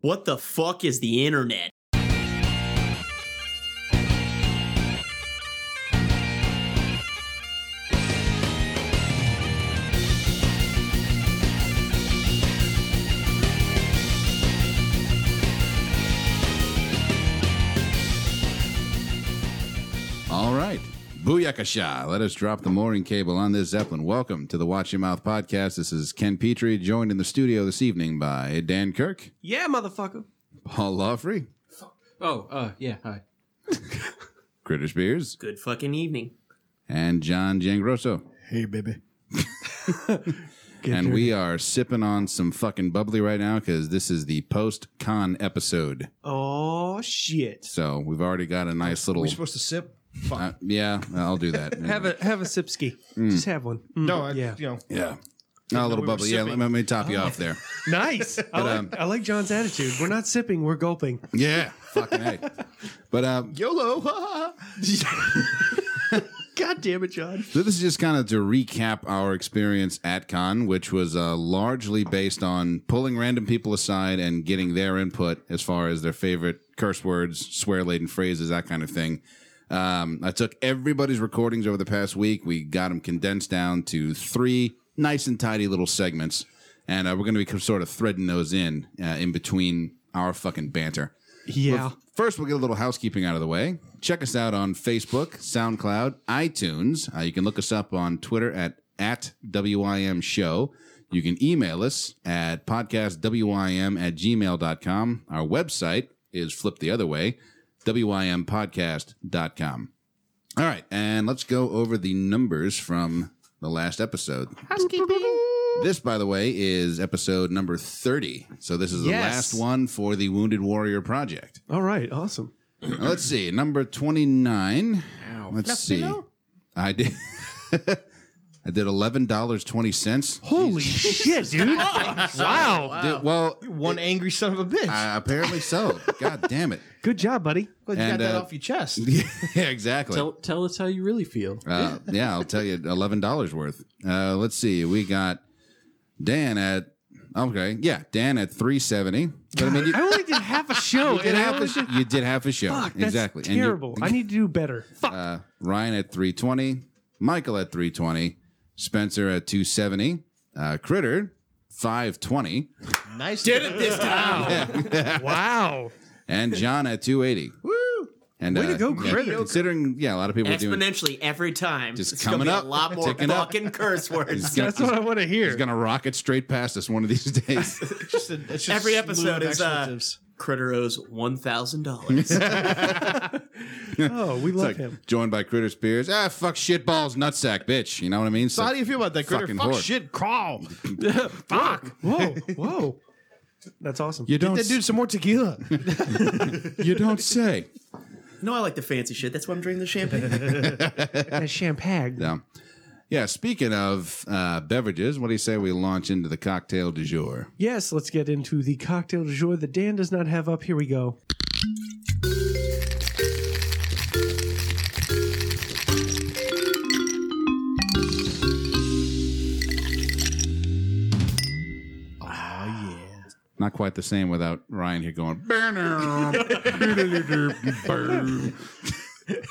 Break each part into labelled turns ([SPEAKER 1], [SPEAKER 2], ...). [SPEAKER 1] What the fuck is the internet?
[SPEAKER 2] All right. Booyakasha. Let us drop the mooring cable on this Zeppelin. Welcome to the Watch Your Mouth podcast. This is Ken Petrie, joined in the studio this evening by Dan Kirk,
[SPEAKER 3] Yeah, motherfucker.
[SPEAKER 2] Paul Lawfrey,
[SPEAKER 3] Oh, uh, yeah, hi.
[SPEAKER 2] Critter Spears,
[SPEAKER 1] Good fucking evening.
[SPEAKER 2] and John Jangrosso.
[SPEAKER 4] Hey, baby.
[SPEAKER 2] and we are sipping on some fucking bubbly right now because this is the post con episode.
[SPEAKER 3] Oh, shit.
[SPEAKER 2] So we've already got a nice little.
[SPEAKER 4] We're supposed to sip. Fuck.
[SPEAKER 2] Uh, yeah, I'll do that.
[SPEAKER 3] Have a have a sip ski. Just have one. Mm.
[SPEAKER 4] no, Oh, I,
[SPEAKER 3] yeah.
[SPEAKER 4] you know.
[SPEAKER 2] Yeah. Not a little
[SPEAKER 4] we were
[SPEAKER 2] bubbly. Yeah, let
[SPEAKER 4] sipping. Oh.
[SPEAKER 2] me, let me top you off there.
[SPEAKER 3] Nice. I, like,
[SPEAKER 2] um,
[SPEAKER 3] I like John's attitude. We're not sipping, we're gulping.
[SPEAKER 2] Yeah, fucking hey. But um,
[SPEAKER 4] YOLO. ha, ha, ha.
[SPEAKER 3] God damn it, John.
[SPEAKER 2] So this is just kind of to recap our experience at Con, which was uh, largely based on pulling random people aside and getting their input as far as their favorite curse words, swear laden phrases, that kind of thing. Um, I took everybody's recordings over the past week. We got them condensed down to three nice and tidy little segments, and uh, we're going to be sort of threading those in uh, in between our fucking banter.
[SPEAKER 3] Yeah.
[SPEAKER 2] First, we'll get a little housekeeping out of the way. Check us out on Facebook, SoundCloud, iTunes. Uh, you can look us up on Twitter at, at WIM Show. You can email us at podcastwim at gmail.com. Our website is flipped the other way, wimpodcast.com. All right, and let's go over the numbers from the last episode. This, by the way, is episode number 30. So this is the
[SPEAKER 3] Yes.
[SPEAKER 2] last one for the Wounded Warrior Project.
[SPEAKER 3] All right, awesome.
[SPEAKER 2] Now, let's see. Number 29. Let's see. I did. I did eleven dollars twenty cents.
[SPEAKER 3] Holy shit, dude. wow.
[SPEAKER 2] Well,
[SPEAKER 4] One angry son of a bitch.
[SPEAKER 2] uh, apparently so. God damn it!
[SPEAKER 3] Good job, buddy.
[SPEAKER 4] Glad you
[SPEAKER 2] and,
[SPEAKER 4] got that
[SPEAKER 2] uh,
[SPEAKER 4] off your chest.
[SPEAKER 2] yeah, exactly.
[SPEAKER 5] Tell, tell us how you really feel.
[SPEAKER 2] Uh, yeah, I'll tell you eleven dollars worth. Uh, let's see. We got Dan at okay. Yeah, Dan at three seventy. But I mean, you,
[SPEAKER 3] I only did half a show.
[SPEAKER 2] you did
[SPEAKER 3] and I
[SPEAKER 2] half a
[SPEAKER 3] only
[SPEAKER 2] sh- you did half a show
[SPEAKER 3] Fuck, that's
[SPEAKER 2] exactly. And you-
[SPEAKER 3] terrible. I need to do better. Fuck.
[SPEAKER 2] uh, Ryan at 320, Michael at 320, Spencer at 270, uh, Critter 520,
[SPEAKER 4] Nice. Did it this time.
[SPEAKER 3] wow.
[SPEAKER 2] and John at 280. Woo! And
[SPEAKER 3] Way to
[SPEAKER 2] uh,
[SPEAKER 3] go,
[SPEAKER 2] yeah,
[SPEAKER 3] Critter.
[SPEAKER 2] considering, yeah, a lot of people are doing.
[SPEAKER 1] Exponentially every time.
[SPEAKER 2] Just
[SPEAKER 1] It's gonna
[SPEAKER 2] coming
[SPEAKER 1] be
[SPEAKER 2] up,
[SPEAKER 1] a lot more
[SPEAKER 2] ticking up.
[SPEAKER 1] fucking curse words.
[SPEAKER 2] He's gonna,
[SPEAKER 3] That's what I want to hear.
[SPEAKER 2] he's gonna rocket straight past us one of these days.
[SPEAKER 4] Just a, it's just
[SPEAKER 1] Every
[SPEAKER 4] slew
[SPEAKER 1] episode
[SPEAKER 4] of
[SPEAKER 1] is, uh,
[SPEAKER 4] expletives.
[SPEAKER 1] Critter owes one thousand dollars.
[SPEAKER 3] Oh, we love
[SPEAKER 2] Like,
[SPEAKER 3] him.
[SPEAKER 2] joined by Critter Spears. Ah, fuck shit balls, nutsack, bitch. You know what I mean?
[SPEAKER 4] So
[SPEAKER 2] So,
[SPEAKER 4] how do you feel about that, Critter?
[SPEAKER 2] Fucking
[SPEAKER 4] Fuck
[SPEAKER 2] whore.
[SPEAKER 4] shit, crawl.
[SPEAKER 3] Fuck. Whoa. Whoa. That's awesome.
[SPEAKER 2] you
[SPEAKER 4] Get
[SPEAKER 2] don't
[SPEAKER 4] that dude some more tequila.
[SPEAKER 2] you don't say.
[SPEAKER 1] no, I like the fancy shit. That's why I'm drinking the champagne.
[SPEAKER 3] That champagne.
[SPEAKER 2] Yeah. Yeah, speaking of uh, beverages, what do you say we launch into the cocktail du jour?
[SPEAKER 3] Yes, let's get into the cocktail du jour that Dan does not have up. Here we go.
[SPEAKER 2] Not quite the same without Ryan here going.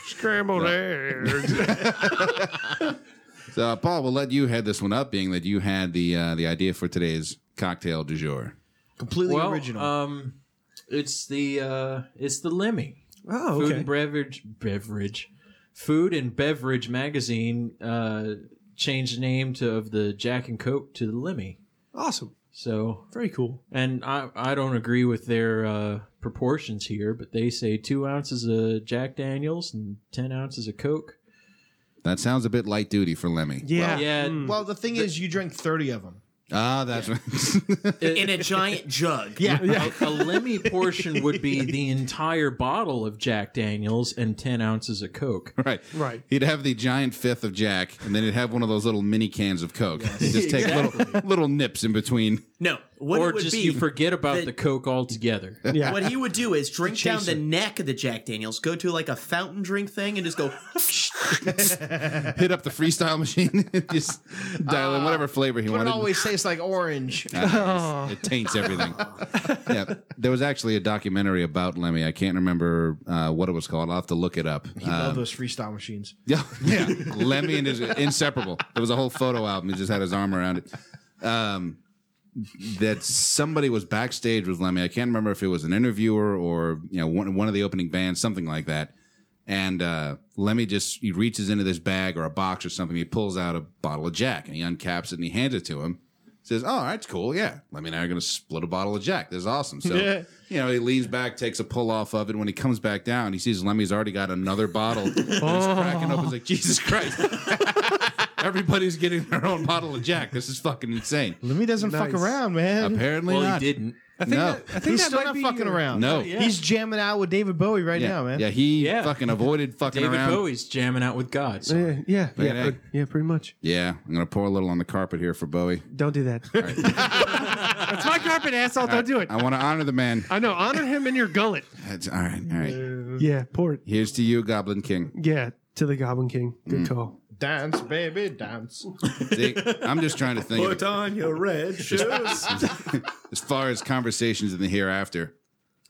[SPEAKER 3] Scrambled eggs.
[SPEAKER 2] So, Paul, we'll let you head this one up, being that you had the uh, the idea for today's cocktail du jour.
[SPEAKER 4] Completely
[SPEAKER 5] Well,
[SPEAKER 4] original.
[SPEAKER 5] um, it's the uh, it's the lemming
[SPEAKER 3] Oh,
[SPEAKER 5] food
[SPEAKER 3] okay.
[SPEAKER 5] and beverage beverage food and beverage magazine uh, changed the name to of the Jack and Coke to the Lemmy.
[SPEAKER 3] Awesome.
[SPEAKER 5] So,
[SPEAKER 3] Very cool.
[SPEAKER 5] and I I don't agree with their uh, proportions here, but they say two ounces of Jack Daniels and ten ounces of Coke.
[SPEAKER 2] That sounds a bit light duty for Lemmy.
[SPEAKER 3] Yeah.
[SPEAKER 5] yeah,
[SPEAKER 4] Hmm. well, the thing is, you drank 30 of them.
[SPEAKER 2] Ah, that's right.
[SPEAKER 1] In a giant jug.
[SPEAKER 4] Yeah.
[SPEAKER 5] a, a Lemmy portion would be the entire bottle of Jack Daniels and 10 ounces of Coke.
[SPEAKER 2] right.
[SPEAKER 3] Right.
[SPEAKER 2] He'd have the giant fifth of Jack, and then he'd have one of those little mini cans of Coke. He'd just take little little nips in between
[SPEAKER 1] No, what
[SPEAKER 5] or
[SPEAKER 1] it would
[SPEAKER 5] just
[SPEAKER 1] be
[SPEAKER 5] you forget about
[SPEAKER 1] that-
[SPEAKER 5] the Coke altogether.
[SPEAKER 3] Yeah.
[SPEAKER 1] What he would do is drink down the
[SPEAKER 4] chaser.
[SPEAKER 1] neck of the Jack Daniels, go to like a fountain drink thing, and just go.
[SPEAKER 2] Hit up the freestyle machine, just dial in whatever flavor he
[SPEAKER 4] But it
[SPEAKER 2] wanted.
[SPEAKER 4] always tastes like orange.
[SPEAKER 2] Uh, it taints everything. yeah, there was actually a documentary about Lemmy. I can't remember uh, what it was called. I'll have to look it up.
[SPEAKER 4] I
[SPEAKER 2] Uh,
[SPEAKER 4] love those freestyle machines.
[SPEAKER 2] yeah, yeah. Lemmy and his inseparable. There was a whole photo album. He just had his arm around it. Um, that somebody was backstage with Lemmy. I can't remember if it was an interviewer or you know one one of the opening bands, something like that. And uh, Lemmy just he reaches into this bag or a box or something. He pulls out a bottle of Jack and he uncaps it and he hands it to him. Says, "Oh, that's cool. Yeah, Lemmy and I are going to split a bottle of Jack. This is awesome." So you know he leans back, takes a pull off of it. When he comes back down, he sees Lemmy's already got another bottle. and he's cracking up. He's like, "Jesus Christ!" Everybody's getting their own bottle of Jack. This is fucking insane.
[SPEAKER 4] Lemmy doesn't fuck
[SPEAKER 3] Nice.
[SPEAKER 4] around, man.
[SPEAKER 2] Apparently
[SPEAKER 5] Well, he
[SPEAKER 2] not.
[SPEAKER 5] didn't.
[SPEAKER 3] I think
[SPEAKER 2] no.
[SPEAKER 3] that, I think
[SPEAKER 4] He's
[SPEAKER 3] that
[SPEAKER 4] still
[SPEAKER 3] might
[SPEAKER 4] not
[SPEAKER 3] be
[SPEAKER 4] fucking
[SPEAKER 3] your-
[SPEAKER 4] around.
[SPEAKER 2] No.
[SPEAKER 4] He's jamming out with David Bowie right
[SPEAKER 2] yeah.
[SPEAKER 4] now, man.
[SPEAKER 2] Yeah, he
[SPEAKER 5] Yeah.
[SPEAKER 2] fucking avoided fucking
[SPEAKER 5] David
[SPEAKER 2] around.
[SPEAKER 5] Bowie's jamming out with God. so-
[SPEAKER 3] Uh, Yeah, yeah,
[SPEAKER 2] at
[SPEAKER 3] yeah,
[SPEAKER 2] that.
[SPEAKER 3] pre- yeah, pretty much.
[SPEAKER 2] Yeah, I'm gonna pour a little on the carpet here for Bowie.
[SPEAKER 3] Don't do that. That's my carpet, asshole. Don't do it.
[SPEAKER 2] I want to honor the man.
[SPEAKER 3] I know. Honor him in your gullet.
[SPEAKER 2] That's, all right, all right.
[SPEAKER 3] Yeah, pour it.
[SPEAKER 2] Here's to you, Goblin King.
[SPEAKER 3] Yeah, to the Goblin King.
[SPEAKER 5] Mm.
[SPEAKER 3] Good call.
[SPEAKER 4] Dance, baby, dance.
[SPEAKER 2] See, I'm just trying to think of-
[SPEAKER 1] on your red shoes.
[SPEAKER 2] as far as conversations in the hereafter.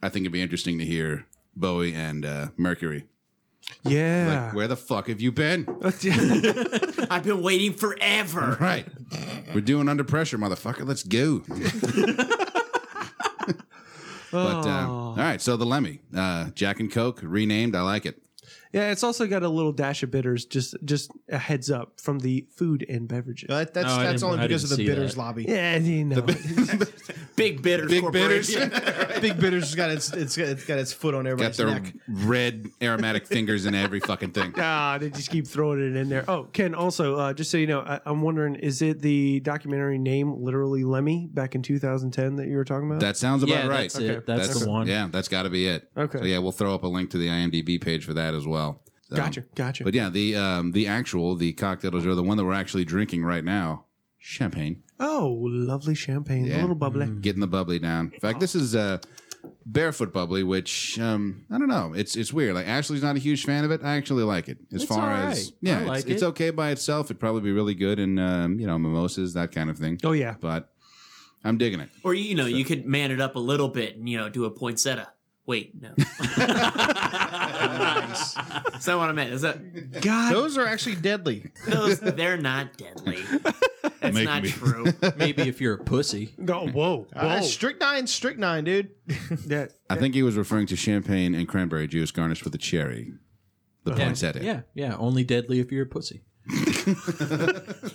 [SPEAKER 2] I think it'd be interesting to hear Bowie and uh, Mercury.
[SPEAKER 3] Yeah.
[SPEAKER 2] Where the fuck have you been?
[SPEAKER 1] I've been waiting forever.
[SPEAKER 2] Right. We're doing under pressure, motherfucker. Let's go. but
[SPEAKER 3] Oh.
[SPEAKER 2] um, all right, so the Lemmy, uh, Jack and Coke renamed. I like it.
[SPEAKER 3] yeah, it's also got a little dash of bitters. Just, just a heads up from the food and beverages.
[SPEAKER 4] That, that's
[SPEAKER 5] No, I
[SPEAKER 4] that's
[SPEAKER 5] didn't-
[SPEAKER 4] only
[SPEAKER 5] I
[SPEAKER 4] because of
[SPEAKER 5] didn't
[SPEAKER 4] the
[SPEAKER 5] see
[SPEAKER 4] bitters
[SPEAKER 5] that.
[SPEAKER 4] lobby.
[SPEAKER 3] yeah, you know.
[SPEAKER 1] Big bitters.
[SPEAKER 2] Big bitters.
[SPEAKER 1] Corporation.
[SPEAKER 4] Big bitters has got its it's got, it's got its foot on
[SPEAKER 2] Got
[SPEAKER 4] everybody's
[SPEAKER 2] their
[SPEAKER 4] neck.
[SPEAKER 2] red aromatic fingers in every fucking thing.
[SPEAKER 3] Ah, they just keep throwing it in there. Oh, Ken. Also, uh, just so you know, I, I'm wondering, is it the documentary name literally Lemmy back in 2010 that you were talking about?
[SPEAKER 2] That sounds about
[SPEAKER 5] Yeah,
[SPEAKER 2] right.
[SPEAKER 5] that's it. That's, the one.
[SPEAKER 2] Yeah, that's got to be it.
[SPEAKER 3] Okay.
[SPEAKER 2] So yeah, we'll throw up a link to the IMDb page for that as well. So-
[SPEAKER 3] gotcha, gotcha.
[SPEAKER 2] um, But yeah, the um, the actual the cocktail is the one that we're actually drinking right now. Champagne.
[SPEAKER 3] oh, lovely champagne,
[SPEAKER 2] Yeah. Mm.
[SPEAKER 3] a little bubbly.
[SPEAKER 5] Mm-hmm.
[SPEAKER 2] getting the bubbly down. In fact, this is uh, barefoot bubbly, which um, I don't know. It's it's weird. Like Ashley's not a huge fan of it. I actually like it. As
[SPEAKER 5] It's
[SPEAKER 2] far
[SPEAKER 5] all right.
[SPEAKER 2] as
[SPEAKER 5] I
[SPEAKER 2] yeah,
[SPEAKER 5] like
[SPEAKER 2] it's, it's
[SPEAKER 5] it.
[SPEAKER 2] okay by itself. It'd probably be really good in um, you know mimosas that kind of thing.
[SPEAKER 3] Oh yeah,
[SPEAKER 2] But I'm digging it.
[SPEAKER 1] Or you know, you could man it up a little bit and you know do a poinsettia. Wait, no. That's not what I meant. Is that
[SPEAKER 3] God.
[SPEAKER 4] Those are actually deadly.
[SPEAKER 1] those? They're not deadly. That's
[SPEAKER 2] Make
[SPEAKER 1] not
[SPEAKER 2] me.
[SPEAKER 1] true.
[SPEAKER 5] Maybe if you're a pussy.
[SPEAKER 3] No, whoa, whoa.
[SPEAKER 4] Uh, strychnine, strychnine, dude.
[SPEAKER 3] that,
[SPEAKER 2] I think he was referring to champagne and cranberry juice garnished with a cherry, the poinsettia.
[SPEAKER 5] Yeah, yeah. Only deadly if you're a pussy.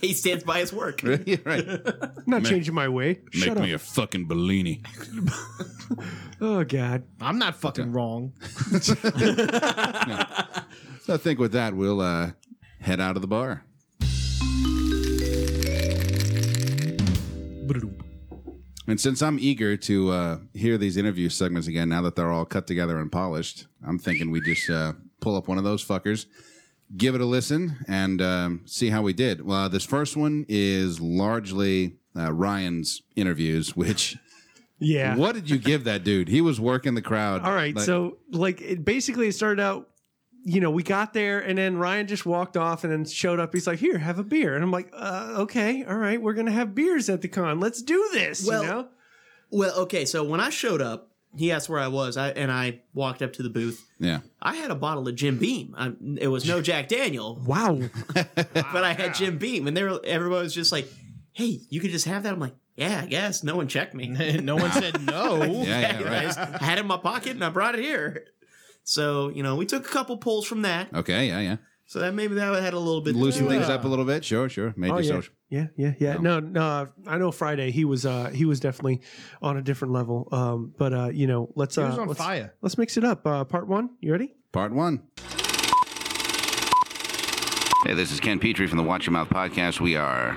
[SPEAKER 1] He stands by his work.
[SPEAKER 2] Yeah, right.
[SPEAKER 3] not changing my way.
[SPEAKER 2] Make
[SPEAKER 3] Shut
[SPEAKER 2] me a fucking Bellini.
[SPEAKER 3] up. Oh God.
[SPEAKER 4] I'm not fucking wrong.
[SPEAKER 2] So I think with that, we'll uh, head out of the bar. And since I'm eager to uh, hear these interview segments again, now that they're all cut together and polished, I'm thinking we just uh, pull up one of those fuckers, give it a listen, and um, see how we did. Well, uh, this first one is largely uh, Ryan's interviews, which.
[SPEAKER 3] Yeah.
[SPEAKER 2] What did you give that dude? He was working the crowd.
[SPEAKER 3] All right.
[SPEAKER 2] Like-
[SPEAKER 3] so like it basically it started out, you know, we got there and then Ryan just walked off and then showed up. He's like, here, have a beer. And I'm like, uh, okay, all right, we're gonna have beers at the con. Let's do this.
[SPEAKER 1] Well-
[SPEAKER 3] you know?
[SPEAKER 1] Well, okay. So when I showed up, he asked where I was, I, and I walked up to the booth.
[SPEAKER 2] yeah.
[SPEAKER 1] I had a bottle of Jim Beam. I, it was no Jack Daniel,
[SPEAKER 3] Wow.
[SPEAKER 1] but I had Jim Beam, and they were, everybody was just like, "Hey, you could just have that." I'm like, "Yeah, I guess." No one checked me.
[SPEAKER 4] no one said no.
[SPEAKER 2] Yeah, yeah,
[SPEAKER 1] I
[SPEAKER 2] right.
[SPEAKER 1] just had it in my pocket, and I brought it here. So you know, we took a couple pulls from that.
[SPEAKER 2] Okay, yeah, yeah.
[SPEAKER 1] So that maybe that had a little bit.
[SPEAKER 2] Loosen
[SPEAKER 1] to it.
[SPEAKER 2] things up a little bit. Sure, sure. Made
[SPEAKER 3] Oh,
[SPEAKER 2] you
[SPEAKER 3] yeah.
[SPEAKER 2] social.
[SPEAKER 3] Yeah, yeah, yeah. No, no. uh, I know Friday he was uh he was definitely on a different level. Um, but uh, you know, let's uh,
[SPEAKER 4] was on
[SPEAKER 3] let's,
[SPEAKER 4] fire.
[SPEAKER 3] Let's mix it up. Uh, part one. You ready?
[SPEAKER 2] Part one. Hey, this is Ken Petrie from the Watch Your Mouth podcast. We are,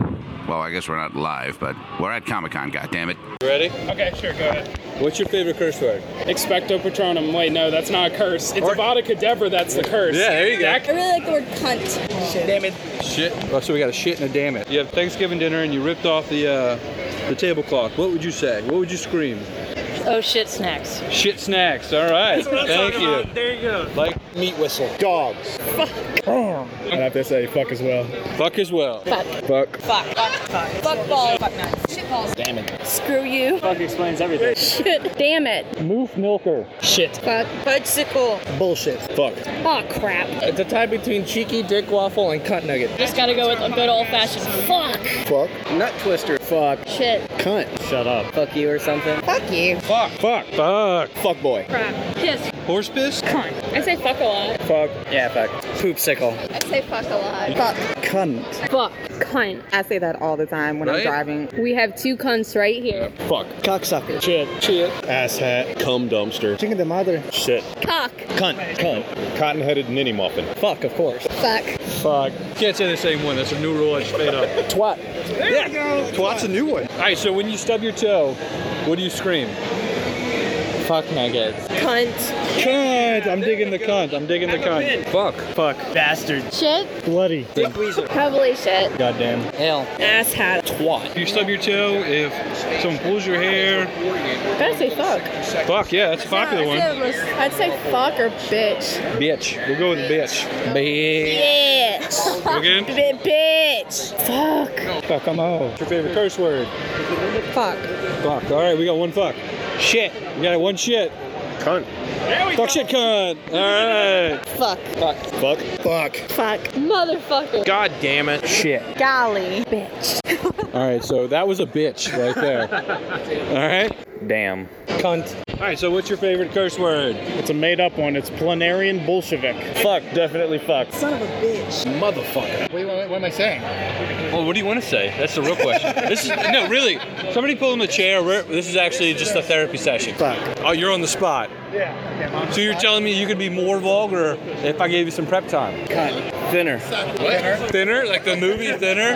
[SPEAKER 2] well, I guess we're not live, but we're at Comic Con. God damn it!
[SPEAKER 6] Ready?
[SPEAKER 7] Okay, sure, go ahead.
[SPEAKER 6] What's your favorite curse word?
[SPEAKER 7] Expecto Patronum. Wait, no, that's not a curse. It's
[SPEAKER 6] Or-
[SPEAKER 7] Avada Kedavra that's the curse.
[SPEAKER 6] Yeah, there you go.
[SPEAKER 7] That
[SPEAKER 8] I really like the word cunt.
[SPEAKER 6] Shit. Oh, so we got a shit and a damn it. You have Thanksgiving dinner and you ripped off the uh, The tablecloth. What would you say? What would you scream?
[SPEAKER 8] Oh shit, snacks.
[SPEAKER 6] Shit snacks. All right. Thank you.
[SPEAKER 3] There you go.
[SPEAKER 6] Like meat whistle.
[SPEAKER 9] Dogs. I'd have to say fuck as well.
[SPEAKER 6] Fuck as well.
[SPEAKER 8] Fuck.
[SPEAKER 6] Fuck.
[SPEAKER 8] Fuck. Fuck. Fuck. Fuck balls. Fuck nuts. Shit balls. Damn it. Screw you.
[SPEAKER 7] Fuck explains everything.
[SPEAKER 8] Shit. Damn it.
[SPEAKER 7] Moof milker. Shit.
[SPEAKER 8] Fuck. Fudgesicle.
[SPEAKER 9] Bullshit. Fuck.
[SPEAKER 8] Oh crap.
[SPEAKER 10] It's a tie between cheeky dick waffle and cut nugget.
[SPEAKER 8] Just gotta go with a good old fashioned fuck.
[SPEAKER 9] Fuck.
[SPEAKER 10] Nut twister. Fuck.
[SPEAKER 8] Shit.
[SPEAKER 9] Cunt.
[SPEAKER 7] Shut up.
[SPEAKER 10] Fuck you or something.
[SPEAKER 8] Fuck you.
[SPEAKER 6] Fuck. Fuck. Fuck.
[SPEAKER 9] Fuck boy.
[SPEAKER 8] Crap. Kiss.
[SPEAKER 6] Horse piss.
[SPEAKER 8] Cunt. I say fuck a lot.
[SPEAKER 10] Fuck. Yeah, fuck. Poop sickle.
[SPEAKER 8] I say fuck a lot.
[SPEAKER 9] Fuck. Cunt.
[SPEAKER 8] Fuck. Cunt.
[SPEAKER 11] I say that all the time when
[SPEAKER 6] Right?
[SPEAKER 11] I'm driving.
[SPEAKER 8] We have two cunts right here.
[SPEAKER 9] Fuck.
[SPEAKER 11] Cocksucker.
[SPEAKER 7] Shit.
[SPEAKER 10] Shit.
[SPEAKER 9] Asshat. Cum dumpster.
[SPEAKER 10] Chicken the mother.
[SPEAKER 9] Shit.
[SPEAKER 8] Cock.
[SPEAKER 9] Cunt. Cunt. Cotton headed ninny muffin.
[SPEAKER 10] Fuck, of course.
[SPEAKER 8] Fuck.
[SPEAKER 9] Fuck.
[SPEAKER 6] Can't say the same one. That's a new rule I just made up.
[SPEAKER 10] Twat.
[SPEAKER 9] Twat's a new one.
[SPEAKER 6] All right. So when you stub your toe, what do you scream?
[SPEAKER 10] Fuck nuggets.
[SPEAKER 11] Cunt.
[SPEAKER 6] Cunt. I'm digging the cunt. I'm digging the cunt. Fuck.
[SPEAKER 9] Fuck.
[SPEAKER 8] Shit.
[SPEAKER 9] Bloody.
[SPEAKER 10] Dick weasel.
[SPEAKER 8] Probably shit.
[SPEAKER 9] Goddamn.
[SPEAKER 10] Hell.
[SPEAKER 11] Ass hat.
[SPEAKER 10] Twat.
[SPEAKER 6] If you stub your toe, if someone pulls your hair,
[SPEAKER 11] Gotta say fuck.
[SPEAKER 6] fuck yeah, that's a popular one.
[SPEAKER 11] I'd say fuck or bitch.
[SPEAKER 6] Bitch. We'll go with bitch.
[SPEAKER 10] Bitch.
[SPEAKER 11] Bitch.
[SPEAKER 6] Again?
[SPEAKER 11] Bitch. Fuck.
[SPEAKER 6] Fuck, I'm out. What's your favorite curse word?
[SPEAKER 11] Fuck.
[SPEAKER 6] Fuck. All right, we got one fuck. Shit. We got one shit.
[SPEAKER 9] Cunt.
[SPEAKER 6] Fuck shit cunt. All right.
[SPEAKER 11] Fuck.
[SPEAKER 9] Fuck. Fuck.
[SPEAKER 11] Fuck.
[SPEAKER 8] Motherfucker.
[SPEAKER 6] God damn it.
[SPEAKER 10] Shit.
[SPEAKER 11] Golly. Bitch.
[SPEAKER 6] All right, so that was a bitch right there. All right.
[SPEAKER 10] Damn. Cunt.
[SPEAKER 6] All right, so what's your favorite curse word?
[SPEAKER 9] It's a made up one. It's planarian Bolshevik. Fuck. Definitely fuck.
[SPEAKER 11] Son of a bitch.
[SPEAKER 6] Motherfucker.
[SPEAKER 9] Wait, what, what am I saying?
[SPEAKER 6] Well, what do you want to say? That's the real question. this is no, really. Somebody pull him a chair. We're, this is actually just a therapy session. Oh, you're on the spot. Yeah. So you're telling me you could be more vulgar if I gave you some prep time?
[SPEAKER 10] Cunt. Thinner.
[SPEAKER 6] Thinner, like the movie Thinner,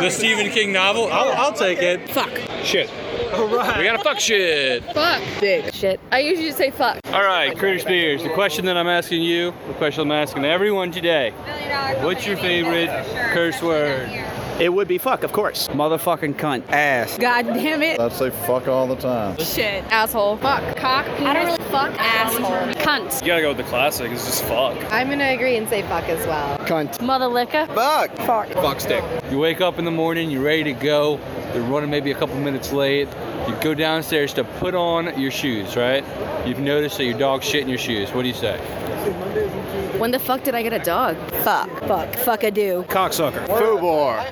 [SPEAKER 6] the Stephen King novel. I'll, I'll take it. Fuck. Shit. All right. We gotta fuck shit.
[SPEAKER 8] Fuck. Dick. Shit. I usually say fuck.
[SPEAKER 6] All right, Critter Spears. The question that I'm asking you, the question I'm asking everyone today. What's your favorite curse word?
[SPEAKER 10] It would be fuck, of course. Motherfucking cunt. Ass.
[SPEAKER 11] God damn it.
[SPEAKER 2] I'd say fuck all the time.
[SPEAKER 11] Shit.
[SPEAKER 8] Asshole. Fuck. Cock. I don't really fuck. Asshole. Cunt.
[SPEAKER 6] You gotta go with the classic. It's just fuck.
[SPEAKER 11] I'm gonna agree and say fuck as well.
[SPEAKER 10] Cunt.
[SPEAKER 8] Mother liquor.
[SPEAKER 10] Fuck.
[SPEAKER 11] Fuck.
[SPEAKER 6] Fuck stick. You wake up in the morning, you're ready to go. You're running maybe a couple minutes late. You go downstairs to put on your shoes, right? You've noticed that your dog shit in your shoes. What do you say?
[SPEAKER 8] When the fuck did I get a dog?
[SPEAKER 11] Fuck. Fuck. Fuck I do.
[SPEAKER 6] Cocksucker.
[SPEAKER 9] Fubor.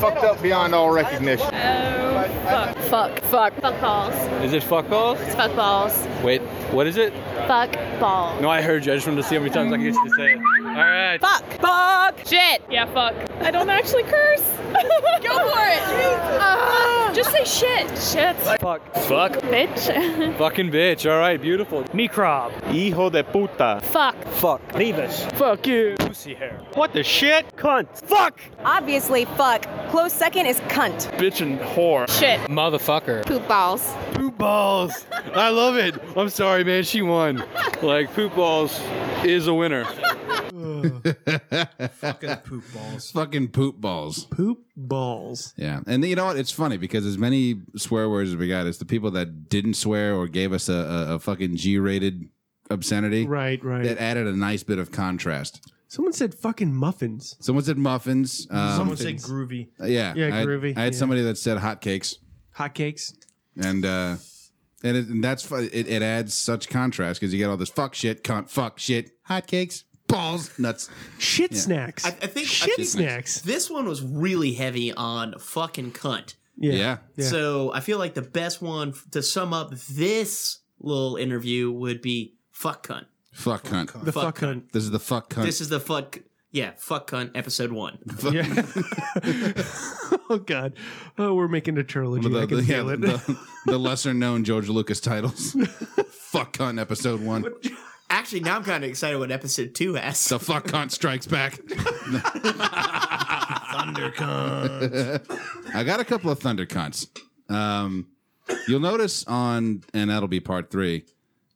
[SPEAKER 9] Fucked up beyond all recognition.
[SPEAKER 8] Oh. Fuck. Fuck. Fuck. Fuck balls.
[SPEAKER 6] Is it fuck balls?
[SPEAKER 8] It's fuck balls.
[SPEAKER 6] Wait, what is it?
[SPEAKER 8] Fuck balls.
[SPEAKER 6] No, I heard you. I just wanted to see how many times I can get you to say it. All right.
[SPEAKER 11] Fuck. Fuck.
[SPEAKER 8] Shit. Yeah, fuck. I don't actually curse. Go for it. Just say shit. Shit.
[SPEAKER 6] Fuck.
[SPEAKER 8] Bitch.
[SPEAKER 6] Fucking bitch. All right, beautiful.
[SPEAKER 10] Microb.
[SPEAKER 9] Hijo de puta.
[SPEAKER 8] fuck.
[SPEAKER 10] Fuck. Levis.
[SPEAKER 8] Fuck you.
[SPEAKER 10] Pussy hair. What the shit? Cunt. Fuck.
[SPEAKER 11] Obviously, fuck. Close second is cunt.
[SPEAKER 6] Bitchin' whore.
[SPEAKER 8] Shit.
[SPEAKER 6] Motherfucker.
[SPEAKER 8] Poop balls.
[SPEAKER 6] Poop balls. I love it. I'm sorry, man. She won. Like, poop balls is a winner.
[SPEAKER 2] fucking
[SPEAKER 5] Poop balls.
[SPEAKER 2] fucking poop balls.
[SPEAKER 3] Poop balls.
[SPEAKER 2] Yeah. And you know what? It's funny because as many swear words as we got, it's the people that didn't swear or gave us a, a, a fucking G rated obscenity
[SPEAKER 3] Right, right.
[SPEAKER 2] that added a nice bit of contrast.
[SPEAKER 3] Someone said fucking muffins.
[SPEAKER 2] Someone said muffins. Um,
[SPEAKER 3] Someone said
[SPEAKER 2] things.
[SPEAKER 3] groovy.
[SPEAKER 2] Yeah.
[SPEAKER 3] Yeah,
[SPEAKER 2] I had-
[SPEAKER 3] groovy,
[SPEAKER 2] I had
[SPEAKER 3] yeah.
[SPEAKER 2] somebody that said hotcakes.
[SPEAKER 3] Hotcakes.
[SPEAKER 2] And, uh, and, it, and that's fu- it, it adds such contrast because you get all this fuck shit, cunt, fuck shit, hotcakes, balls, nuts.
[SPEAKER 3] Shit snacks.
[SPEAKER 1] I, I think I
[SPEAKER 3] Shit
[SPEAKER 1] think
[SPEAKER 3] snacks.
[SPEAKER 1] This one was really heavy on fucking cunt.
[SPEAKER 3] Yeah.
[SPEAKER 2] Yeah.
[SPEAKER 1] So I feel like the best one f- to sum up this little interview would be fuck cunt.
[SPEAKER 2] Fuck, cunt.
[SPEAKER 3] The fuck,
[SPEAKER 1] Fuck
[SPEAKER 3] hunt.
[SPEAKER 2] This is the fuck cunt.
[SPEAKER 1] This is the fuck. Yeah, fuck cunt episode one.
[SPEAKER 3] Oh god. Oh, we're making a trilogy. I can feel it.
[SPEAKER 2] the- the lesser known George Lucas titles. fuck cunt episode one.
[SPEAKER 1] Actually, now I'm kind of excited what episode two has.
[SPEAKER 2] The fuck cunt strikes back.
[SPEAKER 3] Thunder cunt.
[SPEAKER 2] I got a couple of thunder cunts. Um, you'll notice on, and that'll be part three.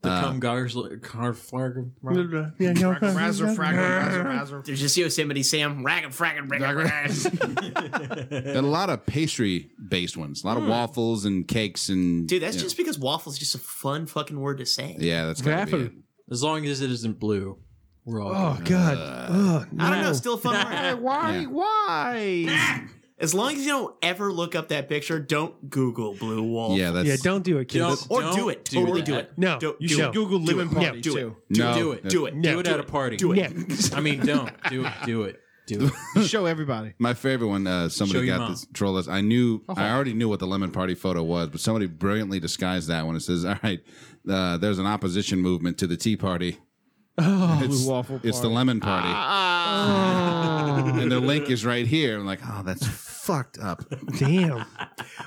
[SPEAKER 5] The
[SPEAKER 2] Uh,
[SPEAKER 5] cum gargler. Carflarg.
[SPEAKER 3] Yeah, no,
[SPEAKER 4] Razor, fragger, razor, razor.
[SPEAKER 1] There's just Yosemite Sam. Ragged, fragged, ragged.
[SPEAKER 2] And a lot of pastry based ones, a lot of waffles and cakes and
[SPEAKER 1] Hmm. Dude, that's
[SPEAKER 2] yeah.
[SPEAKER 1] just because waffle is just a fun fucking word to say.
[SPEAKER 2] yeah, that's gotta be it.
[SPEAKER 5] As long as it isn't blue, we're all.
[SPEAKER 3] Oh
[SPEAKER 5] good.
[SPEAKER 3] God. oh,
[SPEAKER 1] I don't know.
[SPEAKER 3] no.
[SPEAKER 1] Still a fun word.
[SPEAKER 4] Hey, why?
[SPEAKER 2] Yeah.
[SPEAKER 4] Why?
[SPEAKER 1] As long as you don't ever look up that picture, don't Google blue wall.
[SPEAKER 2] Yeah, that's
[SPEAKER 3] Yeah, don't do it, kids.
[SPEAKER 5] Don't-
[SPEAKER 1] Or do
[SPEAKER 5] Don't
[SPEAKER 1] it.
[SPEAKER 5] do
[SPEAKER 1] totally
[SPEAKER 5] that.
[SPEAKER 1] do it.
[SPEAKER 3] No.
[SPEAKER 1] Do,
[SPEAKER 4] You
[SPEAKER 1] do
[SPEAKER 4] should
[SPEAKER 1] it.
[SPEAKER 4] Google
[SPEAKER 1] do
[SPEAKER 4] lemon
[SPEAKER 1] it.
[SPEAKER 4] party
[SPEAKER 1] do
[SPEAKER 4] too.
[SPEAKER 5] Do,
[SPEAKER 2] no,
[SPEAKER 5] do it.
[SPEAKER 1] Do it.
[SPEAKER 5] Do it at a party.
[SPEAKER 1] Do it.
[SPEAKER 3] Yeah.
[SPEAKER 5] I mean, don't. Do it. Do it. Do it.
[SPEAKER 4] Show everybody.
[SPEAKER 2] My favorite one, uh,
[SPEAKER 5] Show
[SPEAKER 2] somebody
[SPEAKER 5] your
[SPEAKER 2] got
[SPEAKER 5] mom.
[SPEAKER 2] this troll us. I knew, I already knew what the lemon party photo was, but somebody brilliantly disguised that one. It says, "All right, uh, there's an opposition movement to the Tea Party.
[SPEAKER 3] Oh,
[SPEAKER 2] It's,
[SPEAKER 4] waffle
[SPEAKER 2] it's the
[SPEAKER 4] party.
[SPEAKER 2] lemon party, and the link is right here." I'm like, "Oh, that's fucked up."
[SPEAKER 3] damn.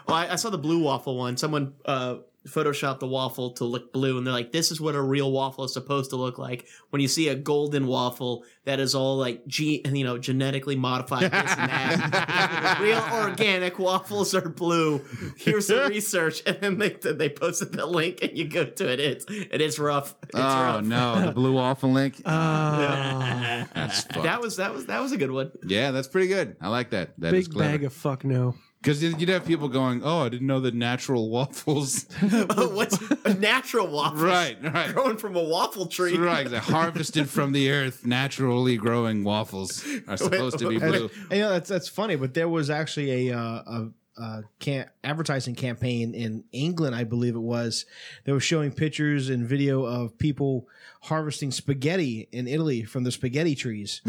[SPEAKER 1] Well, I, I saw the blue waffle one. Someone uh, photoshopped the waffle to look blue, and they're like, "This is what a real waffle is supposed to look like." When you see a golden waffle that is all like, ge- you know, genetically modified this and that. real organic waffles are blue. Here's the research, and then they they posted the link, and you go to it. It's it is rough. It's
[SPEAKER 2] oh
[SPEAKER 1] rough.
[SPEAKER 2] no, the blue waffle link.
[SPEAKER 3] Uh,
[SPEAKER 2] that's fucked.
[SPEAKER 1] That was that was that was a good one.
[SPEAKER 2] yeah, that's pretty good. I like that. That is
[SPEAKER 3] big bag
[SPEAKER 2] clever.
[SPEAKER 3] of fuck no.
[SPEAKER 2] Because you'd have people going, "Oh, I didn't know that natural waffles."
[SPEAKER 1] Oh, What's a natural waffle?
[SPEAKER 2] right, right.
[SPEAKER 1] Grown from a waffle tree.
[SPEAKER 2] Right, they're harvested from the earth, naturally growing waffles are supposed to be
[SPEAKER 4] And,
[SPEAKER 2] blue.
[SPEAKER 4] and, you know, that's that's funny, but there was actually a uh, a, a can- advertising campaign in England, I believe it was, that was showing pictures and video of people harvesting spaghetti in Italy from the spaghetti trees.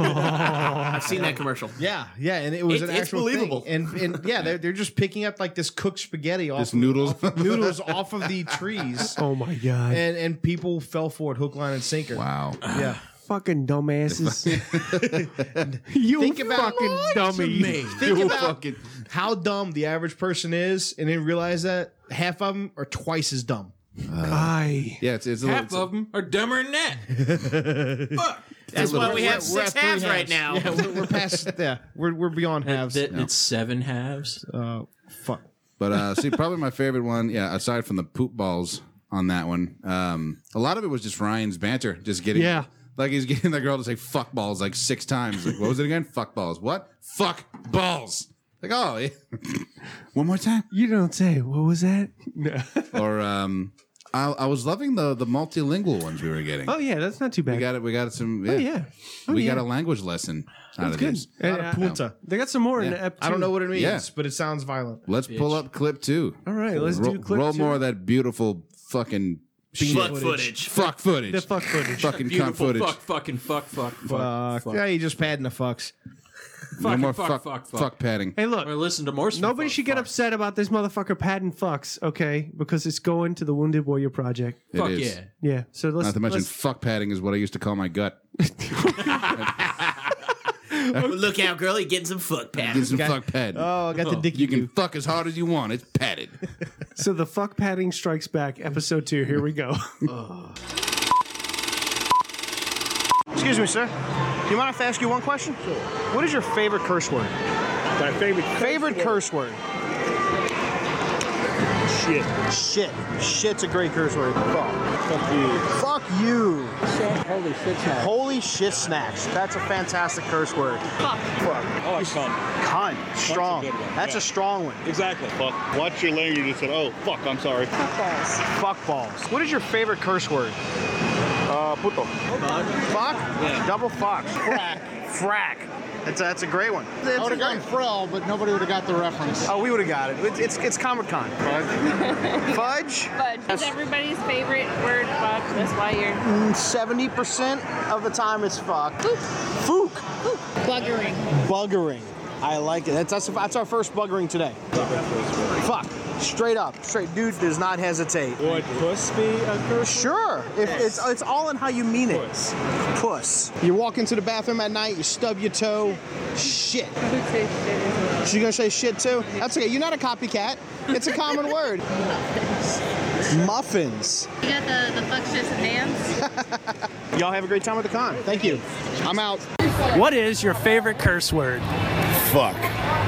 [SPEAKER 1] I've seen that commercial.
[SPEAKER 4] Yeah, yeah, and it was
[SPEAKER 1] It's-
[SPEAKER 4] an
[SPEAKER 1] it's
[SPEAKER 4] actual
[SPEAKER 1] believable.
[SPEAKER 4] thing. And and yeah, they're, they're just picking up like this cooked spaghetti off
[SPEAKER 2] This
[SPEAKER 4] of-
[SPEAKER 2] noodles.
[SPEAKER 4] off of- noodles off of the trees,
[SPEAKER 3] Oh my god.
[SPEAKER 4] and and people fell for it, hook, line, and sinker.
[SPEAKER 2] Wow.
[SPEAKER 4] Yeah,
[SPEAKER 3] fucking dumbasses. you
[SPEAKER 4] Think about-
[SPEAKER 3] fucking dummy.
[SPEAKER 4] Think about how dumb the average person is, and then realize that half of them are twice as dumb.
[SPEAKER 3] I
[SPEAKER 2] Yeah, it's, it's a little.
[SPEAKER 5] Half of them are dumber than that.
[SPEAKER 1] That's why we have
[SPEAKER 4] We're
[SPEAKER 1] six
[SPEAKER 4] at three
[SPEAKER 1] halves right now.
[SPEAKER 4] Yeah, we're, we're past. Yeah, we're we're beyond halves.
[SPEAKER 5] That- It's seven halves.
[SPEAKER 4] Uh, fuck.
[SPEAKER 2] But uh, see, probably my favorite one, yeah, aside from the poop balls on that one, um, a lot of it was just Ryan's banter, just getting.
[SPEAKER 3] Yeah.
[SPEAKER 2] Like he's getting the girl to say fuck balls like six times. Like, what was it again? Fuck balls. What? Fuck balls. Like, oh, yeah. one more time.
[SPEAKER 3] you don't say. What was that? No.
[SPEAKER 2] Or um, I, I was loving the the multilingual ones we were getting.
[SPEAKER 3] Oh yeah, that's not too bad.
[SPEAKER 2] We got it. We got some.
[SPEAKER 3] oh yeah. Oh,
[SPEAKER 2] we
[SPEAKER 3] yeah.
[SPEAKER 2] got a language lesson out of
[SPEAKER 3] good.
[SPEAKER 2] this.
[SPEAKER 3] And,
[SPEAKER 4] Out
[SPEAKER 3] uh,
[SPEAKER 4] of punta.
[SPEAKER 3] they got some more in
[SPEAKER 2] Yeah.
[SPEAKER 3] the ep
[SPEAKER 4] I don't
[SPEAKER 3] two.
[SPEAKER 4] know what it means,
[SPEAKER 2] Yeah.
[SPEAKER 4] but it sounds violent.
[SPEAKER 2] Let's pull up clip two.
[SPEAKER 3] All right, let's
[SPEAKER 2] roll,
[SPEAKER 3] do clip
[SPEAKER 2] roll
[SPEAKER 3] two.
[SPEAKER 2] more of that beautiful fucking shit.
[SPEAKER 1] Butt footage.
[SPEAKER 2] fuck footage.
[SPEAKER 3] the fuck footage.
[SPEAKER 2] fucking cunt
[SPEAKER 5] Beautiful.
[SPEAKER 2] footage.
[SPEAKER 5] Fuck. Fucking. Fuck. Fuck. Fuck.
[SPEAKER 4] Fuck.
[SPEAKER 5] Fuck.
[SPEAKER 4] Yeah, you just padding the fucks.
[SPEAKER 2] No
[SPEAKER 5] fucking
[SPEAKER 2] more
[SPEAKER 5] fuck,
[SPEAKER 2] fuck,
[SPEAKER 5] fuck, fuck.
[SPEAKER 2] fuck padding.
[SPEAKER 3] Hey,
[SPEAKER 5] Or
[SPEAKER 3] look.
[SPEAKER 5] listen to more.
[SPEAKER 3] Nobody
[SPEAKER 5] fuck,
[SPEAKER 3] should get
[SPEAKER 5] fuck.
[SPEAKER 3] upset about this motherfucker padding fucks, okay? Because it's going to the Wounded Warrior Project.
[SPEAKER 2] It
[SPEAKER 5] Fuck
[SPEAKER 2] is.
[SPEAKER 5] yeah.
[SPEAKER 3] Yeah. So let's
[SPEAKER 2] Not to mention,
[SPEAKER 3] let's-
[SPEAKER 2] fuck padding is what I used to call my gut.
[SPEAKER 1] Look out, girl, you're getting some foot
[SPEAKER 2] Get
[SPEAKER 1] pads.
[SPEAKER 2] some fuck padding.
[SPEAKER 4] Oh, I got the dicky.
[SPEAKER 2] you can fuck as hard as you want. It's padded.
[SPEAKER 3] So the fuck padding strikes back, episode two. Here we go.
[SPEAKER 9] Excuse me, sir. Do you mind if I ask you one question? What is your favorite curse word?
[SPEAKER 7] My favorite
[SPEAKER 9] Favorite curse word?
[SPEAKER 7] shit.
[SPEAKER 9] Shit. Shit's a great curse word. Fuck.
[SPEAKER 7] Fuck you.
[SPEAKER 9] Fuck you.
[SPEAKER 7] Holy shit.
[SPEAKER 9] Holy shit snacks. That's a fantastic curse word.
[SPEAKER 8] Fuck.
[SPEAKER 9] Fuck.
[SPEAKER 7] I like cunt.
[SPEAKER 9] Cunt. Strong.
[SPEAKER 7] good one.
[SPEAKER 9] That's
[SPEAKER 7] Yeah.
[SPEAKER 9] a strong one.
[SPEAKER 7] Exactly. Fuck. Watch your language and said, oh, fuck, I'm sorry.
[SPEAKER 9] Fuck balls. What is your favorite curse word? Uh, puto. Fuck? Double fuck. Frack. Frack. That's a, that's a great one. I would have gone frill, but nobody would have got the reference. Oh, we would have got it. It's, it's, it's Comic Con. Fudge?
[SPEAKER 8] Fudge. It's everybody's favorite word, fudge. That's why you're.
[SPEAKER 9] Mm, 70% of the time it's fuck. Fook.
[SPEAKER 8] Buggering.
[SPEAKER 9] Buggering. I like it. That's, that's, that's our first buggering today. Fuck. Straight up. Straight. Dude does not hesitate.
[SPEAKER 7] Would puss be a curse?
[SPEAKER 9] Sure. If it's it's all in how you mean it.
[SPEAKER 7] Puss.
[SPEAKER 9] Puss. You walk into the bathroom at night, you stub your toe. Shit. She gonna say shit too? That's okay. You're not a copycat. It's a common word. Muffins.
[SPEAKER 8] You got the, the fuck shits and hands?
[SPEAKER 9] Y'all have a great time at the con. Thank you. I'm out.
[SPEAKER 12] What is your favorite curse word?
[SPEAKER 7] Fuck.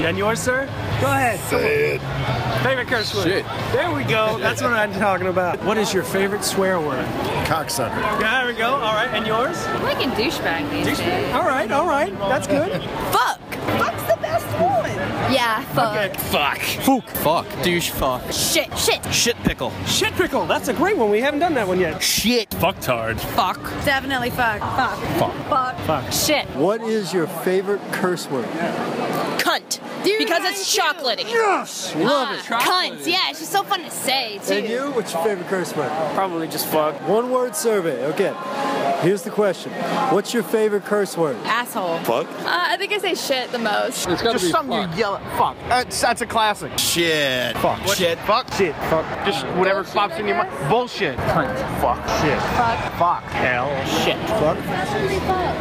[SPEAKER 12] And yours, sir?
[SPEAKER 7] Go ahead. Say it. Favorite curse word.
[SPEAKER 12] Shit.
[SPEAKER 7] There we go. That's what I'm talking about. What is your favorite swear word?
[SPEAKER 12] Cocksucker.
[SPEAKER 7] Yeah, there we go. All right, and yours?
[SPEAKER 13] I'm like a douchebag these days.
[SPEAKER 7] All right, all right. That's good.
[SPEAKER 13] Fuck. Fuck's the best one. Yeah. Fuck.
[SPEAKER 12] Fuck. Fuck. Fuck. Douche fuck.
[SPEAKER 13] Shit. Shit.
[SPEAKER 12] Shit pickle.
[SPEAKER 7] Shit pickle. That's a great one. We haven't done that one yet. Shit. Fucktard.
[SPEAKER 13] Fuck. Definitely fuck. Fuck.
[SPEAKER 7] Fuck.
[SPEAKER 13] Fuck.
[SPEAKER 7] Fuck.
[SPEAKER 13] Shit.
[SPEAKER 12] What is your favorite curse word?
[SPEAKER 13] Cunt. because it's chocolatey.
[SPEAKER 12] Yes. Love it.
[SPEAKER 13] Cunts. Yeah, it's just so fun to say too.
[SPEAKER 12] And you, what's your favorite curse word? Probably just fuck. One word survey. Okay. Here's the question. What's your favorite curse word?
[SPEAKER 13] Asshole.
[SPEAKER 12] Fuck.
[SPEAKER 13] Uh, I think I say shit the most.
[SPEAKER 9] Just something you yell at. Fuck. That's, that's a classic.
[SPEAKER 12] Shit.
[SPEAKER 9] Fuck. Shit. Fuck. Shit. Fuck. Just whatever pops in your mind. Bullshit. Fuck. Shit. Fuck. Fuck. Hell. Shit. Fuck.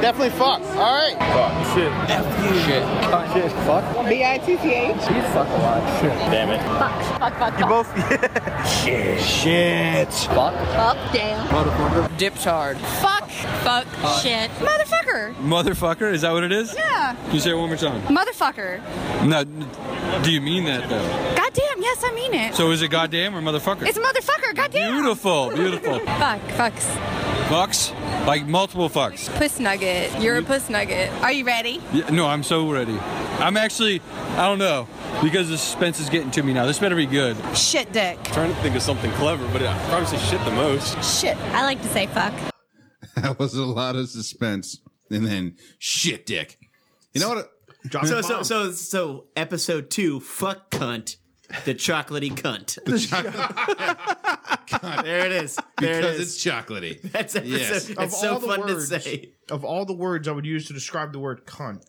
[SPEAKER 9] Definitely fuck. All right. Fuck. Shit. Shit. Fuck. Shit. Fuck.
[SPEAKER 13] B I T T H.
[SPEAKER 9] You fuck a lot. Shit. Damn it.
[SPEAKER 13] Fuck. Fuck. Fuck.
[SPEAKER 9] You both. Shit. Shit. Fuck.
[SPEAKER 13] Fuck. Damn.
[SPEAKER 12] Motherfucker.
[SPEAKER 13] Dips hard. Fuck. Fuck.
[SPEAKER 6] Fuck.
[SPEAKER 13] Shit. Motherfucker.
[SPEAKER 6] Motherfucker, is that what it is?
[SPEAKER 13] Yeah.
[SPEAKER 6] Can you say it one more time?
[SPEAKER 13] Motherfucker.
[SPEAKER 6] No, n- do you mean that though?
[SPEAKER 13] Goddamn. Yes, I mean it.
[SPEAKER 6] So is it goddamn or motherfucker?
[SPEAKER 13] it's motherfucker. Goddamn.
[SPEAKER 6] beautiful, beautiful.
[SPEAKER 13] Fuck. Fucks.
[SPEAKER 6] Fucks? Like multiple fucks.
[SPEAKER 13] Puss nugget. You're a puss nugget. Are you ready?
[SPEAKER 6] Yeah, no, I'm so ready. I'm actually, I don't know, because the suspense is getting to me now. This better be good.
[SPEAKER 13] Shit dick.
[SPEAKER 6] trying to think of something clever, but I probably say shit the most.
[SPEAKER 13] Shit. I like to say fuck.
[SPEAKER 2] That was a lot of suspense. And then shit dick. You know what?
[SPEAKER 1] so so so so episode two. Fuck cunt. The chocolatey cunt. There it is. There
[SPEAKER 2] Because
[SPEAKER 1] it is.
[SPEAKER 2] it's chocolatey.
[SPEAKER 1] That's episode.
[SPEAKER 2] Yes.
[SPEAKER 1] It's so fun to say.
[SPEAKER 4] Of all the words I would use to describe the word cunt,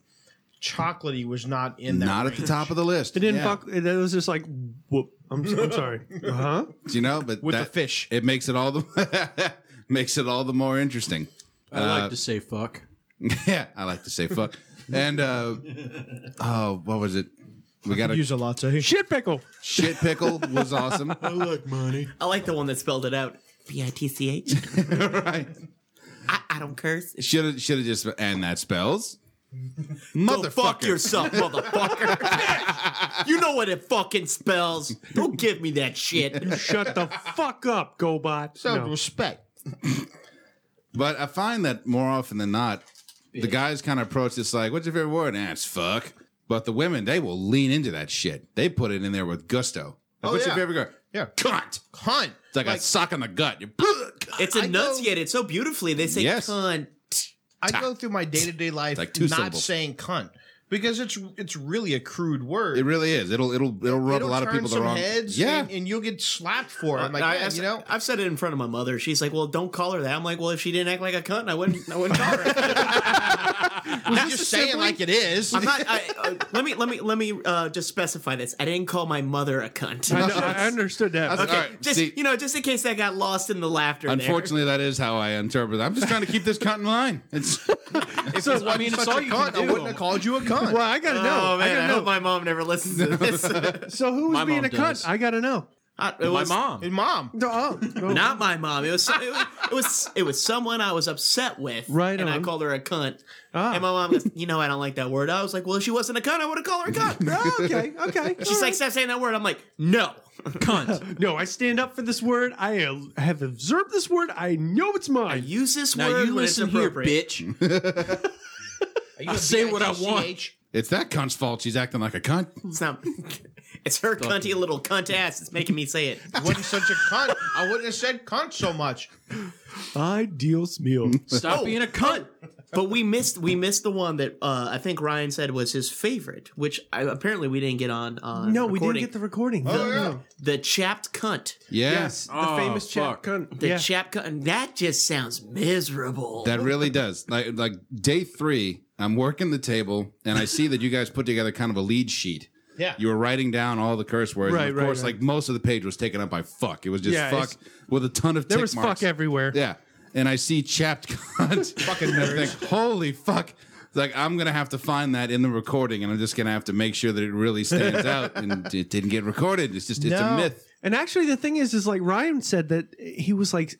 [SPEAKER 4] chocolatey was not in that.
[SPEAKER 2] Not at the top of the list.
[SPEAKER 4] It didn't
[SPEAKER 2] Yeah.
[SPEAKER 4] fuck.
[SPEAKER 3] It was just like, whoop. I'm, I'm sorry. Uh-huh.
[SPEAKER 2] Do you know? But with the fish, it makes it all the makes it all the more interesting.
[SPEAKER 5] I like to
[SPEAKER 2] say fuck. Yeah, I like to say fuck. and uh, oh, what was it? We got
[SPEAKER 4] use a latte.
[SPEAKER 3] Shit pickle.
[SPEAKER 2] Shit pickle was awesome. I like money.
[SPEAKER 1] I like the one that spelled it out. B i t c h.
[SPEAKER 2] Right.
[SPEAKER 1] I, I don't curse.
[SPEAKER 2] Should have should have just and that spells
[SPEAKER 1] Motherfucker. fuck yourself, motherfucker. you know what it fucking spells. Don't give me that shit.
[SPEAKER 3] You shut the fuck up, GoBot.
[SPEAKER 4] respect.
[SPEAKER 2] But I find that more often than not, the guys kind of approach this like, "What's your favorite word?" Nah, it's fuck. But the women, they will lean into that shit. They put it in there with gusto. Like,
[SPEAKER 4] Oh,
[SPEAKER 2] What's
[SPEAKER 4] yeah.
[SPEAKER 2] your favorite word?
[SPEAKER 4] Yeah.
[SPEAKER 2] Cunt.
[SPEAKER 4] Cunt.
[SPEAKER 2] It's like, a
[SPEAKER 4] Like-
[SPEAKER 2] sock in the gut. You're
[SPEAKER 1] It's
[SPEAKER 4] I know-
[SPEAKER 1] enunciated so beautifully. They say
[SPEAKER 2] Yes.
[SPEAKER 1] cunt.
[SPEAKER 4] I go through my day to day life
[SPEAKER 2] Like two
[SPEAKER 4] not
[SPEAKER 2] syllables.
[SPEAKER 4] saying cunt because it's it's really a crude word.
[SPEAKER 2] It really is. It'll it'll it'll rub a
[SPEAKER 4] It'll
[SPEAKER 2] lot of
[SPEAKER 4] turn
[SPEAKER 2] people the
[SPEAKER 4] some
[SPEAKER 2] wrong.
[SPEAKER 4] heads
[SPEAKER 2] yeah,
[SPEAKER 4] and, and you'll get slapped for it. I'm like,
[SPEAKER 1] I,
[SPEAKER 4] "Man,
[SPEAKER 1] have
[SPEAKER 4] you know,
[SPEAKER 1] I've said it in front of my mother. She's like, "Well, don't call her that." I'm like, "Well, if she didn't act like a cunt, I wouldn't. I wouldn't call her."
[SPEAKER 4] I'm just saying like it is.
[SPEAKER 1] I'm not. I, uh, let me let me let me uh, just specify this. I didn't call my mother a cunt.
[SPEAKER 3] I, know, I understood that.
[SPEAKER 1] okay,
[SPEAKER 2] all right,
[SPEAKER 1] just
[SPEAKER 2] see-
[SPEAKER 1] you know, just in case that got lost in the laughter. there.
[SPEAKER 2] unfortunately, that is how I interpret. it. I'm just trying to keep this cunt in line. It's
[SPEAKER 4] if
[SPEAKER 2] So,
[SPEAKER 4] it wasn't
[SPEAKER 2] I mean, it's
[SPEAKER 4] such
[SPEAKER 2] all
[SPEAKER 4] a
[SPEAKER 2] you can
[SPEAKER 4] cunt, I
[SPEAKER 2] do.
[SPEAKER 4] wouldn't have called you a cunt.
[SPEAKER 3] Well, I gotta know.
[SPEAKER 1] Oh man,
[SPEAKER 3] I
[SPEAKER 1] I,
[SPEAKER 3] gotta know.
[SPEAKER 1] hope my mom never listens to this.
[SPEAKER 3] so who was
[SPEAKER 1] My
[SPEAKER 3] being
[SPEAKER 1] mom
[SPEAKER 3] a
[SPEAKER 1] does.
[SPEAKER 3] cunt? I gotta know.
[SPEAKER 1] I- it was-
[SPEAKER 4] Your mom.
[SPEAKER 3] No, oh, no.
[SPEAKER 1] Not my mom. It was, so- it was it was it was someone I was upset with.
[SPEAKER 3] Right
[SPEAKER 1] and I
[SPEAKER 3] on.
[SPEAKER 1] called her a cunt.
[SPEAKER 3] Ah.
[SPEAKER 1] And my mom goes, "You know, I don't like that word." I was like, "Well, if she wasn't a cunt, I would have called her a cunt."
[SPEAKER 3] Oh, okay, okay.
[SPEAKER 1] She's like, "Stop saying that word." I'm like, "No,
[SPEAKER 5] Cunt.
[SPEAKER 3] no, I stand up for this word. I uh, have observed this word. I know it's mine.
[SPEAKER 1] use this
[SPEAKER 5] Now
[SPEAKER 1] word
[SPEAKER 5] you
[SPEAKER 1] when it's
[SPEAKER 5] listen here,
[SPEAKER 1] appropriate."
[SPEAKER 5] bitch.
[SPEAKER 4] I
[SPEAKER 5] say what I want.
[SPEAKER 2] it's that cunt's fault. She's acting like a cunt.
[SPEAKER 1] It's not. It's her cunty little cunt ass. It's making me say it.
[SPEAKER 4] wasn't such a cunt. I wouldn't have said cunt so much.
[SPEAKER 3] I deals meal.
[SPEAKER 5] Stop
[SPEAKER 1] Oh.
[SPEAKER 5] being a cunt.
[SPEAKER 1] But we missed we missed the one that uh, I think Ryan said was his favorite, which I, apparently we didn't get on. on
[SPEAKER 3] No, we didn't
[SPEAKER 1] recording.
[SPEAKER 3] get the recording.
[SPEAKER 4] Oh,
[SPEAKER 3] No,
[SPEAKER 4] yeah.
[SPEAKER 3] no.
[SPEAKER 1] the chapped cunt.
[SPEAKER 2] Yeah,
[SPEAKER 3] Yes, the
[SPEAKER 5] Oh,
[SPEAKER 3] famous chap
[SPEAKER 5] fuck.
[SPEAKER 3] cunt.
[SPEAKER 1] The
[SPEAKER 3] Yeah.
[SPEAKER 1] chapped cunt. and That just sounds miserable.
[SPEAKER 2] that really does. Like like day three, I'm working the table and I see that you guys put together kind of a lead sheet.
[SPEAKER 4] Yeah.
[SPEAKER 2] You were writing down all the curse words. and
[SPEAKER 3] Right,
[SPEAKER 2] of
[SPEAKER 3] right,
[SPEAKER 2] course,
[SPEAKER 3] right.
[SPEAKER 2] like most of the page was taken up by fuck. It was just
[SPEAKER 3] Yeah,
[SPEAKER 2] fuck
[SPEAKER 3] it's-
[SPEAKER 2] with a ton of
[SPEAKER 3] There
[SPEAKER 2] tick
[SPEAKER 3] was
[SPEAKER 2] marks.
[SPEAKER 3] fuck everywhere.
[SPEAKER 2] Yeah. And I see chapped cunt. Fucking think, holy fuck. It's like I'm gonna have to find that in the recording, and I'm just gonna have to make sure that it really stands out. And it didn't get recorded. It's just it's a
[SPEAKER 4] No.
[SPEAKER 2] myth.
[SPEAKER 3] And actually, the thing is, is like Ryan said that he was like,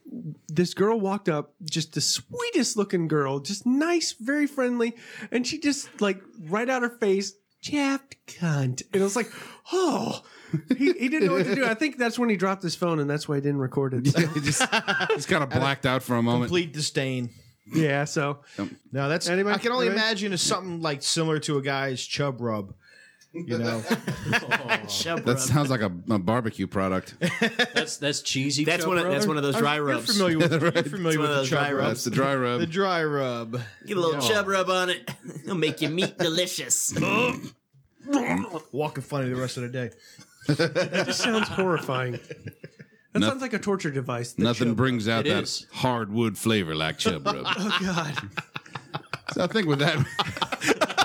[SPEAKER 3] this girl walked up, just the sweetest looking girl, just nice, very friendly, and she just like right out her face Jeff cunt. And it was like, oh, he, he didn't know what to do. I think that's when he dropped his phone, and that's why he didn't record it.
[SPEAKER 2] It's kind of blacked out for a moment.
[SPEAKER 4] Complete disdain.
[SPEAKER 3] yeah, so
[SPEAKER 4] No, that's.
[SPEAKER 3] Anybody-
[SPEAKER 4] I can only
[SPEAKER 3] anybody?
[SPEAKER 4] imagine is something like similar to a guy's chub rub. You know,
[SPEAKER 2] That sounds like a, a barbecue product.
[SPEAKER 5] That's that's cheesy.
[SPEAKER 1] That's one of- that's one of those dry
[SPEAKER 4] You're
[SPEAKER 1] rubs.
[SPEAKER 4] familiar with,
[SPEAKER 2] Right.
[SPEAKER 4] you're familiar
[SPEAKER 1] It's one
[SPEAKER 4] with
[SPEAKER 1] of
[SPEAKER 4] the
[SPEAKER 1] those
[SPEAKER 4] chub
[SPEAKER 1] dry
[SPEAKER 4] rub.
[SPEAKER 1] rubs.
[SPEAKER 2] That's the dry rub.
[SPEAKER 4] The dry rub.
[SPEAKER 1] Get a little
[SPEAKER 4] Yeah.
[SPEAKER 1] chub rub on it. It'll make your meat delicious.
[SPEAKER 4] Walking funny the rest of the day.
[SPEAKER 3] That just sounds horrifying. That
[SPEAKER 2] Noth-
[SPEAKER 3] sounds like a torture device. that
[SPEAKER 2] Nothing
[SPEAKER 3] Chub-
[SPEAKER 2] brings out
[SPEAKER 3] It
[SPEAKER 2] that
[SPEAKER 3] is.
[SPEAKER 2] hardwood flavor like chub rub.
[SPEAKER 3] Oh God!
[SPEAKER 2] so I think with that,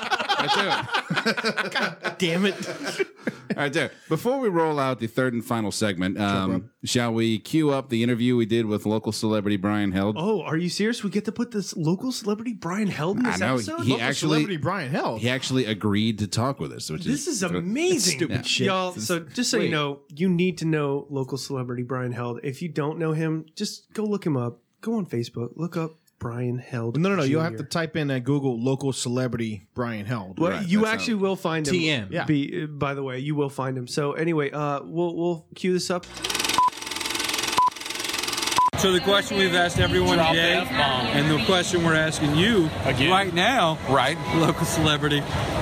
[SPEAKER 4] Damn it.
[SPEAKER 2] All right, there. Before we roll out the third and final segment, um, shall we cue up the interview we did with local celebrity Brian Held?
[SPEAKER 3] Oh, are you serious? We get to put this local celebrity Brian Held in
[SPEAKER 2] I
[SPEAKER 3] this
[SPEAKER 2] know,
[SPEAKER 3] episode.
[SPEAKER 2] he Local actually- celebrity
[SPEAKER 4] Brian Held.
[SPEAKER 2] He actually agreed to talk with us, which
[SPEAKER 3] This is
[SPEAKER 2] sort of-
[SPEAKER 3] amazing,
[SPEAKER 2] Yeah.
[SPEAKER 3] y'all. So just so
[SPEAKER 2] Wait.
[SPEAKER 3] you know, you need to know local celebrity Brian Held. If you don't know him, just go look him up. Go on Facebook, look up Brian Held.
[SPEAKER 4] No, no, no. You'll have
[SPEAKER 3] Jr..
[SPEAKER 4] to type in a Google local celebrity Brian Held.
[SPEAKER 3] Well, you actually will find him.
[SPEAKER 4] TM. Yeah.
[SPEAKER 3] Be, uh, by the way, you will find him. So anyway, uh, we'll we'll cue this up.
[SPEAKER 6] So the question we've asked everyone
[SPEAKER 3] Drop
[SPEAKER 6] today,
[SPEAKER 3] the F-bomb.
[SPEAKER 6] and the question we're asking you right now, right? Local celebrity,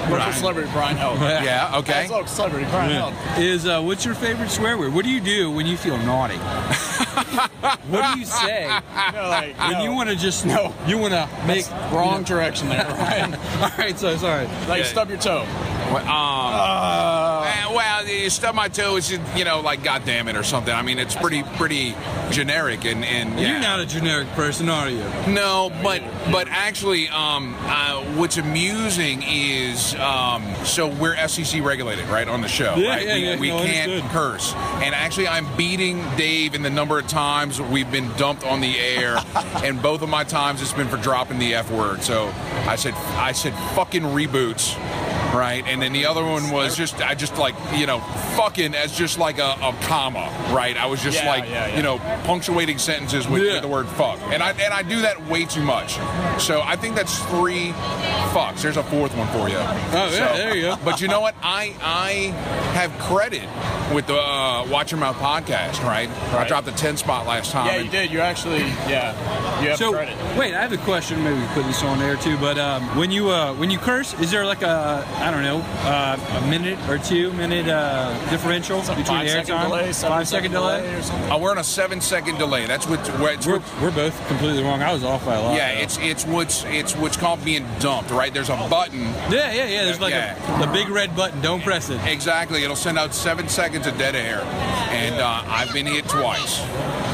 [SPEAKER 14] Local celebrity Brian Oh, Held.
[SPEAKER 6] yeah, okay.
[SPEAKER 14] That's local celebrity Brian
[SPEAKER 6] Yeah.
[SPEAKER 14] Held.
[SPEAKER 6] Is uh, what's your favorite swear word? What do you do when you feel naughty? what do you say
[SPEAKER 14] No, like,
[SPEAKER 6] when
[SPEAKER 14] no.
[SPEAKER 6] you want to just no? You want to make
[SPEAKER 14] wrong
[SPEAKER 6] you know-
[SPEAKER 14] direction there, Brian.
[SPEAKER 6] All right, so sorry.
[SPEAKER 14] Like stub your toe.
[SPEAKER 15] Well, um, eh, well, you stub my toe. It's just, you know, like goddamn it or something. I mean, it's pretty pretty generic and and yeah.
[SPEAKER 6] You're not a generic person, are you?
[SPEAKER 15] No, but but actually, um, uh, what's amusing is um, so we're SEC regulated, right, on the show.
[SPEAKER 6] Yeah,
[SPEAKER 15] right?
[SPEAKER 6] yeah,
[SPEAKER 15] we
[SPEAKER 6] yeah.
[SPEAKER 15] we
[SPEAKER 6] No,
[SPEAKER 15] can't
[SPEAKER 6] understood.
[SPEAKER 15] curse, and actually, I'm beating Dave in the number of times we've been dumped on the air, and both of my times it's been for dropping the F word. So I said I said fucking reboots. Right, and then the other one was just I just like you know fucking as just like a, a comma, right? I was just
[SPEAKER 14] Yeah,
[SPEAKER 15] like
[SPEAKER 14] yeah, yeah.
[SPEAKER 15] you know punctuating sentences with,
[SPEAKER 14] Yeah.
[SPEAKER 15] with the word fuck, and I and I do that way too much. So I think that's three fucks. There's a fourth one for you.
[SPEAKER 6] Oh, yeah, there you go.
[SPEAKER 15] But you know what? I I have credit with the uh, Watch Your Mouth podcast, right? I
[SPEAKER 14] Right.
[SPEAKER 15] dropped the ten spot last time.
[SPEAKER 14] Yeah, you did. You actually, yeah, you have
[SPEAKER 6] so
[SPEAKER 14] credit.
[SPEAKER 6] wait, I have a question. Maybe we put this on air too. But um, when you uh, when you curse, is there like a I don't know uh, a minute or two minute uh, differential between
[SPEAKER 15] five
[SPEAKER 6] air
[SPEAKER 15] second
[SPEAKER 6] time?
[SPEAKER 15] delay, seven
[SPEAKER 6] five
[SPEAKER 15] second
[SPEAKER 6] second delay.
[SPEAKER 15] delay Uh, we're on a seven second delay. That's what we're,
[SPEAKER 6] we're both completely wrong. I was off by a lot.
[SPEAKER 15] Yeah, it's it's what's it's what's called being dumped, right? There's a button.
[SPEAKER 6] Yeah, yeah, yeah. There's like a- a big red button. Don't press it.
[SPEAKER 15] Exactly. It'll send out seven seconds of dead air, and uh, I've been hit twice.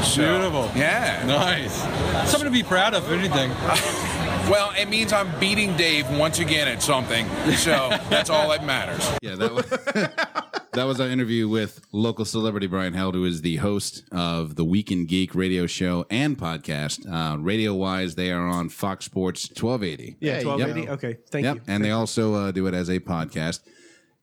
[SPEAKER 15] So,
[SPEAKER 6] Beautiful.
[SPEAKER 15] Yeah.
[SPEAKER 6] Nice. Something to be proud of, if anything.
[SPEAKER 15] Well, it means I'm beating Dave once again at something, so that's all that matters.
[SPEAKER 2] Yeah, that was, that was our interview with local celebrity Brian Held, who is the host of the Weekend Geek radio show and podcast. Uh, radio wise, they are on Fox Sports 1280.
[SPEAKER 3] Yeah,
[SPEAKER 2] Yep.
[SPEAKER 3] twelve eighty. Okay, thank
[SPEAKER 2] yep.
[SPEAKER 3] you.
[SPEAKER 2] And they also uh, do it as a podcast.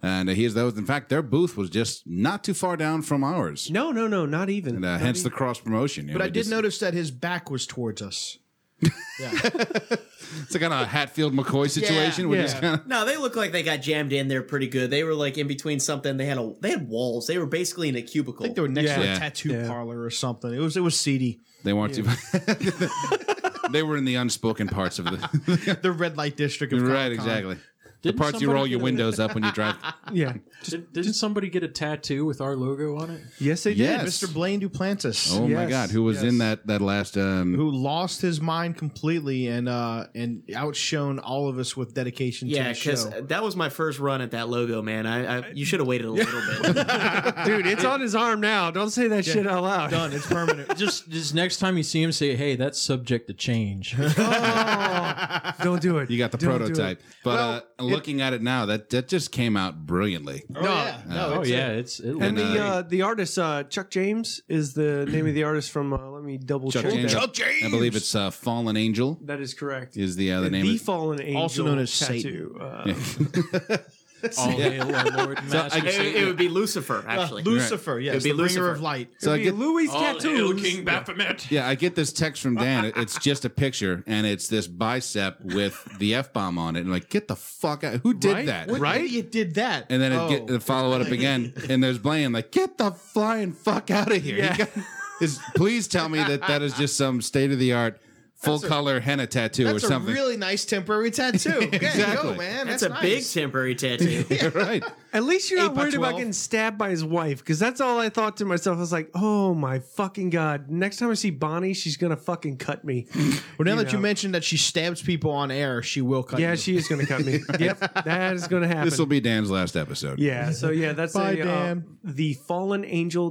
[SPEAKER 2] And uh, he is those. In fact, their booth was just not too far down from ours.
[SPEAKER 3] No, no, no, not even.
[SPEAKER 2] And, uh,
[SPEAKER 3] Not
[SPEAKER 2] hence
[SPEAKER 3] even.
[SPEAKER 2] the cross promotion.
[SPEAKER 4] But I did notice that his back was towards us.
[SPEAKER 2] It's like kind of a Hatfield McCoy situation.
[SPEAKER 1] Yeah.
[SPEAKER 2] which is kind of
[SPEAKER 1] No, they look like they got jammed in there pretty good. They were like in between something. They had a they had walls. They were basically in a cubicle.
[SPEAKER 4] I think they were next to
[SPEAKER 2] Yeah.
[SPEAKER 4] a tattoo parlor or something. It was it was seedy.
[SPEAKER 2] They weren't even. they were in the unspoken parts of the
[SPEAKER 4] the red light district of
[SPEAKER 2] right,
[SPEAKER 4] Comic-Con.
[SPEAKER 2] exactly. the
[SPEAKER 4] Didn't
[SPEAKER 2] parts you
[SPEAKER 4] somebody
[SPEAKER 2] roll your
[SPEAKER 4] get a-
[SPEAKER 2] windows up when you drive.
[SPEAKER 3] Yeah.
[SPEAKER 5] Did, didn't somebody get a tattoo with our logo on it?
[SPEAKER 3] Yes, they
[SPEAKER 2] did. Yes.
[SPEAKER 4] Mr. Blaine Duplantis.
[SPEAKER 2] Oh my God, who was in that that last? Um,
[SPEAKER 4] who lost his mind completely and uh and outshone all of us with dedication
[SPEAKER 1] Yeah,
[SPEAKER 4] to the
[SPEAKER 1] because
[SPEAKER 4] show.
[SPEAKER 1] that was my first run at that logo, man. I, I you should have waited a little bit.
[SPEAKER 3] dude. It's on his arm now. Don't say that shit out loud.
[SPEAKER 4] Done. It's permanent.
[SPEAKER 5] Just just next time you see him, say, "Hey, that's subject to change."
[SPEAKER 3] Don't do it.
[SPEAKER 2] You got the
[SPEAKER 5] Don't do
[SPEAKER 2] prototype,
[SPEAKER 5] it.
[SPEAKER 2] but
[SPEAKER 5] Well,
[SPEAKER 2] uh, looking at it now, that that just came out brilliantly.
[SPEAKER 4] Oh, yeah.
[SPEAKER 2] No,
[SPEAKER 5] oh
[SPEAKER 2] it's
[SPEAKER 5] yeah,
[SPEAKER 2] a-
[SPEAKER 5] it's it
[SPEAKER 3] And
[SPEAKER 5] looks
[SPEAKER 2] And,
[SPEAKER 3] the
[SPEAKER 2] uh,
[SPEAKER 3] uh, the artist uh, Chuck James is the name of the artist from. Uh, let me double
[SPEAKER 2] Chuck
[SPEAKER 3] check.
[SPEAKER 2] James.
[SPEAKER 3] that.
[SPEAKER 2] I believe it's uh, Fallen Angel
[SPEAKER 3] That is correct.
[SPEAKER 2] is the uh, the
[SPEAKER 3] And
[SPEAKER 2] name.
[SPEAKER 3] the
[SPEAKER 2] of-
[SPEAKER 3] fallen angel,
[SPEAKER 2] Also known as
[SPEAKER 3] tattoo. Uh,
[SPEAKER 5] All day long, Lord
[SPEAKER 1] So I-
[SPEAKER 5] Master
[SPEAKER 1] it, it would be Lucifer, actually.
[SPEAKER 4] Uh, Lucifer, yes,
[SPEAKER 1] It'd be
[SPEAKER 4] the bringer
[SPEAKER 1] Lucifer
[SPEAKER 4] of light.
[SPEAKER 2] So I get-
[SPEAKER 1] All hail King
[SPEAKER 5] Baphomet.
[SPEAKER 2] Yeah, I get this text from Dan. It- It's just a picture, and it's this bicep with the f bomb on it. And like, get the fuck out! Who did that?
[SPEAKER 4] What idiot did that?
[SPEAKER 2] And then it
[SPEAKER 4] Oh.
[SPEAKER 2] get, the follow it up again, and there's Blaine like, get the flying fuck out of here! You
[SPEAKER 4] Yeah.
[SPEAKER 2] got- is, please tell me that that is just some state of the art full
[SPEAKER 4] That's a-
[SPEAKER 2] color henna tattoo
[SPEAKER 4] That's
[SPEAKER 2] or something.
[SPEAKER 4] a really nice temporary tattoo. There you go, man. That's,
[SPEAKER 1] That's, a big
[SPEAKER 4] nice.
[SPEAKER 1] temporary tattoo.
[SPEAKER 2] right.
[SPEAKER 3] At least you're
[SPEAKER 4] Eight
[SPEAKER 3] not
[SPEAKER 4] by
[SPEAKER 3] worried about
[SPEAKER 4] 12.
[SPEAKER 3] getting stabbed by his wife, because that's all I thought to myself. I was like, oh my fucking god! Next time I see Bonnie, she's gonna fucking cut me.
[SPEAKER 4] Well, now
[SPEAKER 3] You
[SPEAKER 4] that you
[SPEAKER 3] know.
[SPEAKER 4] mentioned that she stabs people on air, she will cut.
[SPEAKER 3] yeah,
[SPEAKER 4] you.
[SPEAKER 3] she is gonna cut me. yep, that is gonna happen.
[SPEAKER 2] This will be Dan's last episode.
[SPEAKER 3] Yeah, so yeah, that's
[SPEAKER 4] Bye,
[SPEAKER 3] a,
[SPEAKER 4] Dan.
[SPEAKER 3] Uh, the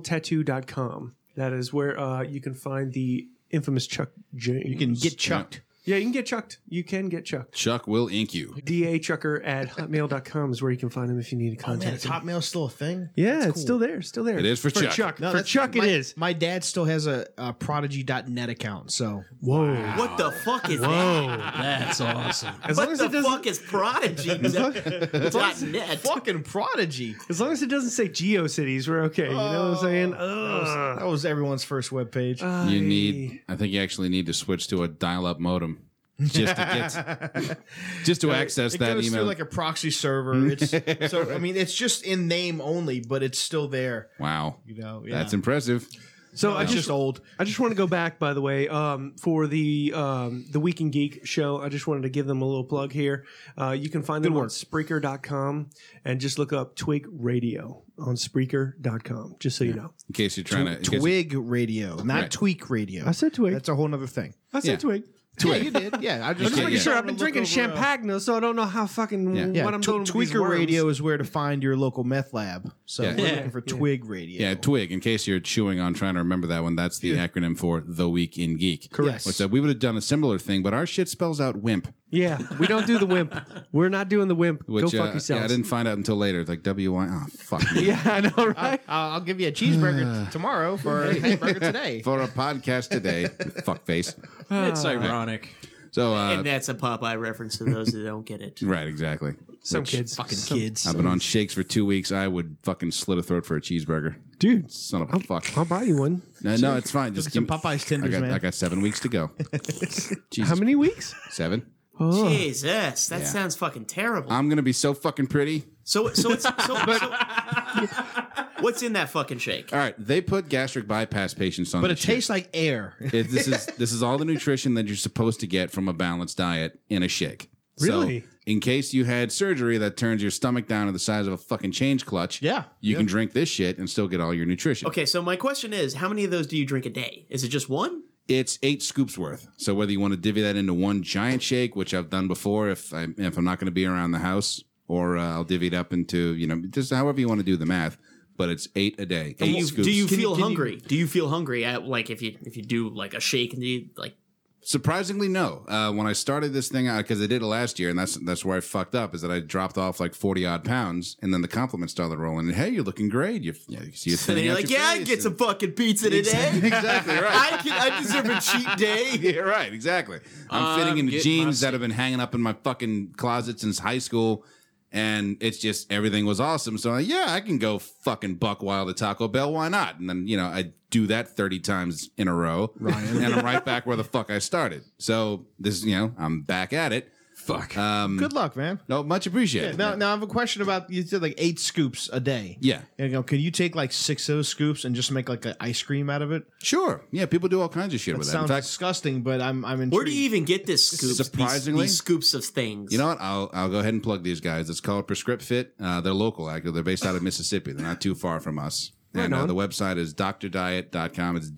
[SPEAKER 3] fallenangeltattoo.com. That is where uh, you can find the infamous Chuck James. You
[SPEAKER 4] can get chucked.
[SPEAKER 3] Yeah, you can get chucked. You can get chucked.
[SPEAKER 2] Chuck will ink you.
[SPEAKER 3] Da Chucker at hotmail.com is where you can find him if you need to
[SPEAKER 4] Oh, man,
[SPEAKER 3] contact
[SPEAKER 4] is
[SPEAKER 3] him.
[SPEAKER 4] Hotmail's still a thing.
[SPEAKER 3] Yeah,
[SPEAKER 4] That's
[SPEAKER 3] it's
[SPEAKER 4] cool.
[SPEAKER 3] still there. Still there.
[SPEAKER 2] It is for Chuck.
[SPEAKER 4] No,
[SPEAKER 3] for
[SPEAKER 4] that's-
[SPEAKER 3] Chuck,
[SPEAKER 4] my-
[SPEAKER 3] it is.
[SPEAKER 4] My dad still has a, a prodigy.net account, so
[SPEAKER 3] Whoa.
[SPEAKER 1] What the fuck is that?
[SPEAKER 4] that's awesome.
[SPEAKER 3] As
[SPEAKER 1] what
[SPEAKER 3] long as
[SPEAKER 1] the
[SPEAKER 3] it doesn't-
[SPEAKER 1] fuck is Prodigy?
[SPEAKER 4] long-
[SPEAKER 1] Dot net.
[SPEAKER 4] Fucking prodigy.
[SPEAKER 3] As long as it doesn't say GeoCities, we're okay. You know what I'm saying?
[SPEAKER 4] That was,
[SPEAKER 3] Ugh.
[SPEAKER 4] that was everyone's first webpage.
[SPEAKER 2] You need. I think you actually need to switch to a dial up modem just to
[SPEAKER 4] get
[SPEAKER 2] get just to access
[SPEAKER 4] it
[SPEAKER 2] that
[SPEAKER 4] goes
[SPEAKER 2] email.
[SPEAKER 4] through like a proxy server. It's so I mean it's just in name only, but it's still there.
[SPEAKER 2] wow,
[SPEAKER 4] You know,
[SPEAKER 2] that's
[SPEAKER 4] yeah.
[SPEAKER 2] impressive.
[SPEAKER 3] So I
[SPEAKER 4] It's
[SPEAKER 3] just,
[SPEAKER 4] just old.
[SPEAKER 3] I just want to go back, by the way, um, for the um, the Week in Geek show. I just wanted to give them a little plug here. Uh, you can find them on Spreaker.com and just look up Twig Radio on Spreaker.com, just so you know.
[SPEAKER 2] In case you're trying to in case-
[SPEAKER 4] Twig radio, not
[SPEAKER 2] Right.
[SPEAKER 4] tweak radio.
[SPEAKER 3] I said Twig.
[SPEAKER 4] That's a whole other thing.
[SPEAKER 3] I said
[SPEAKER 2] Yeah.
[SPEAKER 3] Twig.
[SPEAKER 4] Yeah, you did. Yeah, I
[SPEAKER 2] You
[SPEAKER 4] just,
[SPEAKER 2] can't- yeah.
[SPEAKER 3] Sure, I've been
[SPEAKER 4] Look
[SPEAKER 3] drinking
[SPEAKER 4] over, uh,
[SPEAKER 3] Champagne, so I don't know how fucking
[SPEAKER 2] Yeah.
[SPEAKER 3] what
[SPEAKER 4] Yeah,
[SPEAKER 3] I'm
[SPEAKER 4] tw-
[SPEAKER 3] doing. with these
[SPEAKER 4] Tweaker
[SPEAKER 3] worms.
[SPEAKER 4] Radio is where to find your local meth lab. So
[SPEAKER 2] Yeah.
[SPEAKER 4] we're
[SPEAKER 2] Yeah.
[SPEAKER 4] looking for Twig Radio.
[SPEAKER 2] Yeah, twig. In case you're chewing on trying to remember that one, that's the acronym for the week in geek.
[SPEAKER 4] Correct.
[SPEAKER 2] So we would have done a similar thing, but our shit spells out wimp.
[SPEAKER 3] Yeah, we don't do the wimp. We're not doing the wimp.
[SPEAKER 2] Which
[SPEAKER 3] go
[SPEAKER 2] uh,
[SPEAKER 3] fuck yourselves.
[SPEAKER 2] yeah, I didn't find out until later. It's like W Y. Oh fuck me.
[SPEAKER 3] yeah, I know, right?
[SPEAKER 2] Uh,
[SPEAKER 4] I'll I'll give you a cheeseburger t- tomorrow for a hamburger today.
[SPEAKER 2] For a podcast today, fuckface.
[SPEAKER 5] It's ironic.
[SPEAKER 2] So uh,
[SPEAKER 1] and that's a Popeye reference to those that don't get it.
[SPEAKER 2] right, exactly.
[SPEAKER 3] Some
[SPEAKER 2] Which-
[SPEAKER 3] kids,
[SPEAKER 4] Fucking
[SPEAKER 3] Some-
[SPEAKER 4] kids.
[SPEAKER 2] I've been on shakes for two weeks. I would fucking slit a throat for a cheeseburger.
[SPEAKER 3] dude.
[SPEAKER 2] Son of a fuck.
[SPEAKER 3] I'll buy you one.
[SPEAKER 2] No, no, it's fine. Just
[SPEAKER 4] Just some
[SPEAKER 2] give me-
[SPEAKER 4] Popeyes
[SPEAKER 2] I
[SPEAKER 4] tenders,
[SPEAKER 2] got,
[SPEAKER 4] man.
[SPEAKER 2] I got seven weeks to go. Jesus,
[SPEAKER 3] How many weeks?
[SPEAKER 2] seven.
[SPEAKER 3] Oh.
[SPEAKER 1] Jesus, that
[SPEAKER 2] Yeah.
[SPEAKER 1] sounds fucking terrible.
[SPEAKER 2] I'm gonna be so fucking pretty.
[SPEAKER 1] so, so it's so, so what's in that fucking shake?
[SPEAKER 2] All right, they put gastric bypass patients on,
[SPEAKER 4] but it
[SPEAKER 2] this shit.
[SPEAKER 4] tastes like air.
[SPEAKER 2] It- this is this is all the nutrition that you're supposed to get from a balanced diet in a shake.
[SPEAKER 3] Really?
[SPEAKER 2] So, in case you had surgery that turns your stomach down to the size of a fucking change clutch,
[SPEAKER 4] Yeah,
[SPEAKER 2] you
[SPEAKER 4] yeah.
[SPEAKER 2] can drink this shit and still get all your nutrition.
[SPEAKER 1] Okay, so my question is, how many of those do you drink a day? Is it just one?
[SPEAKER 2] It's eight scoops worth. So whether you want to divvy that into one giant shake, which I've done before, if I if I'm not going to be around the house, or uh, I'll divvy it up into you know just however you want to do the math. But it's eight a day.
[SPEAKER 1] Do
[SPEAKER 2] Eight
[SPEAKER 1] you,
[SPEAKER 2] scoops.
[SPEAKER 1] do you feel hungry? do you feel hungry at like if you if you do like a shake and you like
[SPEAKER 2] Surprisingly, no. Uh, when I started this thing, because I did it last year, and that's that's where I fucked up, is that I dropped off like forty odd pounds, and then the compliments started rolling. And hey, you're looking great. You're, yeah, you see, you're
[SPEAKER 1] and
[SPEAKER 2] thinning
[SPEAKER 1] then you're
[SPEAKER 2] out
[SPEAKER 1] like,
[SPEAKER 2] your
[SPEAKER 1] yeah, I
[SPEAKER 2] face
[SPEAKER 1] get
[SPEAKER 2] and-
[SPEAKER 1] some fucking pizza today.
[SPEAKER 2] Exactly right.
[SPEAKER 1] I can, I deserve a cheat day.
[SPEAKER 2] yeah, right. Exactly. I'm,
[SPEAKER 5] I'm
[SPEAKER 2] fitting into
[SPEAKER 5] getting my
[SPEAKER 2] jeans that have been hanging up in my fucking closet since high school, and it's just everything was awesome. So I'm like, yeah, I can go fucking buck wild at Taco Bell. Why not? And then you know I do that thirty times in a row, and I'm right back where the fuck I started. So this, you know, I'm back at it.
[SPEAKER 5] Fuck.
[SPEAKER 2] Um,
[SPEAKER 4] Good luck, man.
[SPEAKER 2] No, much appreciated.
[SPEAKER 4] Now, now I have a question about you said like eight scoops a day.
[SPEAKER 2] yeah.
[SPEAKER 4] You know, can you take like six of those scoops and just make like an ice cream out of it?
[SPEAKER 2] Sure. Yeah, people do all kinds of shit
[SPEAKER 4] That
[SPEAKER 2] with that. In
[SPEAKER 4] sounds
[SPEAKER 2] fact,
[SPEAKER 4] disgusting, but I'm I'm intrigued.
[SPEAKER 1] Where do you even get this scoops? these-
[SPEAKER 2] Surprisingly-
[SPEAKER 1] these, scoops of things.
[SPEAKER 2] You know what? I'll I'll go ahead and plug these guys. It's called Prescript Fit. Uh, they're local, actually. They're based out of Mississippi. They're not too far from us. and uh,
[SPEAKER 3] on.
[SPEAKER 2] the website is drdiet.com. It's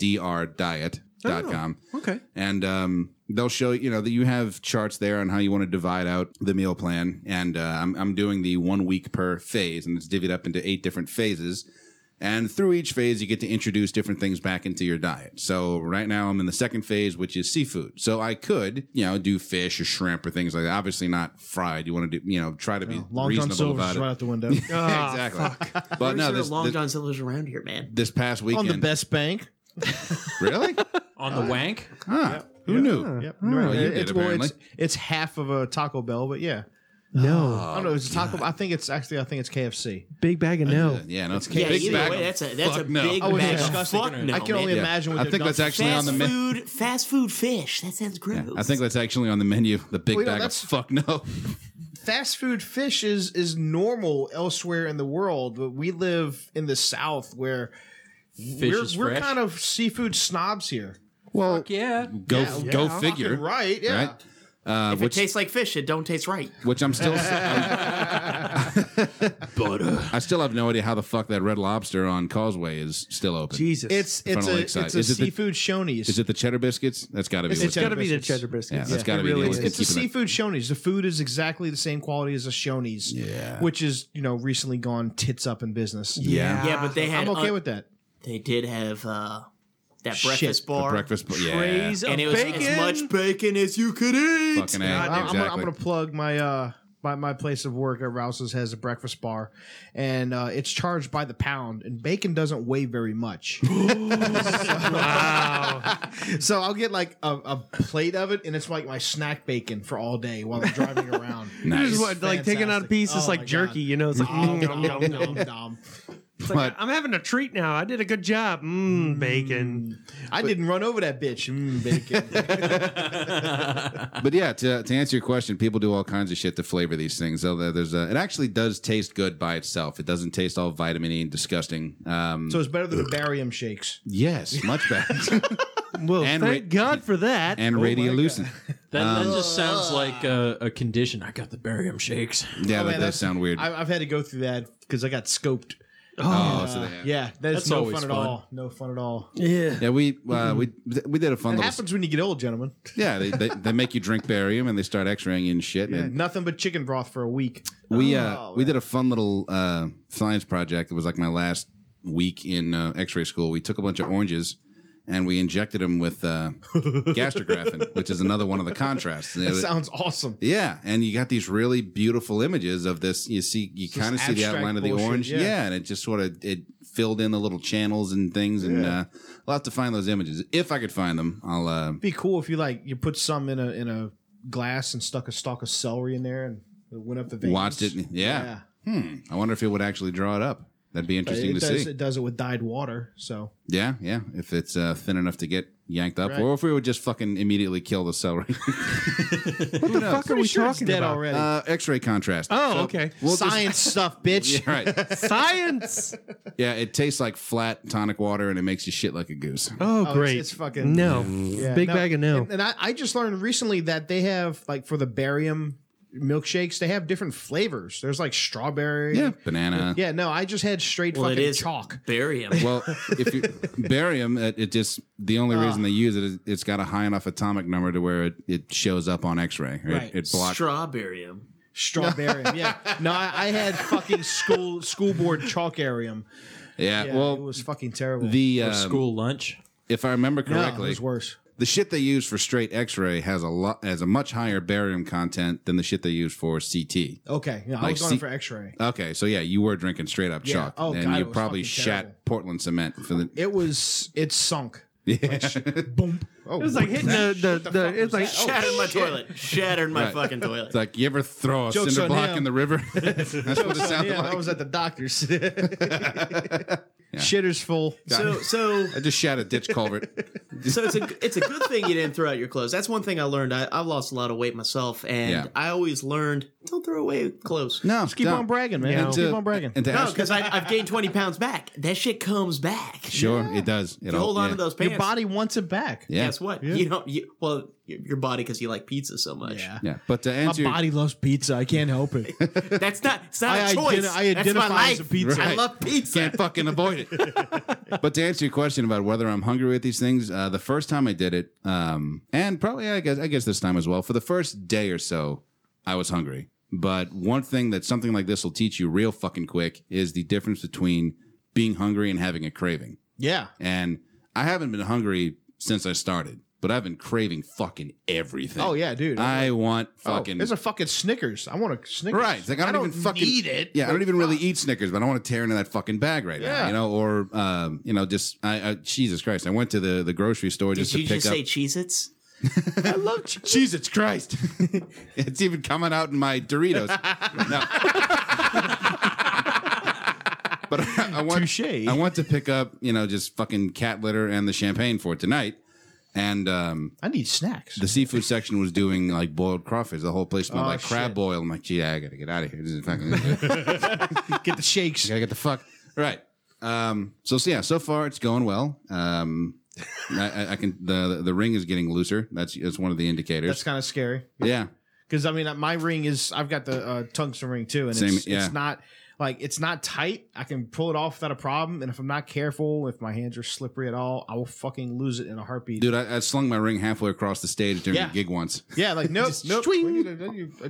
[SPEAKER 2] drdiet.com.
[SPEAKER 3] Okay.
[SPEAKER 2] And um, they'll show you know that you have charts there on how you want to divide out the meal plan. And uh, I'm I'm doing the one week per phase, and it's divvied up into eight different phases. And through each phase, you get to introduce different things back into your diet. So right now, I'm in the second phase, which is seafood. So I could, you know, do fish or shrimp or things like that. Obviously, not fried. You want to do, you know, try to be
[SPEAKER 4] Long John
[SPEAKER 2] reasonable about
[SPEAKER 4] Silver's just
[SPEAKER 2] it.
[SPEAKER 4] right out the window. Uh,
[SPEAKER 3] Ah,
[SPEAKER 2] exactly.
[SPEAKER 1] Where's
[SPEAKER 2] But no,
[SPEAKER 1] there a
[SPEAKER 2] this,
[SPEAKER 1] Long
[SPEAKER 2] this,
[SPEAKER 1] John Silver's around here, man.
[SPEAKER 2] this past
[SPEAKER 4] On
[SPEAKER 2] weekend,
[SPEAKER 4] the best bank.
[SPEAKER 2] really?
[SPEAKER 5] On the wank?
[SPEAKER 2] Huh. Who knew?
[SPEAKER 4] Yep.
[SPEAKER 2] Well, Oh, you did,
[SPEAKER 4] it's, well, it's,
[SPEAKER 2] apparently.
[SPEAKER 4] it's half of a Taco Bell, but yeah.
[SPEAKER 3] No.
[SPEAKER 4] I don't know. It's
[SPEAKER 2] Oh,
[SPEAKER 4] taco. I think it's actually. I think it's KFC.
[SPEAKER 3] Big bag
[SPEAKER 4] Uh,
[SPEAKER 3] of no.
[SPEAKER 2] Yeah, no, it's
[SPEAKER 1] Yeah, either way, that's a that's a big
[SPEAKER 4] I was
[SPEAKER 1] bag of
[SPEAKER 4] Oh, disgusting.
[SPEAKER 1] fuck no,
[SPEAKER 4] I can only
[SPEAKER 1] man.
[SPEAKER 4] imagine what
[SPEAKER 2] I
[SPEAKER 4] they've
[SPEAKER 2] think
[SPEAKER 4] done
[SPEAKER 2] that's
[SPEAKER 4] to-
[SPEAKER 2] actually on
[SPEAKER 1] Fast
[SPEAKER 2] the menu.
[SPEAKER 1] food, fast food fish. That sounds gross.
[SPEAKER 2] I think that's actually on the menu. The big
[SPEAKER 4] Well, you know,
[SPEAKER 2] bag of
[SPEAKER 4] that's-
[SPEAKER 2] fuck no.
[SPEAKER 4] fast food fish is is normal elsewhere in the world, but we live in the South where we're,
[SPEAKER 2] is
[SPEAKER 4] we're
[SPEAKER 2] fresh.
[SPEAKER 4] kind of seafood snobs here.
[SPEAKER 2] Well,
[SPEAKER 5] yeah.
[SPEAKER 2] Go
[SPEAKER 4] Yeah,
[SPEAKER 2] go
[SPEAKER 4] yeah.
[SPEAKER 2] figure.
[SPEAKER 4] Fucking right, yeah.
[SPEAKER 2] Right? Uh,
[SPEAKER 1] if
[SPEAKER 2] which
[SPEAKER 1] it tastes like fish, it don't taste right.
[SPEAKER 2] which I'm still butter. I still have no idea how the fuck that Red Lobster on Causeway is still open.
[SPEAKER 3] Jesus,
[SPEAKER 4] it's
[SPEAKER 2] In front
[SPEAKER 4] it's
[SPEAKER 2] of
[SPEAKER 4] a
[SPEAKER 2] Lakeside.
[SPEAKER 4] it's a
[SPEAKER 2] Is it the-
[SPEAKER 4] seafood Shoney's.
[SPEAKER 2] Is it the cheddar biscuits? That's got to be.
[SPEAKER 4] It's
[SPEAKER 2] what's
[SPEAKER 4] the cheddar
[SPEAKER 2] in it.
[SPEAKER 4] biscuits. Cheddar
[SPEAKER 2] Yeah,
[SPEAKER 4] biscuits,
[SPEAKER 2] that's
[SPEAKER 4] yeah.
[SPEAKER 2] got to
[SPEAKER 4] It
[SPEAKER 2] be. the
[SPEAKER 4] really
[SPEAKER 2] only
[SPEAKER 4] is.
[SPEAKER 2] thing
[SPEAKER 4] It's a
[SPEAKER 2] keeping it-
[SPEAKER 4] seafood Shoney's. The food is exactly the same quality as a Shoney's, yeah. which is you know recently gone tits up in business.
[SPEAKER 2] Yeah. uh,
[SPEAKER 1] Yeah, but they had
[SPEAKER 4] Ah, I'm okay
[SPEAKER 1] un-
[SPEAKER 4] with that.
[SPEAKER 1] They did have uh, that
[SPEAKER 4] Shit.
[SPEAKER 1] breakfast bar.
[SPEAKER 2] The breakfast bar, yeah.
[SPEAKER 4] Trays of
[SPEAKER 1] and it was
[SPEAKER 4] bacon.
[SPEAKER 1] as much bacon as you could eat.
[SPEAKER 2] Fucking A,
[SPEAKER 4] I'm- I'm, gonna- I'm
[SPEAKER 2] exactly.
[SPEAKER 4] gonna plug my uh my, my place of work at Rouse's has a breakfast bar, and uh, it's charged by the pound, and bacon doesn't weigh very much. so I'll get like a, a plate of it, and it's like my snack bacon for all day while I'm driving around.
[SPEAKER 3] This is what, like taking out a piece
[SPEAKER 4] Fantastic.
[SPEAKER 3] is
[SPEAKER 4] Oh
[SPEAKER 3] like
[SPEAKER 4] my
[SPEAKER 3] jerky, you know? It's like,
[SPEAKER 4] Nom,
[SPEAKER 3] mm, nom, nom, nom.
[SPEAKER 4] God. Nom.
[SPEAKER 3] It's like, I'm having a treat now. I did a good job.
[SPEAKER 4] Mm.
[SPEAKER 3] Mmm, bacon.
[SPEAKER 4] I didn't run over that bitch. Mmm, bacon.
[SPEAKER 2] but yeah, to, to answer your question, people do all kinds of shit to flavor these things. So there- there's a, it actually does taste good by itself. It doesn't taste all vitamin E and disgusting. Um,
[SPEAKER 4] so it's better than the barium shakes.
[SPEAKER 2] yes, much better.
[SPEAKER 4] Oh
[SPEAKER 3] well,
[SPEAKER 2] and
[SPEAKER 3] thank God for that.
[SPEAKER 2] and
[SPEAKER 3] Oh my
[SPEAKER 2] radiolucin.
[SPEAKER 5] That,
[SPEAKER 2] Um,
[SPEAKER 5] that just sounds like a, a condition. I got the barium shakes.
[SPEAKER 2] yeah, that
[SPEAKER 4] Oh, man,
[SPEAKER 2] does
[SPEAKER 4] that's-
[SPEAKER 2] sound weird.
[SPEAKER 4] I, I've had to go through that because I got scoped.
[SPEAKER 2] Oh, so
[SPEAKER 4] Uh,
[SPEAKER 2] they-
[SPEAKER 4] yeah, that is
[SPEAKER 5] That's
[SPEAKER 4] no
[SPEAKER 5] always
[SPEAKER 4] fun at
[SPEAKER 5] fun.
[SPEAKER 4] all. No fun at all.
[SPEAKER 3] Yeah.
[SPEAKER 2] yeah, we uh, we we did a fun
[SPEAKER 4] Mm-hmm. It
[SPEAKER 2] little.
[SPEAKER 4] happens when you get old, gentlemen.
[SPEAKER 2] Yeah, they, they they make you drink barium and they start X-raying you and shit. And
[SPEAKER 4] Nothing but chicken broth for a week.
[SPEAKER 2] We uh,
[SPEAKER 4] Oh,
[SPEAKER 2] we did a fun little uh, science project. It was like my last week in uh, X-ray school. We took a bunch of oranges and we injected them with uh, gastrographin, which is another one of the contrasts.
[SPEAKER 4] That sounds awesome.
[SPEAKER 2] yeah, and you got these really beautiful images of this. You see, you kind of see the
[SPEAKER 4] abstract
[SPEAKER 2] outline of the
[SPEAKER 4] bullshit,
[SPEAKER 2] orange,
[SPEAKER 4] yeah.
[SPEAKER 2] yeah. and it just sort of it filled in the little channels and things. And
[SPEAKER 4] Yeah.
[SPEAKER 2] uh, I'll have to find those images if I could find them. I'll uh,
[SPEAKER 4] It'd be cool if you like you put some in a in a glass and stuck a stalk of celery in there and it went up the veins.
[SPEAKER 2] watch it. Yeah. Hmm. I wonder if it would actually draw it up. That'd be
[SPEAKER 4] But
[SPEAKER 2] interesting to
[SPEAKER 4] it does,
[SPEAKER 2] see.
[SPEAKER 4] It does it with dyed water. So
[SPEAKER 2] Yeah, yeah. If it's uh, thin enough to get yanked up,
[SPEAKER 4] Right.
[SPEAKER 2] or if we would just fucking immediately kill the celery.
[SPEAKER 3] What the fuck are we
[SPEAKER 4] sure it's
[SPEAKER 3] talking
[SPEAKER 4] dead
[SPEAKER 3] about?
[SPEAKER 4] already.
[SPEAKER 2] uh, X-ray contrast.
[SPEAKER 3] Oh, okay.
[SPEAKER 2] We'll just-
[SPEAKER 4] Science stuff, bitch.
[SPEAKER 2] Yeah, right.
[SPEAKER 3] Science.
[SPEAKER 2] Yeah, it tastes like flat tonic water, and it makes you shit like a goose.
[SPEAKER 3] Oh,
[SPEAKER 4] it's-
[SPEAKER 3] great.
[SPEAKER 4] it's fucking-
[SPEAKER 3] No.
[SPEAKER 2] Mm.
[SPEAKER 4] Yeah,
[SPEAKER 3] Big
[SPEAKER 4] no,
[SPEAKER 3] bag of no.
[SPEAKER 4] And, and I, I just learned recently that they have like for the barium milkshakes, they have different flavors. There's like strawberry.
[SPEAKER 2] Yeah, banana.
[SPEAKER 4] Yeah, no, I just had straight
[SPEAKER 1] Well, it
[SPEAKER 4] fucking
[SPEAKER 1] is
[SPEAKER 4] chalk.
[SPEAKER 1] barium.
[SPEAKER 2] Well, if you barium, it, it just the only
[SPEAKER 4] Ah.
[SPEAKER 2] reason they use it is it's got a high enough atomic number to where it, it shows up on X-ray. It,
[SPEAKER 4] Right.
[SPEAKER 2] it blocks.
[SPEAKER 1] Strawbarium.
[SPEAKER 4] Strawberry. yeah. No, I, I had fucking school school board chalkarium.
[SPEAKER 2] yeah,
[SPEAKER 4] Yeah, it
[SPEAKER 2] Well,
[SPEAKER 4] was fucking terrible.
[SPEAKER 2] the
[SPEAKER 5] Or
[SPEAKER 2] um,
[SPEAKER 5] school lunch.
[SPEAKER 2] if I remember
[SPEAKER 4] no,
[SPEAKER 2] correctly,
[SPEAKER 4] it was worse.
[SPEAKER 2] the shit they use for straight X-ray has a lot has a much higher barium content than the shit they use for CT.
[SPEAKER 4] Okay, yeah, I
[SPEAKER 2] Like
[SPEAKER 4] was going
[SPEAKER 2] see-
[SPEAKER 4] for X-ray.
[SPEAKER 2] Okay, so yeah, you were drinking straight up
[SPEAKER 4] Yeah.
[SPEAKER 2] chalk,
[SPEAKER 4] Oh,
[SPEAKER 2] and
[SPEAKER 4] God,
[SPEAKER 2] you
[SPEAKER 4] it was
[SPEAKER 2] probably
[SPEAKER 4] fucking
[SPEAKER 2] shat
[SPEAKER 4] terrible.
[SPEAKER 2] Portland cement for the.
[SPEAKER 4] It was it sunk.
[SPEAKER 2] Yeah.
[SPEAKER 4] Boom. Oh,
[SPEAKER 3] It was like hitting the, the, the, it's like,
[SPEAKER 1] Shattered my toilet. Shattered my
[SPEAKER 2] Oh, Right.
[SPEAKER 1] fucking toilet.
[SPEAKER 2] It's like you ever throw a
[SPEAKER 4] Joke's
[SPEAKER 2] cinder
[SPEAKER 4] on
[SPEAKER 2] block
[SPEAKER 4] him.
[SPEAKER 2] in the river? That's what it sounded
[SPEAKER 4] yeah,
[SPEAKER 2] like.
[SPEAKER 4] I was at the doctor's. Shitter's full.
[SPEAKER 1] so so
[SPEAKER 2] I just shat a ditch culvert.
[SPEAKER 1] so it's a it's a good thing you didn't throw out your clothes. That's one thing I learned. I, I've lost a lot of weight myself, and
[SPEAKER 2] Yeah.
[SPEAKER 1] I always learned don't throw away clothes.
[SPEAKER 2] No,
[SPEAKER 4] Just keep
[SPEAKER 2] no.
[SPEAKER 4] on bragging, man.
[SPEAKER 2] And
[SPEAKER 4] Just
[SPEAKER 2] to-
[SPEAKER 4] keep on bragging.
[SPEAKER 2] And to
[SPEAKER 1] No,
[SPEAKER 2] ask,
[SPEAKER 1] because I've gained twenty pounds back. That shit comes back.
[SPEAKER 2] sure, it does.
[SPEAKER 1] You
[SPEAKER 2] It all-
[SPEAKER 1] hold on
[SPEAKER 2] yeah.
[SPEAKER 1] to those pants.
[SPEAKER 4] Your body wants it back.
[SPEAKER 2] Yeah,
[SPEAKER 1] Guess what?
[SPEAKER 4] Yeah.
[SPEAKER 1] You don't. You, well, your your body because you like pizza so much.
[SPEAKER 4] Yeah.
[SPEAKER 2] yeah. But to
[SPEAKER 4] My
[SPEAKER 2] answer, your-
[SPEAKER 4] body loves pizza. I can't help it.
[SPEAKER 1] That's not. It's not a
[SPEAKER 4] I identi-
[SPEAKER 1] choice.
[SPEAKER 4] I
[SPEAKER 1] That's my
[SPEAKER 4] identify as
[SPEAKER 1] life.
[SPEAKER 4] a pizza.
[SPEAKER 1] I
[SPEAKER 2] Right.
[SPEAKER 1] love pizza.
[SPEAKER 2] can't fucking avoid it. but to answer your question about whether I'm hungry with these things, uh, the first time I did it, um, and probably I guess I guess this time as well, for the first day or so, I was hungry. But one thing that something like this will teach you real fucking quick is the difference between being hungry and having a craving.
[SPEAKER 4] Yeah.
[SPEAKER 2] And I haven't been hungry since I started, but I've been craving fucking everything.
[SPEAKER 4] Oh yeah, dude.
[SPEAKER 2] I want
[SPEAKER 4] Oh,
[SPEAKER 2] fucking
[SPEAKER 4] there's a fucking Snickers. I want a Snickers.
[SPEAKER 2] Right. It's like I don't, even fucking
[SPEAKER 4] need it.
[SPEAKER 2] Yeah, I don't even really eat Snickers, but I want to tear into that fucking bag right now.
[SPEAKER 4] Yeah.
[SPEAKER 2] You know, or um, you know, just I, I Jesus Christ. I went to the, the grocery store
[SPEAKER 1] Did
[SPEAKER 2] just
[SPEAKER 1] you
[SPEAKER 2] to pick
[SPEAKER 1] just
[SPEAKER 2] up
[SPEAKER 1] say Cheez-Its?
[SPEAKER 2] I love Jesus Christ. it's even coming out in my Doritos. No. but I, I want I want to pick up, you know, just fucking cat litter and the champagne for tonight. And um,
[SPEAKER 4] I need snacks.
[SPEAKER 2] the seafood section was doing like boiled crawfish. The whole place smelled
[SPEAKER 4] Oh,
[SPEAKER 2] like crab
[SPEAKER 4] shit.
[SPEAKER 2] boil. I'm like, gee, I gotta get out of here. This is fucking-
[SPEAKER 4] get the shakes.
[SPEAKER 2] gotta get the fuck right. Um, so, so yeah, so far it's going well. Um, I, I- I can the the ring is getting looser. That's that's one of the indicators.
[SPEAKER 4] That's kind of scary.
[SPEAKER 2] yeah.
[SPEAKER 4] Because I mean, uh, my ring is I've got the uh, tungsten ring too, and
[SPEAKER 2] Same,
[SPEAKER 4] it's,
[SPEAKER 2] yeah.
[SPEAKER 4] it's not like it's not tight. I can pull it off without a problem, and if I'm not careful, if my hands are slippery at all, I will fucking lose it in a heartbeat.
[SPEAKER 2] Dude, I, I slung my ring halfway across the stage during
[SPEAKER 4] Yeah.
[SPEAKER 2] a gig once.
[SPEAKER 4] Yeah, like no, no.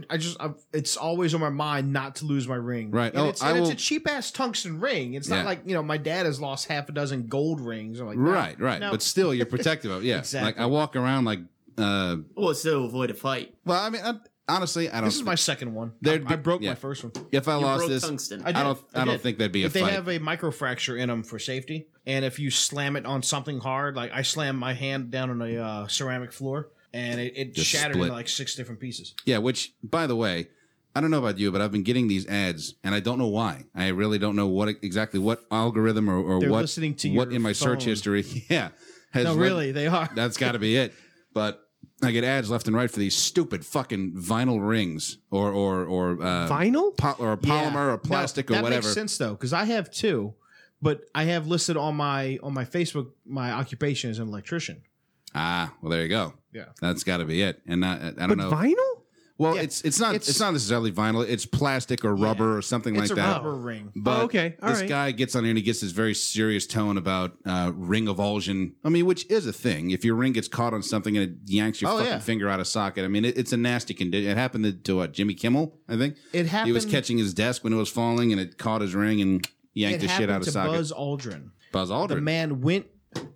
[SPEAKER 4] I just i it's always on my mind not to lose my ring.
[SPEAKER 2] Right.
[SPEAKER 4] And
[SPEAKER 2] Oh,
[SPEAKER 4] it's,
[SPEAKER 2] I
[SPEAKER 4] and it's
[SPEAKER 2] will-
[SPEAKER 4] a cheap ass tungsten ring. It's
[SPEAKER 2] Yeah.
[SPEAKER 4] not like you know my dad has lost half a dozen gold rings. I'm like no,
[SPEAKER 2] right, right.
[SPEAKER 4] no.
[SPEAKER 2] But still, you're protective of it. Yeah.
[SPEAKER 4] Exactly.
[SPEAKER 2] Like I walk around like. uh
[SPEAKER 1] Well, it's to avoid a fight.
[SPEAKER 2] Well, I mean, I, honestly, I don't.
[SPEAKER 4] This is my second one.
[SPEAKER 2] There'd
[SPEAKER 4] I, I
[SPEAKER 2] be-
[SPEAKER 4] broke
[SPEAKER 2] yeah.
[SPEAKER 4] my first one.
[SPEAKER 2] If I
[SPEAKER 4] You
[SPEAKER 2] lost
[SPEAKER 4] broke
[SPEAKER 2] this,
[SPEAKER 4] tungsten.
[SPEAKER 2] I, don't.
[SPEAKER 4] did.
[SPEAKER 2] I, don't
[SPEAKER 4] did.
[SPEAKER 2] think there'd be a
[SPEAKER 4] If they
[SPEAKER 2] fight.
[SPEAKER 4] have a microfracture in them for safety, and if you slam it on something hard, like I slammed my hand down on a uh, ceramic floor, and it, it
[SPEAKER 2] Just
[SPEAKER 4] shattered
[SPEAKER 2] split.
[SPEAKER 4] into like six different pieces.
[SPEAKER 2] Yeah, which by the way, I don't know about you, but I've been getting these ads, and I don't know why. I really don't know what exactly what algorithm or, or
[SPEAKER 4] They're
[SPEAKER 2] what
[SPEAKER 4] listening to
[SPEAKER 2] what
[SPEAKER 4] your
[SPEAKER 2] in my search
[SPEAKER 4] phone.
[SPEAKER 2] history. Yeah,
[SPEAKER 4] no,
[SPEAKER 2] led-
[SPEAKER 4] really, they are.
[SPEAKER 2] That's got to be it. But I get ads left and right for these stupid fucking vinyl rings or or or uh,
[SPEAKER 4] Vinyl?
[SPEAKER 2] po- or polymer
[SPEAKER 4] Yeah.
[SPEAKER 2] or plastic
[SPEAKER 4] Now,
[SPEAKER 2] or
[SPEAKER 4] that
[SPEAKER 2] whatever.
[SPEAKER 4] Makes sense though, because I have two, but I have listed on my on my Facebook my occupation as an electrician.
[SPEAKER 2] Ah, well there you go.
[SPEAKER 4] Yeah.
[SPEAKER 2] that's got to be it. And I, I don't
[SPEAKER 4] But
[SPEAKER 2] know
[SPEAKER 4] vinyl?
[SPEAKER 2] Well, it's it's not it's,
[SPEAKER 4] it's-
[SPEAKER 2] not necessarily vinyl. It's plastic or rubber or something like
[SPEAKER 4] It's a
[SPEAKER 2] that.
[SPEAKER 4] rubber ring.
[SPEAKER 2] But
[SPEAKER 4] Oh, okay. All
[SPEAKER 2] this
[SPEAKER 4] right.
[SPEAKER 2] guy gets on here and he gets this very serious tone about uh, ring avulsion. I mean, which is a thing. If your ring gets caught on something and it yanks your
[SPEAKER 4] Oh,
[SPEAKER 2] fucking
[SPEAKER 4] yeah.
[SPEAKER 2] finger out of socket, I mean, it, it's a nasty condition. It happened to, to what Jimmy Kimmel, I think.
[SPEAKER 4] It
[SPEAKER 2] He was
[SPEAKER 4] happened-
[SPEAKER 2] catching his desk when it was falling, and it caught his ring and yanked
[SPEAKER 4] it
[SPEAKER 2] his shit
[SPEAKER 4] happened
[SPEAKER 2] out of
[SPEAKER 4] to
[SPEAKER 2] socket.
[SPEAKER 4] Buzz Aldrin.
[SPEAKER 2] Buzz Aldrin.
[SPEAKER 4] The man went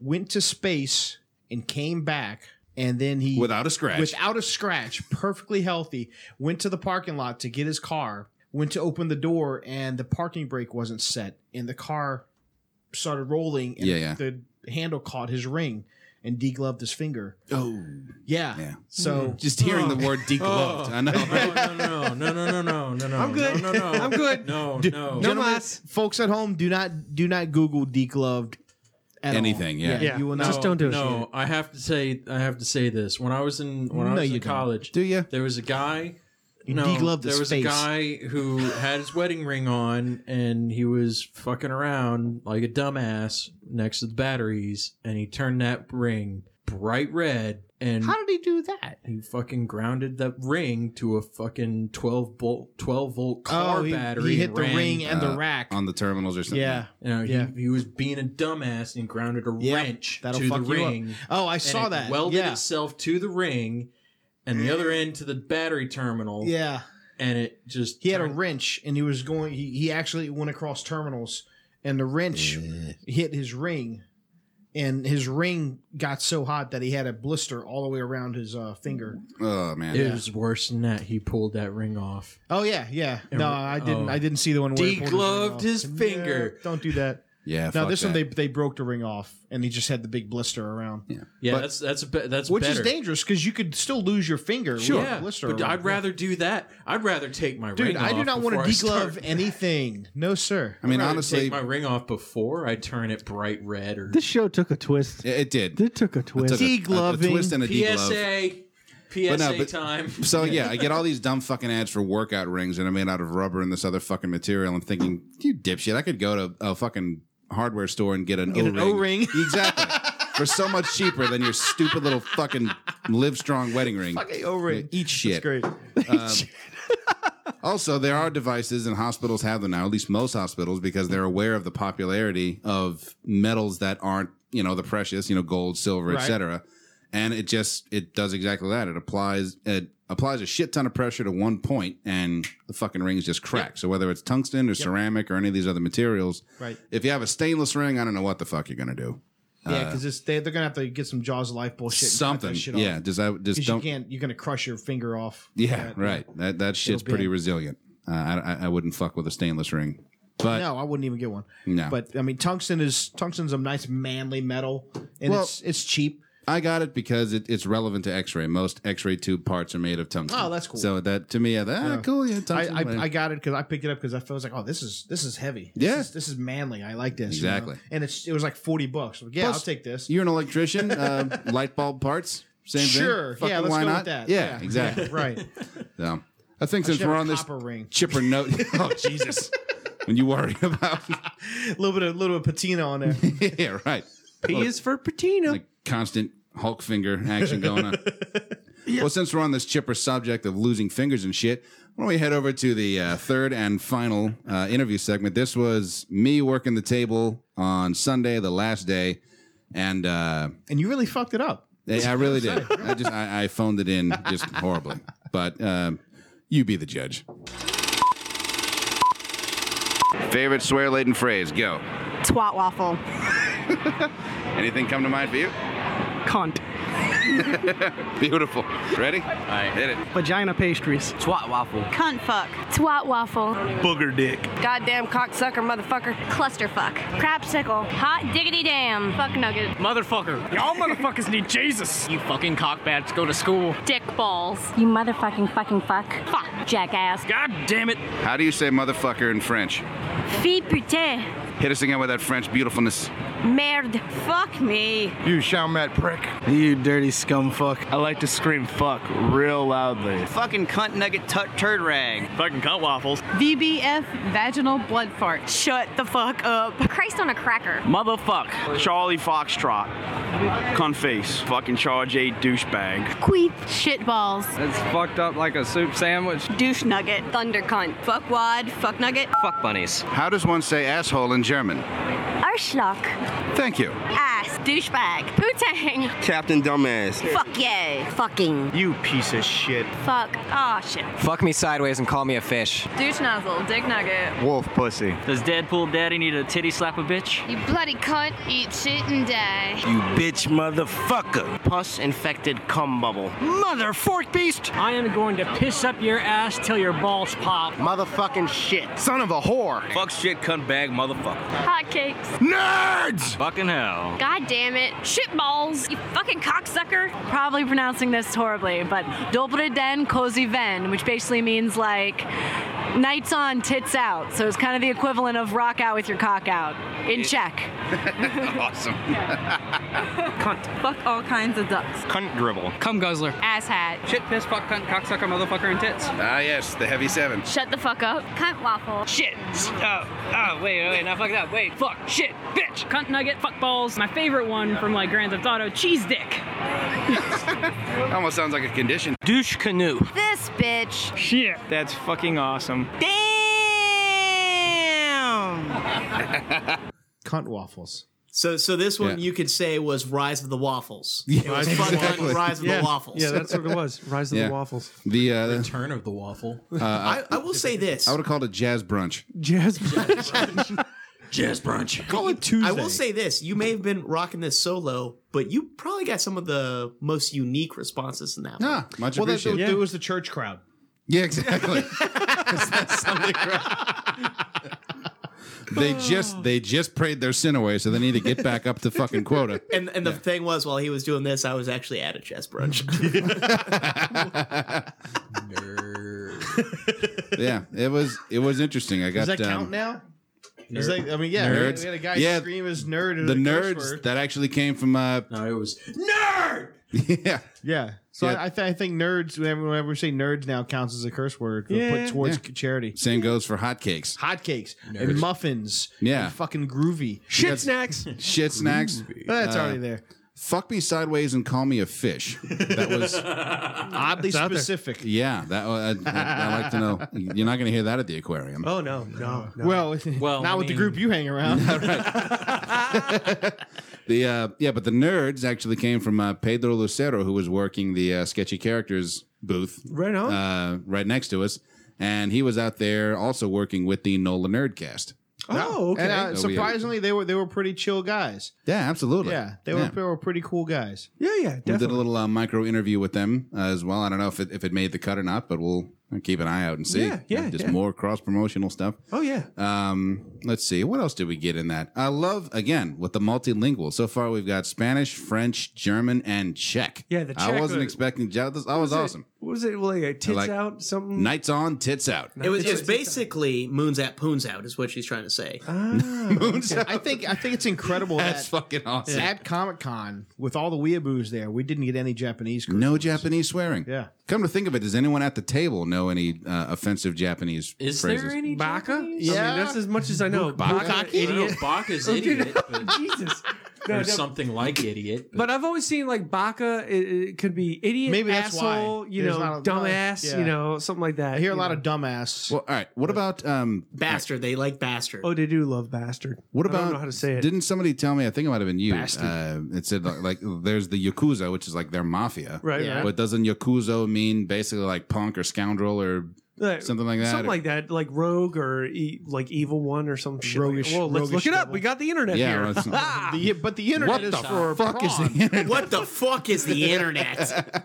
[SPEAKER 4] went to space and came back, and then he
[SPEAKER 2] Without a scratch.
[SPEAKER 4] without a scratch, perfectly healthy. Went to the parking lot to get his car. Went to open the door, and the parking brake wasn't set, and the car started rolling, and
[SPEAKER 2] Yeah, yeah.
[SPEAKER 4] the handle caught his ring and degloved his finger.
[SPEAKER 2] Oh,
[SPEAKER 4] yeah,
[SPEAKER 2] yeah.
[SPEAKER 5] Hmm.
[SPEAKER 4] So
[SPEAKER 2] Just hearing
[SPEAKER 4] Oh.
[SPEAKER 2] the word degloved, I know. right?
[SPEAKER 5] No, no, no, no, no, no, no.
[SPEAKER 4] I'm good.
[SPEAKER 5] No, no, no.
[SPEAKER 4] I'm good.
[SPEAKER 5] No,
[SPEAKER 4] Do-
[SPEAKER 5] no.
[SPEAKER 4] Gentlemen, folks at home, do not do not Google degloved at all.
[SPEAKER 2] Anything, yeah. Yeah.
[SPEAKER 4] you will
[SPEAKER 5] No,
[SPEAKER 4] not.
[SPEAKER 5] No, I have to say, I have to say this. When I was in when I
[SPEAKER 4] No,
[SPEAKER 5] was
[SPEAKER 4] you
[SPEAKER 5] in
[SPEAKER 4] don't.
[SPEAKER 5] college,
[SPEAKER 2] do you?
[SPEAKER 5] There was a guy.
[SPEAKER 4] You
[SPEAKER 5] no,
[SPEAKER 4] degloved
[SPEAKER 5] there
[SPEAKER 4] his
[SPEAKER 5] was a
[SPEAKER 4] face.
[SPEAKER 5] guy who had his wedding ring on, and he was fucking around like a dumbass next to the batteries, and he turned that ring bright red. And
[SPEAKER 4] How did he do that?
[SPEAKER 5] he fucking grounded that ring to a fucking twelve volt twelve volt car
[SPEAKER 4] Oh, he- he
[SPEAKER 5] battery.
[SPEAKER 4] hit the
[SPEAKER 5] ran-
[SPEAKER 4] ring and the
[SPEAKER 2] Uh,
[SPEAKER 4] rack.
[SPEAKER 2] on the terminals or something.
[SPEAKER 4] Yeah.
[SPEAKER 5] You know, he-
[SPEAKER 4] Yeah.
[SPEAKER 5] he, was being a dumbass and grounded a wrench
[SPEAKER 4] that'll
[SPEAKER 5] to
[SPEAKER 4] fuck
[SPEAKER 5] the
[SPEAKER 4] you up.
[SPEAKER 5] ring.
[SPEAKER 4] Oh, I
[SPEAKER 5] and
[SPEAKER 4] saw
[SPEAKER 5] it
[SPEAKER 4] that.
[SPEAKER 5] Welded
[SPEAKER 4] Yeah.
[SPEAKER 5] itself to the ring, and the other end to the battery terminal.
[SPEAKER 4] Yeah.
[SPEAKER 5] and it just
[SPEAKER 4] He had a wrench and he was going he, he actually went across terminals and the wrench
[SPEAKER 5] Eh.
[SPEAKER 4] hit his ring and his ring got so hot that he had a blister all the way around his uh, finger.
[SPEAKER 2] Oh man,
[SPEAKER 5] It was worse than that. He pulled that ring off.
[SPEAKER 4] Oh yeah, yeah. No, I didn't
[SPEAKER 5] oh.
[SPEAKER 4] I didn't see the one where he pulled
[SPEAKER 5] Degloved his
[SPEAKER 4] ring off.
[SPEAKER 5] finger.
[SPEAKER 4] Yeah, don't do that.
[SPEAKER 2] Yeah,
[SPEAKER 4] No,
[SPEAKER 2] fuck
[SPEAKER 4] this one
[SPEAKER 2] that.
[SPEAKER 4] they they broke the ring off and he just had the big blister around. Yeah.
[SPEAKER 5] Yeah, that's that's be- that's
[SPEAKER 4] Which
[SPEAKER 5] better.
[SPEAKER 4] is dangerous because you could still lose your finger. with
[SPEAKER 5] Sure,
[SPEAKER 4] a blister
[SPEAKER 5] but
[SPEAKER 4] around.
[SPEAKER 5] I'd rather do that. I'd rather take my ring
[SPEAKER 4] Dude, I do
[SPEAKER 5] off
[SPEAKER 4] not want to
[SPEAKER 5] before I start-
[SPEAKER 4] deglove anything. No, sir.
[SPEAKER 2] I mean,
[SPEAKER 5] I'd rather
[SPEAKER 2] honestly,
[SPEAKER 5] take my ring off before I turn it bright red or
[SPEAKER 16] This show took a twist.
[SPEAKER 2] it did.
[SPEAKER 16] It took a
[SPEAKER 2] It
[SPEAKER 16] twist.
[SPEAKER 2] took a- a, a twist and a deglove.
[SPEAKER 5] PSA, PSA
[SPEAKER 2] But no, but-
[SPEAKER 5] time.
[SPEAKER 2] So yeah, I get all these dumb fucking ads for workout rings that are made out of rubber and this other fucking material. I'm thinking, you dipshit, I could go to a fucking hardware store and get an
[SPEAKER 4] Get an
[SPEAKER 2] O-ring. exactly for so much cheaper than your stupid little fucking Live Strong wedding ring.
[SPEAKER 4] Fucking O-ring.
[SPEAKER 2] Eat shit.
[SPEAKER 4] great.
[SPEAKER 2] Um, also, there are devices, and hospitals have them now. At least most hospitals, because they're aware of the popularity of metals that aren't, you know, the precious, you know, gold, silver,
[SPEAKER 4] Right.
[SPEAKER 2] etc. And it just it does exactly that. It applies it applies a shit ton of pressure to one point, and the fucking rings just crack. So whether it's tungsten or ceramic or any of these other materials,
[SPEAKER 4] Right.
[SPEAKER 2] if you have a stainless ring, I don't know what the fuck you're gonna do.
[SPEAKER 4] Yeah,
[SPEAKER 2] Uh,
[SPEAKER 4] because they, they're gonna have to get some jaws of life bullshit. and cut
[SPEAKER 2] something.
[SPEAKER 4] that shit
[SPEAKER 2] Yeah,
[SPEAKER 4] off.
[SPEAKER 2] just I just
[SPEAKER 4] 'Cause
[SPEAKER 2] don't.
[SPEAKER 4] You can't. You're gonna crush your finger off.
[SPEAKER 2] Yeah, right. That that shit's
[SPEAKER 4] It'll
[SPEAKER 2] pretty
[SPEAKER 4] bend.
[SPEAKER 2] resilient. Uh, I, I I wouldn't fuck with a stainless ring, but
[SPEAKER 4] no, I wouldn't even get one.
[SPEAKER 2] No.
[SPEAKER 4] but I mean, tungsten is tungsten's a nice manly metal, and
[SPEAKER 2] Well-
[SPEAKER 4] it's it's cheap.
[SPEAKER 2] I got it because it, it's relevant to X-ray. Most X-ray tube parts are made of tungsten.
[SPEAKER 4] Oh, that's cool.
[SPEAKER 2] So that to me, I thought, ah,
[SPEAKER 4] Yeah.
[SPEAKER 2] cool. Yeah,
[SPEAKER 4] I,
[SPEAKER 2] tungsten.
[SPEAKER 4] I, I got it because I picked it up because I felt like, oh, this is this is heavy.
[SPEAKER 2] Yeah.
[SPEAKER 4] this is, this is manly. I like this you know?
[SPEAKER 2] Exactly.
[SPEAKER 4] And it's it was like forty bucks. I'm like, yeah, I'll take this.
[SPEAKER 2] You're an electrician. Uh, light bulb parts. Same thing.
[SPEAKER 4] Sure.
[SPEAKER 2] Fucking
[SPEAKER 4] yeah, let's
[SPEAKER 2] why
[SPEAKER 4] go
[SPEAKER 2] not?
[SPEAKER 4] with that.
[SPEAKER 2] Yeah, exactly.
[SPEAKER 4] right.
[SPEAKER 2] So, I think
[SPEAKER 4] I
[SPEAKER 2] since
[SPEAKER 4] should
[SPEAKER 2] we're
[SPEAKER 4] have
[SPEAKER 2] on
[SPEAKER 4] a
[SPEAKER 2] this
[SPEAKER 4] copper ring.
[SPEAKER 2] chipper note, oh Jesus, when you worry about
[SPEAKER 4] A little bit of little bit of patina on there.
[SPEAKER 2] yeah, right.
[SPEAKER 4] P
[SPEAKER 2] Well,
[SPEAKER 4] is for patina.
[SPEAKER 2] Like constant Hulk finger action going on. Well, since we're on this chipper subject of losing fingers and shit, why don't we head over to the uh, third and final uh, interview segment? This was me working the table on Sunday, the last day, and uh,
[SPEAKER 4] and you really fucked it up.
[SPEAKER 2] I I really did. I just I, I phoned it in just horribly. But um, you be the judge. Favorite swear laden phrase? Go.
[SPEAKER 16] Twat waffle.
[SPEAKER 2] Anything come to mind for you?
[SPEAKER 16] Cunt.
[SPEAKER 2] Beautiful. Ready? I Hit it.
[SPEAKER 16] Vagina pastries. Twat waffle.
[SPEAKER 17] Cunt fuck. Twat waffle.
[SPEAKER 16] Booger dick.
[SPEAKER 17] Goddamn cocksucker motherfucker. Clusterfuck. Crapsicle. Hot diggity damn. Fuck nugget.
[SPEAKER 18] Motherfucker. Y'all motherfuckers need Jesus. You fucking cockbats go to school.
[SPEAKER 17] Dick balls. You motherfucking fucking fuck. Fuck. Jackass. God damn it.
[SPEAKER 2] How do you say motherfucker in French?
[SPEAKER 17] Fille putain.
[SPEAKER 2] Hit us again with that French beautifulness.
[SPEAKER 17] Merde. Fuck me.
[SPEAKER 19] You Chalmette prick. You dirty scum fuck. I like to scream fuck real loudly.
[SPEAKER 20] Fucking cunt nugget tut turd rag. Fucking cunt waffles.
[SPEAKER 21] VBF vaginal blood fart. Shut the fuck up.
[SPEAKER 17] Christ on a cracker.
[SPEAKER 19] Motherfuck. Charlie Foxtrot. Cunt face. Fucking Charge A douchebag.
[SPEAKER 17] Queef. Shit balls.
[SPEAKER 20] It's fucked up like a soup sandwich.
[SPEAKER 17] Douche nugget. Thunder cunt. Fuck wad. Fuck nugget.
[SPEAKER 2] Fuck bunnies. How does one say asshole in German?
[SPEAKER 17] Arschlock.
[SPEAKER 2] Thank you.
[SPEAKER 17] Ass. Douchebag. Putang.
[SPEAKER 22] Captain Dumbass.
[SPEAKER 17] Fuck yeah. Fucking.
[SPEAKER 22] You piece of shit.
[SPEAKER 17] Fuck. Aw shit.
[SPEAKER 22] Fuck me sideways and call me a fish.
[SPEAKER 17] Douche nozzle. Dick nugget.
[SPEAKER 22] Wolf pussy.
[SPEAKER 18] Does Deadpool Daddy need a titty slap a bitch?
[SPEAKER 17] You bloody cunt. Eat shit and die.
[SPEAKER 22] You bitch motherfucker. Pus infected cum bubble.
[SPEAKER 18] Mother fork beast! I am going to piss up your ass till your balls pop.
[SPEAKER 22] Motherfucking shit. Son of a whore.
[SPEAKER 20] Fuck shit cunt bag motherfucker.
[SPEAKER 17] Hotcakes.
[SPEAKER 20] Nerds! Fucking hell.
[SPEAKER 17] God damn it. Shit balls. You fucking cocksucker.
[SPEAKER 23] Probably pronouncing this horribly, but dobre den cozy ven, which basically means like nights on, tits out. So it's kind of the equivalent of rock out with your cock out in check.
[SPEAKER 2] awesome.
[SPEAKER 17] Cunt. Fuck all kinds of ducks.
[SPEAKER 20] Cunt dribble. Cum guzzler.
[SPEAKER 17] Ass hat.
[SPEAKER 20] Shit piss fuck cunt cocksucker motherfucker and tits.
[SPEAKER 2] Ah, yes, the heavy seven.
[SPEAKER 17] Shut the fuck up. Cunt waffle.
[SPEAKER 18] Shit. Oh, oh, wait, wait, wait, now fuck that. Wait, fuck, shit, bitch. Cunt nugget, fuck balls. My favorite one from like Grand Theft Auto, cheese dick.
[SPEAKER 2] Almost sounds like a condition.
[SPEAKER 18] Douche canoe.
[SPEAKER 17] This bitch.
[SPEAKER 18] Shit.
[SPEAKER 20] That's fucking awesome.
[SPEAKER 17] Damn.
[SPEAKER 4] Cunt waffles.
[SPEAKER 1] So, so this one you could say was Rise of the Waffles. Yeah, it was fuck on Rise of
[SPEAKER 3] yeah.
[SPEAKER 1] the Waffles.
[SPEAKER 3] Yeah, that's what it was. Rise of
[SPEAKER 2] Yeah.
[SPEAKER 3] the Waffles.
[SPEAKER 2] The uh,
[SPEAKER 5] Turn of the waffle.
[SPEAKER 2] uh,
[SPEAKER 1] I, I will say this.
[SPEAKER 2] I would have called it jazz brunch.
[SPEAKER 3] Jazz
[SPEAKER 5] Jazz brunch.
[SPEAKER 1] Call
[SPEAKER 3] it Tuesday.
[SPEAKER 1] I will say this: you may have been rocking this solo, but you probably got some of the most unique responses in that. one.
[SPEAKER 2] Ah, much
[SPEAKER 1] Well, that's-
[SPEAKER 2] appreciated.
[SPEAKER 1] it
[SPEAKER 4] was the church crowd.
[SPEAKER 2] Yeah, exactly. they just they just prayed their sin away, so they need to get back up to fucking quota.
[SPEAKER 1] And and the thing was, while he was doing this, I was actually at a chess brunch.
[SPEAKER 2] Yeah, it was it was interesting. I got
[SPEAKER 4] Does that count
[SPEAKER 2] um,
[SPEAKER 4] now? Is that, I mean, yeah,
[SPEAKER 2] Nerds.
[SPEAKER 4] we had a guy
[SPEAKER 2] Yeah,
[SPEAKER 4] scream his nerd. as
[SPEAKER 2] the
[SPEAKER 4] a curse
[SPEAKER 2] nerds
[SPEAKER 4] word.
[SPEAKER 2] that actually came from uh
[SPEAKER 5] no it was
[SPEAKER 2] yeah
[SPEAKER 4] Yeah. So
[SPEAKER 2] Yeah.
[SPEAKER 4] I, I, th- I think nerds, whenever, whenever we say nerds now, counts as a curse word We'll
[SPEAKER 2] Yeah.
[SPEAKER 4] put towards
[SPEAKER 2] Yeah.
[SPEAKER 4] charity.
[SPEAKER 2] same goes for hotcakes
[SPEAKER 4] Hotcakes
[SPEAKER 2] Nerds.
[SPEAKER 4] and muffins.
[SPEAKER 2] Yeah.
[SPEAKER 4] and fucking groovy.
[SPEAKER 2] Shit Uh, That's-
[SPEAKER 4] snacks.
[SPEAKER 2] shit snacks
[SPEAKER 4] That's already there.
[SPEAKER 2] fuck me sideways and call me a fish that was
[SPEAKER 4] Oddly specific.
[SPEAKER 2] yeah that was I, I like to know you're not gonna hear that at the aquarium
[SPEAKER 4] Oh, no. No. Well,
[SPEAKER 5] Well,
[SPEAKER 4] not
[SPEAKER 5] I
[SPEAKER 4] with the
[SPEAKER 5] mean-
[SPEAKER 4] group you hang around. uh,
[SPEAKER 2] the uh yeah but the nerds actually came from uh, Pedro Lucero who was working the uh, sketchy characters booth
[SPEAKER 3] Right on.
[SPEAKER 2] uh, right next to us and he was out there also working with the Nola Nerdcast
[SPEAKER 3] Oh, okay.
[SPEAKER 4] And uh,
[SPEAKER 2] So we-
[SPEAKER 4] surprisingly, they were they were pretty chill guys.
[SPEAKER 2] yeah absolutely
[SPEAKER 4] Yeah, they were, they were pretty cool guys.
[SPEAKER 3] Yeah, yeah,
[SPEAKER 2] We did a
[SPEAKER 3] definitely.
[SPEAKER 2] little uh, micro interview with them uh, as well. I don't know if it, if it made the cut or not, but we'll I'll keep an eye out and see.
[SPEAKER 3] Yeah, yeah,
[SPEAKER 2] Just
[SPEAKER 3] yeah.
[SPEAKER 2] more cross promotional stuff.
[SPEAKER 3] Oh yeah.
[SPEAKER 2] Um, let's see. What else did we get in that? I love again with the multilingual. So far, we've got Spanish, French, German, and Czech.
[SPEAKER 3] Yeah, the
[SPEAKER 2] I
[SPEAKER 3] Czech
[SPEAKER 2] wasn't
[SPEAKER 3] was-
[SPEAKER 2] expecting. That was, that was
[SPEAKER 3] it-
[SPEAKER 2] awesome.
[SPEAKER 3] What was it like? A tits
[SPEAKER 2] like-
[SPEAKER 3] out something.
[SPEAKER 2] Nights on, tits out.
[SPEAKER 1] It was it's basically moons out, poons out is what she's trying to say.
[SPEAKER 4] Okay. I think I think it's incredible.
[SPEAKER 2] That's
[SPEAKER 4] that
[SPEAKER 2] fucking awesome.
[SPEAKER 4] At Comic Con with all the weeaboos there, we didn't get any Japanese. Crew.
[SPEAKER 2] No Japanese swearing.
[SPEAKER 4] Yeah.
[SPEAKER 2] Come to think of it, does anyone at the table know any uh, offensive Japanese phrases?
[SPEAKER 3] any baka? I
[SPEAKER 4] Yeah.
[SPEAKER 3] mean, that's as much as I know.
[SPEAKER 2] Baka?
[SPEAKER 3] idiot.
[SPEAKER 5] Baka's
[SPEAKER 3] Oh, dude,
[SPEAKER 5] idiot, but-
[SPEAKER 3] Jesus. No,
[SPEAKER 5] or
[SPEAKER 3] no,
[SPEAKER 5] something like idiot.
[SPEAKER 3] But I've always seen like baka. It, it could be idiot,
[SPEAKER 4] Maybe that's why.
[SPEAKER 3] asshole, you
[SPEAKER 4] There's
[SPEAKER 3] know,
[SPEAKER 4] not a-
[SPEAKER 3] dumbass,
[SPEAKER 4] yeah.
[SPEAKER 3] you know, something like that.
[SPEAKER 4] I hear a
[SPEAKER 3] you
[SPEAKER 4] lot
[SPEAKER 3] know.
[SPEAKER 4] of dumbass.
[SPEAKER 2] Well, all right. What about um,
[SPEAKER 1] Bastard. They like bastard.
[SPEAKER 3] Oh, they do love bastard.
[SPEAKER 2] What
[SPEAKER 3] I
[SPEAKER 2] about?
[SPEAKER 3] don't know how to say it.
[SPEAKER 2] Didn't somebody tell me? I think it might have been you.
[SPEAKER 3] Bastard.
[SPEAKER 2] Uh, it said like, like there's the yakuza, which is like their mafia,
[SPEAKER 3] Right, Yeah. right.
[SPEAKER 2] But doesn't yakuza mean basically like punk or scoundrel or
[SPEAKER 3] Like,
[SPEAKER 2] something like that?
[SPEAKER 3] Something like that, like rogue or e- like evil one or some shit.
[SPEAKER 4] Roguish-
[SPEAKER 3] like, Whoa, let's look
[SPEAKER 4] roguish
[SPEAKER 3] it up.
[SPEAKER 4] devil.
[SPEAKER 3] We got the internet
[SPEAKER 2] Yeah,
[SPEAKER 3] here.
[SPEAKER 2] well, it's-
[SPEAKER 3] Ah!
[SPEAKER 4] The- but the internet
[SPEAKER 2] What
[SPEAKER 4] is
[SPEAKER 2] the
[SPEAKER 4] for
[SPEAKER 2] fuck is the
[SPEAKER 4] porn.
[SPEAKER 2] internet?
[SPEAKER 1] What the fuck is the internet?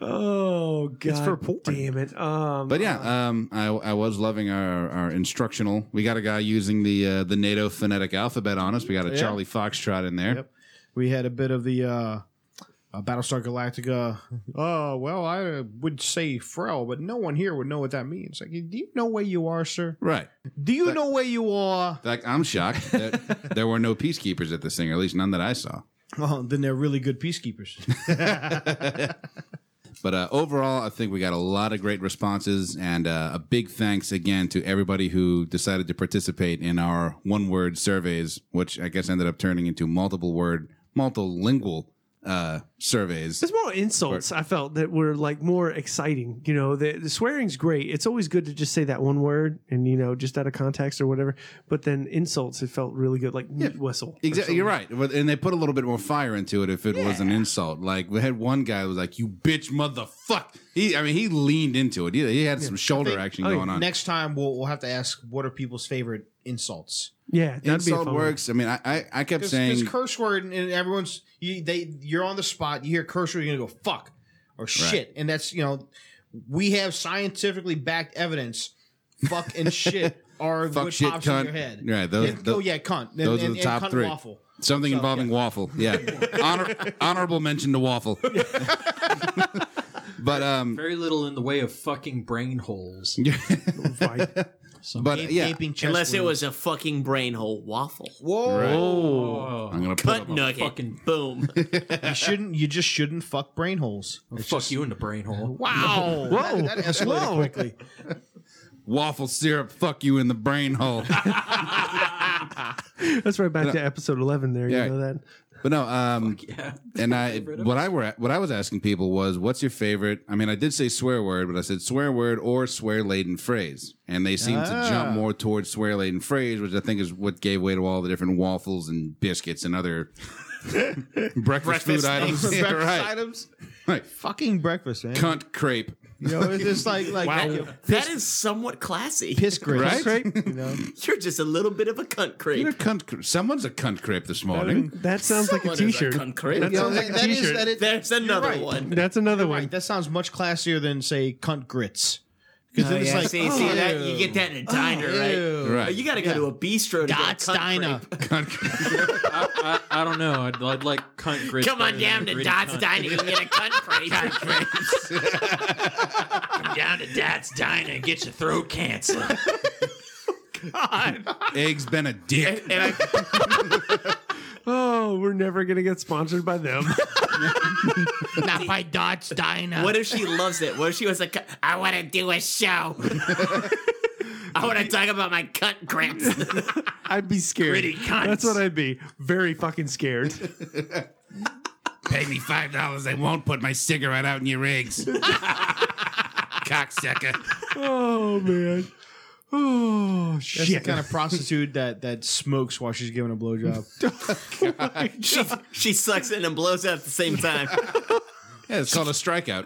[SPEAKER 3] oh god,
[SPEAKER 4] for porn.
[SPEAKER 3] damn it. Um,
[SPEAKER 2] But yeah, um, I, I was loving our, our instructional. We got a guy using the uh, the NATO phonetic alphabet on us. We got a
[SPEAKER 4] Yeah.
[SPEAKER 2] Charlie Foxtrot in there.
[SPEAKER 4] Yep. We had a bit of the uh, uh, Battlestar Galactica. Oh well, I would say Frel, but no one here would know what that means. Like, do you know where you are, sir?
[SPEAKER 2] Right.
[SPEAKER 4] Do you know where you are?
[SPEAKER 2] In fact, I'm shocked that there were no peacekeepers at this thing, or at least none that I saw.
[SPEAKER 4] Well, then they're really good peacekeepers.
[SPEAKER 2] But uh, overall, I think we got a lot of great responses, and uh, a big thanks again to everybody who decided to participate in our one word surveys, which I guess ended up turning into multiple word, multilingual uh, surveys.
[SPEAKER 3] There's more insults I felt that were like more exciting. You know, the, the swearing's great. It's always good to just say that one word and you know just out of context or whatever. But then insults, it felt really good, like meat whistle. or
[SPEAKER 2] Exactly, you're
[SPEAKER 3] something.
[SPEAKER 2] right. But- And they put a little bit more fire into it if it was an insult. Like we had one guy who was like, "You bitch, motherfuck." He, I mean, he leaned into it. He, he had some shoulder action
[SPEAKER 3] Oh,
[SPEAKER 2] going on.
[SPEAKER 4] Next time, we'll we'll have to ask what are people's favorite insults.
[SPEAKER 3] Yeah, that'd be a
[SPEAKER 2] Insult
[SPEAKER 3] fun one.
[SPEAKER 2] works. I mean, I, I, I kept
[SPEAKER 4] Because
[SPEAKER 2] saying
[SPEAKER 4] curse word and, and everyone's you, they you're on the spot. You hear curse word, you're gonna go fuck or shit, and that's you know we have scientifically backed evidence. Fuck and shit are
[SPEAKER 2] Fuck,
[SPEAKER 4] what
[SPEAKER 2] shit,
[SPEAKER 4] pops
[SPEAKER 2] cunt.
[SPEAKER 4] in your head.
[SPEAKER 2] Right, those-
[SPEAKER 4] And-
[SPEAKER 2] tho-
[SPEAKER 4] oh yeah, cunt. And,
[SPEAKER 2] those
[SPEAKER 4] and-
[SPEAKER 2] are the
[SPEAKER 4] and
[SPEAKER 2] top
[SPEAKER 4] cunt
[SPEAKER 2] three.
[SPEAKER 4] Waffle.
[SPEAKER 2] Something involving waffle. Yeah, Honor, honorable mention to waffle. but um,
[SPEAKER 5] Very little in the way of fucking brain holes.
[SPEAKER 2] but yeah,
[SPEAKER 1] Unless it was a fucking brain hole waffle.
[SPEAKER 4] Whoa!
[SPEAKER 5] Oh,
[SPEAKER 2] I'm gonna put
[SPEAKER 1] Cut
[SPEAKER 2] up a
[SPEAKER 1] nugget.
[SPEAKER 5] fucking
[SPEAKER 1] Boom.
[SPEAKER 4] you shouldn't. You just shouldn't fuck brain holes.
[SPEAKER 5] fuck you in the brain hole.
[SPEAKER 4] Wow!
[SPEAKER 3] Whoa.
[SPEAKER 4] That, that escalated
[SPEAKER 3] Whoa.
[SPEAKER 4] quickly.
[SPEAKER 2] waffle syrup. Fuck you in the brain hole.
[SPEAKER 3] That's right back
[SPEAKER 4] uh,
[SPEAKER 3] to episode 11. There,
[SPEAKER 2] Yeah.
[SPEAKER 3] you know that.
[SPEAKER 2] But no, um,
[SPEAKER 5] Yeah.
[SPEAKER 2] and I what I were what I was asking people was what's your favorite? I mean, I did say swear word, but I said swear word or swear laden phrase, and they seem to jump
[SPEAKER 4] Ah.
[SPEAKER 2] more towards swear laden phrase, which I think is what gave way to all the different waffles and biscuits and other breakfast, food
[SPEAKER 1] Breakfast
[SPEAKER 2] items.
[SPEAKER 1] things.
[SPEAKER 2] Yeah,
[SPEAKER 4] Breakfast
[SPEAKER 2] right.
[SPEAKER 4] items.
[SPEAKER 2] Right.
[SPEAKER 4] Fucking breakfast, man.
[SPEAKER 2] Cunt crepe.
[SPEAKER 4] You know, it's just like like
[SPEAKER 1] That is somewhat classy.
[SPEAKER 4] piss grits.
[SPEAKER 2] Right?
[SPEAKER 4] You know.
[SPEAKER 1] You're just a little bit of a cunt creep.
[SPEAKER 2] You're a cunt. cr- Someone's a cunt crepe this morning.
[SPEAKER 3] That sounds like a
[SPEAKER 1] Mm. Someone is
[SPEAKER 3] T-shirt.
[SPEAKER 1] cunt creep.
[SPEAKER 3] That
[SPEAKER 4] Yeah,
[SPEAKER 3] sounds like a
[SPEAKER 4] that- that is-
[SPEAKER 3] T-shirt.
[SPEAKER 4] that is-
[SPEAKER 1] There's
[SPEAKER 4] you're
[SPEAKER 1] another
[SPEAKER 4] right.
[SPEAKER 1] one.
[SPEAKER 3] That's another one.
[SPEAKER 4] Right, that sounds much classier than say cunt grits. Oh. Because
[SPEAKER 1] Oh,
[SPEAKER 4] it's
[SPEAKER 1] yeah,
[SPEAKER 4] like
[SPEAKER 1] see, see that you get that in a diner,
[SPEAKER 4] ew.
[SPEAKER 1] right? Oh,
[SPEAKER 2] Right.
[SPEAKER 1] You got to go to a bistro to
[SPEAKER 4] God's
[SPEAKER 1] get a cunt
[SPEAKER 4] diner.
[SPEAKER 1] crepe.
[SPEAKER 5] I, I, I don't know. I'd, I'd like cunt grits.
[SPEAKER 1] Come on down
[SPEAKER 5] better than
[SPEAKER 1] to
[SPEAKER 5] gritty
[SPEAKER 1] Dot's
[SPEAKER 5] cunt.
[SPEAKER 1] Diner. You can get a cunt crepe. Come down to Dot's Diner and get your throat cancer.
[SPEAKER 2] Eggs Benedict.
[SPEAKER 1] And I,
[SPEAKER 3] Oh, we're never gonna get sponsored by them.
[SPEAKER 4] Not by Dot's Diner.
[SPEAKER 1] what if she loves it? What if she was like, I want to do a show. I want to talk about my cunt cramps.
[SPEAKER 3] I'd be scared.
[SPEAKER 1] Gritty cunts.
[SPEAKER 3] That's what I'd be. Very fucking scared.
[SPEAKER 2] Pay me five dollars. I won't put my cigarette out in your eggs. Cocksucker.
[SPEAKER 3] oh man. Oh shit.
[SPEAKER 4] That's the kind of prostitute that that smokes while she's giving a blowjob.
[SPEAKER 1] she, she sucks in and blows out at the same time.
[SPEAKER 2] Yeah, it's called a strikeout.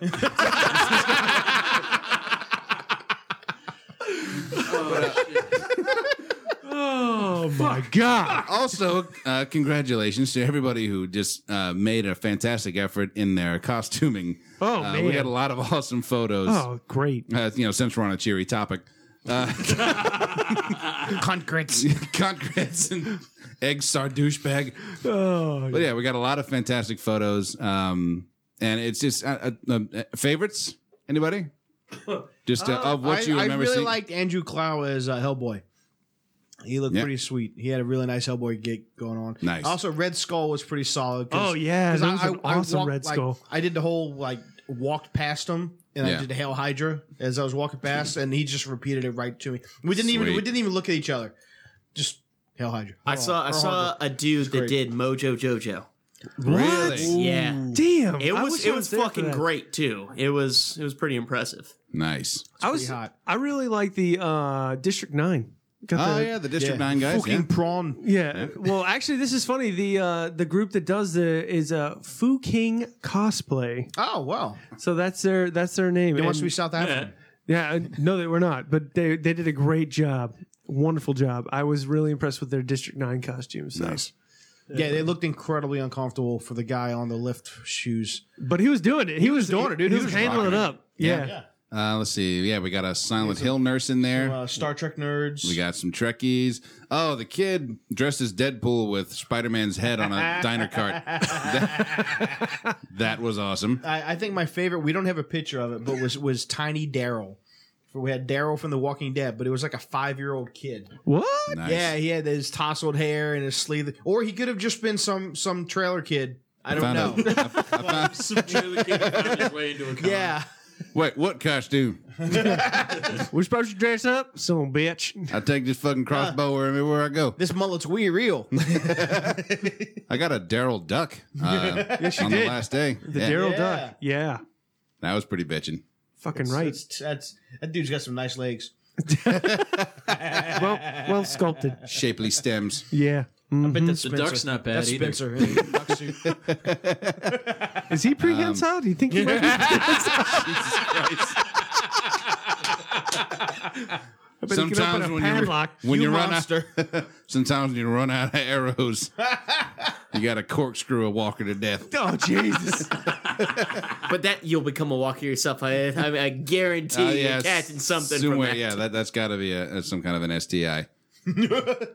[SPEAKER 3] oh
[SPEAKER 2] Oh my god! also, uh, congratulations to everybody who just uh, made a fantastic effort in their costuming.
[SPEAKER 3] Oh,
[SPEAKER 2] uh, we
[SPEAKER 3] man.
[SPEAKER 2] got a lot of awesome photos.
[SPEAKER 3] Oh, great!
[SPEAKER 2] Uh, you know, since we're on a cheery topic, uh,
[SPEAKER 4] Concrets.
[SPEAKER 2] Concrets and eggs, star douchebag.
[SPEAKER 3] Oh,
[SPEAKER 2] But yeah, we got a lot of fantastic photos. Um, and it's just uh, uh, uh, favorites. Anybody? Just uh, of what
[SPEAKER 4] I,
[SPEAKER 2] you remember
[SPEAKER 4] I really
[SPEAKER 2] seeing.
[SPEAKER 4] liked Andrew Clow as uh, Hellboy. He looked
[SPEAKER 2] Yeah.
[SPEAKER 4] pretty sweet. He had a really nice Hellboy gig going on.
[SPEAKER 2] Nice.
[SPEAKER 4] Also, Red Skull was pretty solid.
[SPEAKER 3] Oh, yeah, there was
[SPEAKER 4] I,
[SPEAKER 3] an
[SPEAKER 4] I- I
[SPEAKER 3] awesome
[SPEAKER 4] walked,
[SPEAKER 3] Red
[SPEAKER 4] like,
[SPEAKER 3] Skull.
[SPEAKER 4] I did the whole like walked past him and
[SPEAKER 2] Yeah.
[SPEAKER 4] I did the Hail Hydra as I was walking past, and he just repeated it right to me. We didn't even we
[SPEAKER 1] Sweet.
[SPEAKER 4] didn't even look at each other. Just Hail Hydra.
[SPEAKER 1] I saw I saw a dude that did Mojo Jojo.
[SPEAKER 2] Really?
[SPEAKER 1] Yeah.
[SPEAKER 3] Damn.
[SPEAKER 1] It
[SPEAKER 3] I
[SPEAKER 1] was
[SPEAKER 3] wish
[SPEAKER 1] it
[SPEAKER 3] I
[SPEAKER 1] was
[SPEAKER 3] there for
[SPEAKER 1] fucking
[SPEAKER 3] that.
[SPEAKER 1] great too. It was it was pretty impressive.
[SPEAKER 2] Nice.
[SPEAKER 3] I was hot. I really like the uh, District Nine.
[SPEAKER 2] Oh, yeah, the District Yeah. Nine guys, Fucking yeah.
[SPEAKER 4] prawn.
[SPEAKER 3] Yeah. Well, actually, this is funny. The uh, the group that does the is uh, Foo King cosplay.
[SPEAKER 4] Oh wow.
[SPEAKER 3] So that's their that's their name.
[SPEAKER 4] They
[SPEAKER 3] And-
[SPEAKER 4] must be South African.
[SPEAKER 3] Yeah, uh, no, they were not, but they they did a great job, wonderful job. I was really impressed with their District Nine costumes. So. Nice,
[SPEAKER 4] Yeah, they looked incredibly uncomfortable for the guy on the lift shoes.
[SPEAKER 3] but he was doing it. He, was,
[SPEAKER 4] doing it, dude.
[SPEAKER 3] He, was, handling it up. Yeah.
[SPEAKER 2] Uh, let's see. Yeah, we got a Silent Hill nurse in there.
[SPEAKER 4] Uh, Star Trek nerds.
[SPEAKER 2] We got some Trekkies. Oh, the kid dressed as Deadpool with Spider Man's head on a diner cart. That, that was awesome.
[SPEAKER 4] I, I think my favorite. We don't have a picture of it, but was was Tiny Daryl. We had Daryl from The Walking Dead, but it was like a five year old kid.
[SPEAKER 3] What?
[SPEAKER 4] Yeah, he had his tousled hair and his sleeve, or he could have just been some some trailer kid. I don't
[SPEAKER 2] Found
[SPEAKER 4] know.
[SPEAKER 2] a-
[SPEAKER 5] Some trailer kid found his way into a con.
[SPEAKER 4] yeah,
[SPEAKER 2] Wait, what costume?
[SPEAKER 3] We're supposed to dress up, some bitch.
[SPEAKER 2] I take this fucking crossbow everywhere I go.
[SPEAKER 4] This mullet's wee real.
[SPEAKER 2] I got a Daryl Duck uh,
[SPEAKER 3] Yes, you
[SPEAKER 2] on the
[SPEAKER 3] did.
[SPEAKER 2] last day.
[SPEAKER 3] The
[SPEAKER 2] Yeah.
[SPEAKER 3] Daryl
[SPEAKER 4] Yeah.
[SPEAKER 3] Duck. Yeah.
[SPEAKER 2] That was pretty bitching.
[SPEAKER 3] Fucking right.
[SPEAKER 4] That's, that's that dude's got some nice legs.
[SPEAKER 3] Well, well sculpted.
[SPEAKER 2] Shapely stems.
[SPEAKER 3] Yeah. Mm.
[SPEAKER 4] I bet that's
[SPEAKER 5] The
[SPEAKER 4] Spencer.
[SPEAKER 5] duck's not bad
[SPEAKER 4] That's
[SPEAKER 5] either.
[SPEAKER 4] Spencer. in a duck suit.
[SPEAKER 3] Is he
[SPEAKER 2] Um,
[SPEAKER 3] prehensile? Do you think he might be I bet he could
[SPEAKER 2] Sometimes
[SPEAKER 3] open a
[SPEAKER 2] when
[SPEAKER 3] padlock.
[SPEAKER 2] you when
[SPEAKER 3] You
[SPEAKER 2] you
[SPEAKER 3] monster.
[SPEAKER 2] run out, sometimes when you run out of arrows, you got to corkscrew a walker to death.
[SPEAKER 3] Oh Jesus!
[SPEAKER 1] but that you'll become a walker yourself. I I, I guarantee
[SPEAKER 2] Uh,
[SPEAKER 1] you're catching something from
[SPEAKER 2] somewhere-
[SPEAKER 1] that.
[SPEAKER 2] Yeah, that, that's got to be a, a- some kind of an STI.
[SPEAKER 3] They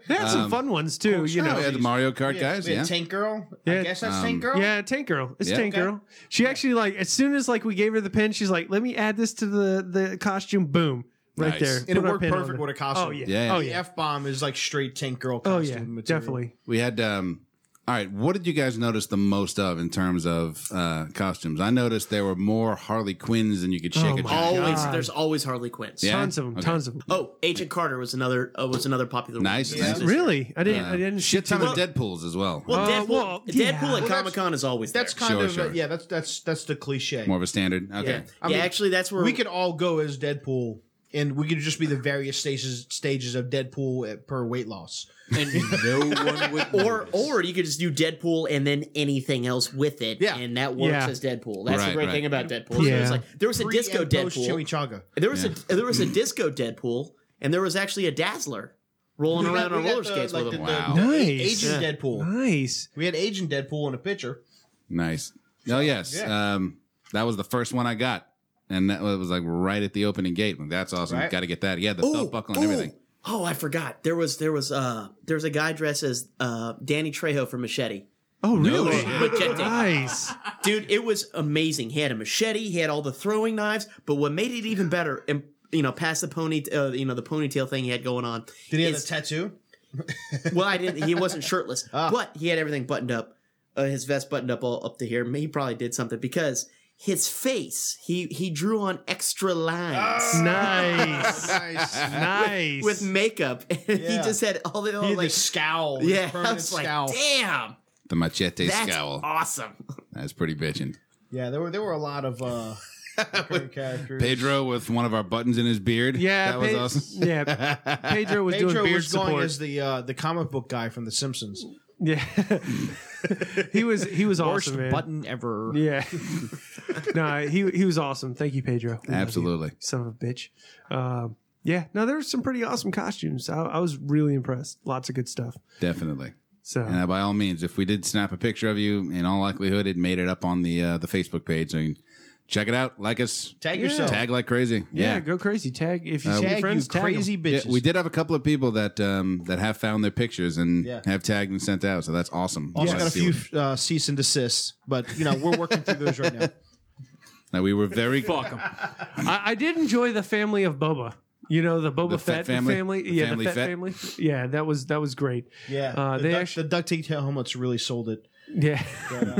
[SPEAKER 3] had some
[SPEAKER 2] Um,
[SPEAKER 3] fun ones too. You know,
[SPEAKER 2] we had the Mario Kart
[SPEAKER 4] Yeah,
[SPEAKER 2] guys.
[SPEAKER 4] we had
[SPEAKER 2] Yeah,
[SPEAKER 4] Tank Girl. I
[SPEAKER 3] Yeah.
[SPEAKER 4] guess that's
[SPEAKER 2] Um,
[SPEAKER 4] Tank Girl.
[SPEAKER 3] Yeah, Tank Girl. It's
[SPEAKER 2] Yeah.
[SPEAKER 3] Tank
[SPEAKER 2] Okay.
[SPEAKER 3] Girl. She actually like as soon as like we gave her the pin, she's like, "Let me add this to the the costume." Boom, right
[SPEAKER 2] Nice.
[SPEAKER 3] there.
[SPEAKER 2] And
[SPEAKER 4] And
[SPEAKER 3] Put
[SPEAKER 4] it
[SPEAKER 3] our
[SPEAKER 4] worked
[SPEAKER 3] pin on
[SPEAKER 4] perfect
[SPEAKER 3] there.
[SPEAKER 4] with a costume.
[SPEAKER 3] Oh yeah.
[SPEAKER 2] Yeah.
[SPEAKER 3] Oh
[SPEAKER 4] The
[SPEAKER 3] yeah.
[SPEAKER 4] F bomb is like straight Tank Girl
[SPEAKER 3] Oh
[SPEAKER 4] costume
[SPEAKER 3] yeah.
[SPEAKER 4] material.
[SPEAKER 3] Definitely.
[SPEAKER 2] we had. Um, all right, what did you guys notice the most of in terms of uh, costumes? I noticed there were more Harley Quinns than you could shake
[SPEAKER 3] Oh
[SPEAKER 2] a
[SPEAKER 3] my
[SPEAKER 2] jack.
[SPEAKER 1] Always,
[SPEAKER 3] God.
[SPEAKER 1] there's always Harley Quinns.
[SPEAKER 2] Yeah?
[SPEAKER 3] Tons of them.
[SPEAKER 2] Okay.
[SPEAKER 3] Tons of them.
[SPEAKER 1] Oh, Agent Carter was another uh, was another popular
[SPEAKER 2] Nice,
[SPEAKER 1] one.
[SPEAKER 2] nice.
[SPEAKER 1] This year.
[SPEAKER 3] Really? I didn't. I didn't.
[SPEAKER 2] Uh, Shit
[SPEAKER 3] see
[SPEAKER 2] ton
[SPEAKER 3] too
[SPEAKER 2] of
[SPEAKER 3] much.
[SPEAKER 2] Deadpools as well.
[SPEAKER 1] Well,
[SPEAKER 3] Uh,
[SPEAKER 1] Deadpool,
[SPEAKER 3] well, yeah.
[SPEAKER 1] Deadpool at
[SPEAKER 3] Well,
[SPEAKER 1] Comic Con is always
[SPEAKER 4] That's
[SPEAKER 1] there.
[SPEAKER 4] kind
[SPEAKER 2] Sure,
[SPEAKER 4] of
[SPEAKER 2] sure.
[SPEAKER 4] yeah. That's that's that's the cliche.
[SPEAKER 2] More of a standard. Okay.
[SPEAKER 1] yeah, yeah actually, that's where
[SPEAKER 4] we could all go as Deadpool, and we could just be the various stages stages of Deadpool at, per weight loss.
[SPEAKER 5] And no one would.
[SPEAKER 1] or or you could just do Deadpool and then anything else with it,
[SPEAKER 4] Yeah.
[SPEAKER 1] and that works
[SPEAKER 3] Yeah.
[SPEAKER 1] as Deadpool. That's
[SPEAKER 2] Right,
[SPEAKER 1] the great
[SPEAKER 2] right.
[SPEAKER 1] thing about Deadpool.
[SPEAKER 3] Yeah.
[SPEAKER 1] It was like there was a
[SPEAKER 4] Pre
[SPEAKER 1] disco
[SPEAKER 4] and post
[SPEAKER 1] Deadpool.
[SPEAKER 4] Chimichanga.
[SPEAKER 1] There was a there was a disco Deadpool, and there was actually a Dazzler rolling
[SPEAKER 4] We
[SPEAKER 1] around
[SPEAKER 4] got- we
[SPEAKER 1] on
[SPEAKER 4] got
[SPEAKER 1] roller
[SPEAKER 4] the-
[SPEAKER 1] skates
[SPEAKER 4] like
[SPEAKER 1] with
[SPEAKER 4] the-
[SPEAKER 1] him.
[SPEAKER 2] the- Wow.
[SPEAKER 4] the
[SPEAKER 3] Nice.
[SPEAKER 4] Agent Deadpool.
[SPEAKER 3] Nice.
[SPEAKER 4] We had Agent Deadpool in a picture.
[SPEAKER 2] Nice. Oh yes. Um, that was the first one I got, and that was like right at the opening gate. Like, That's awesome.
[SPEAKER 4] Right.
[SPEAKER 2] Got to get that. Yeah, the
[SPEAKER 1] Oh,
[SPEAKER 2] belt buckle and
[SPEAKER 1] oh.
[SPEAKER 2] everything.
[SPEAKER 1] Oh, I forgot. There was there was uh there was a guy dressed as uh Danny Trejo from Machete.
[SPEAKER 3] Oh really?
[SPEAKER 1] Machete.
[SPEAKER 3] Nice.
[SPEAKER 1] Dude, it was amazing. He had a machete. He had all the throwing knives. But what made it even better, and you know, past the pony, uh, you know, the ponytail thing he had going on.
[SPEAKER 4] Did he have a
[SPEAKER 1] is-
[SPEAKER 4] tattoo?
[SPEAKER 1] well, I didn't. He wasn't shirtless,
[SPEAKER 4] Ah.
[SPEAKER 1] but he had everything buttoned up. Uh, his vest buttoned up all up to here. He probably did something because his face. He he drew on extra lines.
[SPEAKER 4] Ah.
[SPEAKER 3] Nice.
[SPEAKER 4] nice.
[SPEAKER 3] Nice.
[SPEAKER 1] With makeup, and he
[SPEAKER 4] Yeah.
[SPEAKER 1] just had all the
[SPEAKER 4] He
[SPEAKER 1] all
[SPEAKER 4] had
[SPEAKER 1] like
[SPEAKER 4] the Oh, scowl. his
[SPEAKER 1] yeah. I
[SPEAKER 4] permanent
[SPEAKER 1] was like,
[SPEAKER 4] scowl.
[SPEAKER 1] damn,
[SPEAKER 2] The machete
[SPEAKER 1] that's
[SPEAKER 2] scowl.
[SPEAKER 1] awesome.
[SPEAKER 2] That's pretty bitching.
[SPEAKER 4] yeah, there were there were a lot of uh, recurring characters.
[SPEAKER 2] Pedro with one of our buttons in his beard.
[SPEAKER 3] Yeah.
[SPEAKER 2] that was
[SPEAKER 3] Pe-
[SPEAKER 2] awesome.
[SPEAKER 3] Yeah. Pedro was
[SPEAKER 4] Pedro
[SPEAKER 3] doing beard
[SPEAKER 4] was going
[SPEAKER 3] support.
[SPEAKER 4] as the uh, the comic book guy from The Simpsons.
[SPEAKER 3] yeah. he was. He was
[SPEAKER 4] Worst
[SPEAKER 3] awesome, man.
[SPEAKER 4] button ever.
[SPEAKER 3] Yeah. no, he he was awesome. Thank you, Pedro. We love you,
[SPEAKER 2] Absolutely.
[SPEAKER 3] son of a bitch. Um, Yeah, no, there were some pretty awesome costumes. I, I was really impressed. Lots of good stuff.
[SPEAKER 2] Definitely.
[SPEAKER 3] So,
[SPEAKER 2] and uh, by all means, if we did snap a picture of you, in all likelihood, it made it up on the uh, the Facebook page. So you can check it out, like us,
[SPEAKER 3] Tag yourself.
[SPEAKER 2] tag like crazy.
[SPEAKER 3] Yeah,
[SPEAKER 2] Yeah,
[SPEAKER 3] go crazy. Tag if you
[SPEAKER 2] Uh,
[SPEAKER 3] see your friends. tag 'em.
[SPEAKER 2] Yeah, we did have a couple of people that um, that have found their pictures and
[SPEAKER 4] Yeah.
[SPEAKER 2] have tagged and sent out. So that's awesome.
[SPEAKER 4] Also
[SPEAKER 2] Let's
[SPEAKER 4] got a
[SPEAKER 2] see
[SPEAKER 4] few
[SPEAKER 2] what-
[SPEAKER 4] uh, cease and desists, but you know we're working through those right now.
[SPEAKER 2] Now we were very
[SPEAKER 3] Fuck 'em. I, I did enjoy the family of Boba. You know the Boba
[SPEAKER 2] The Fett
[SPEAKER 3] Fett,
[SPEAKER 2] family?
[SPEAKER 3] family.
[SPEAKER 2] The
[SPEAKER 3] yeah,
[SPEAKER 2] family
[SPEAKER 3] the Fett,
[SPEAKER 2] Fett?
[SPEAKER 3] family. Yeah, that was that was great.
[SPEAKER 4] Yeah,
[SPEAKER 3] uh,
[SPEAKER 4] the
[SPEAKER 3] they
[SPEAKER 4] duck,
[SPEAKER 3] actually.
[SPEAKER 4] the duct tail helmets really sold it.
[SPEAKER 3] Yeah.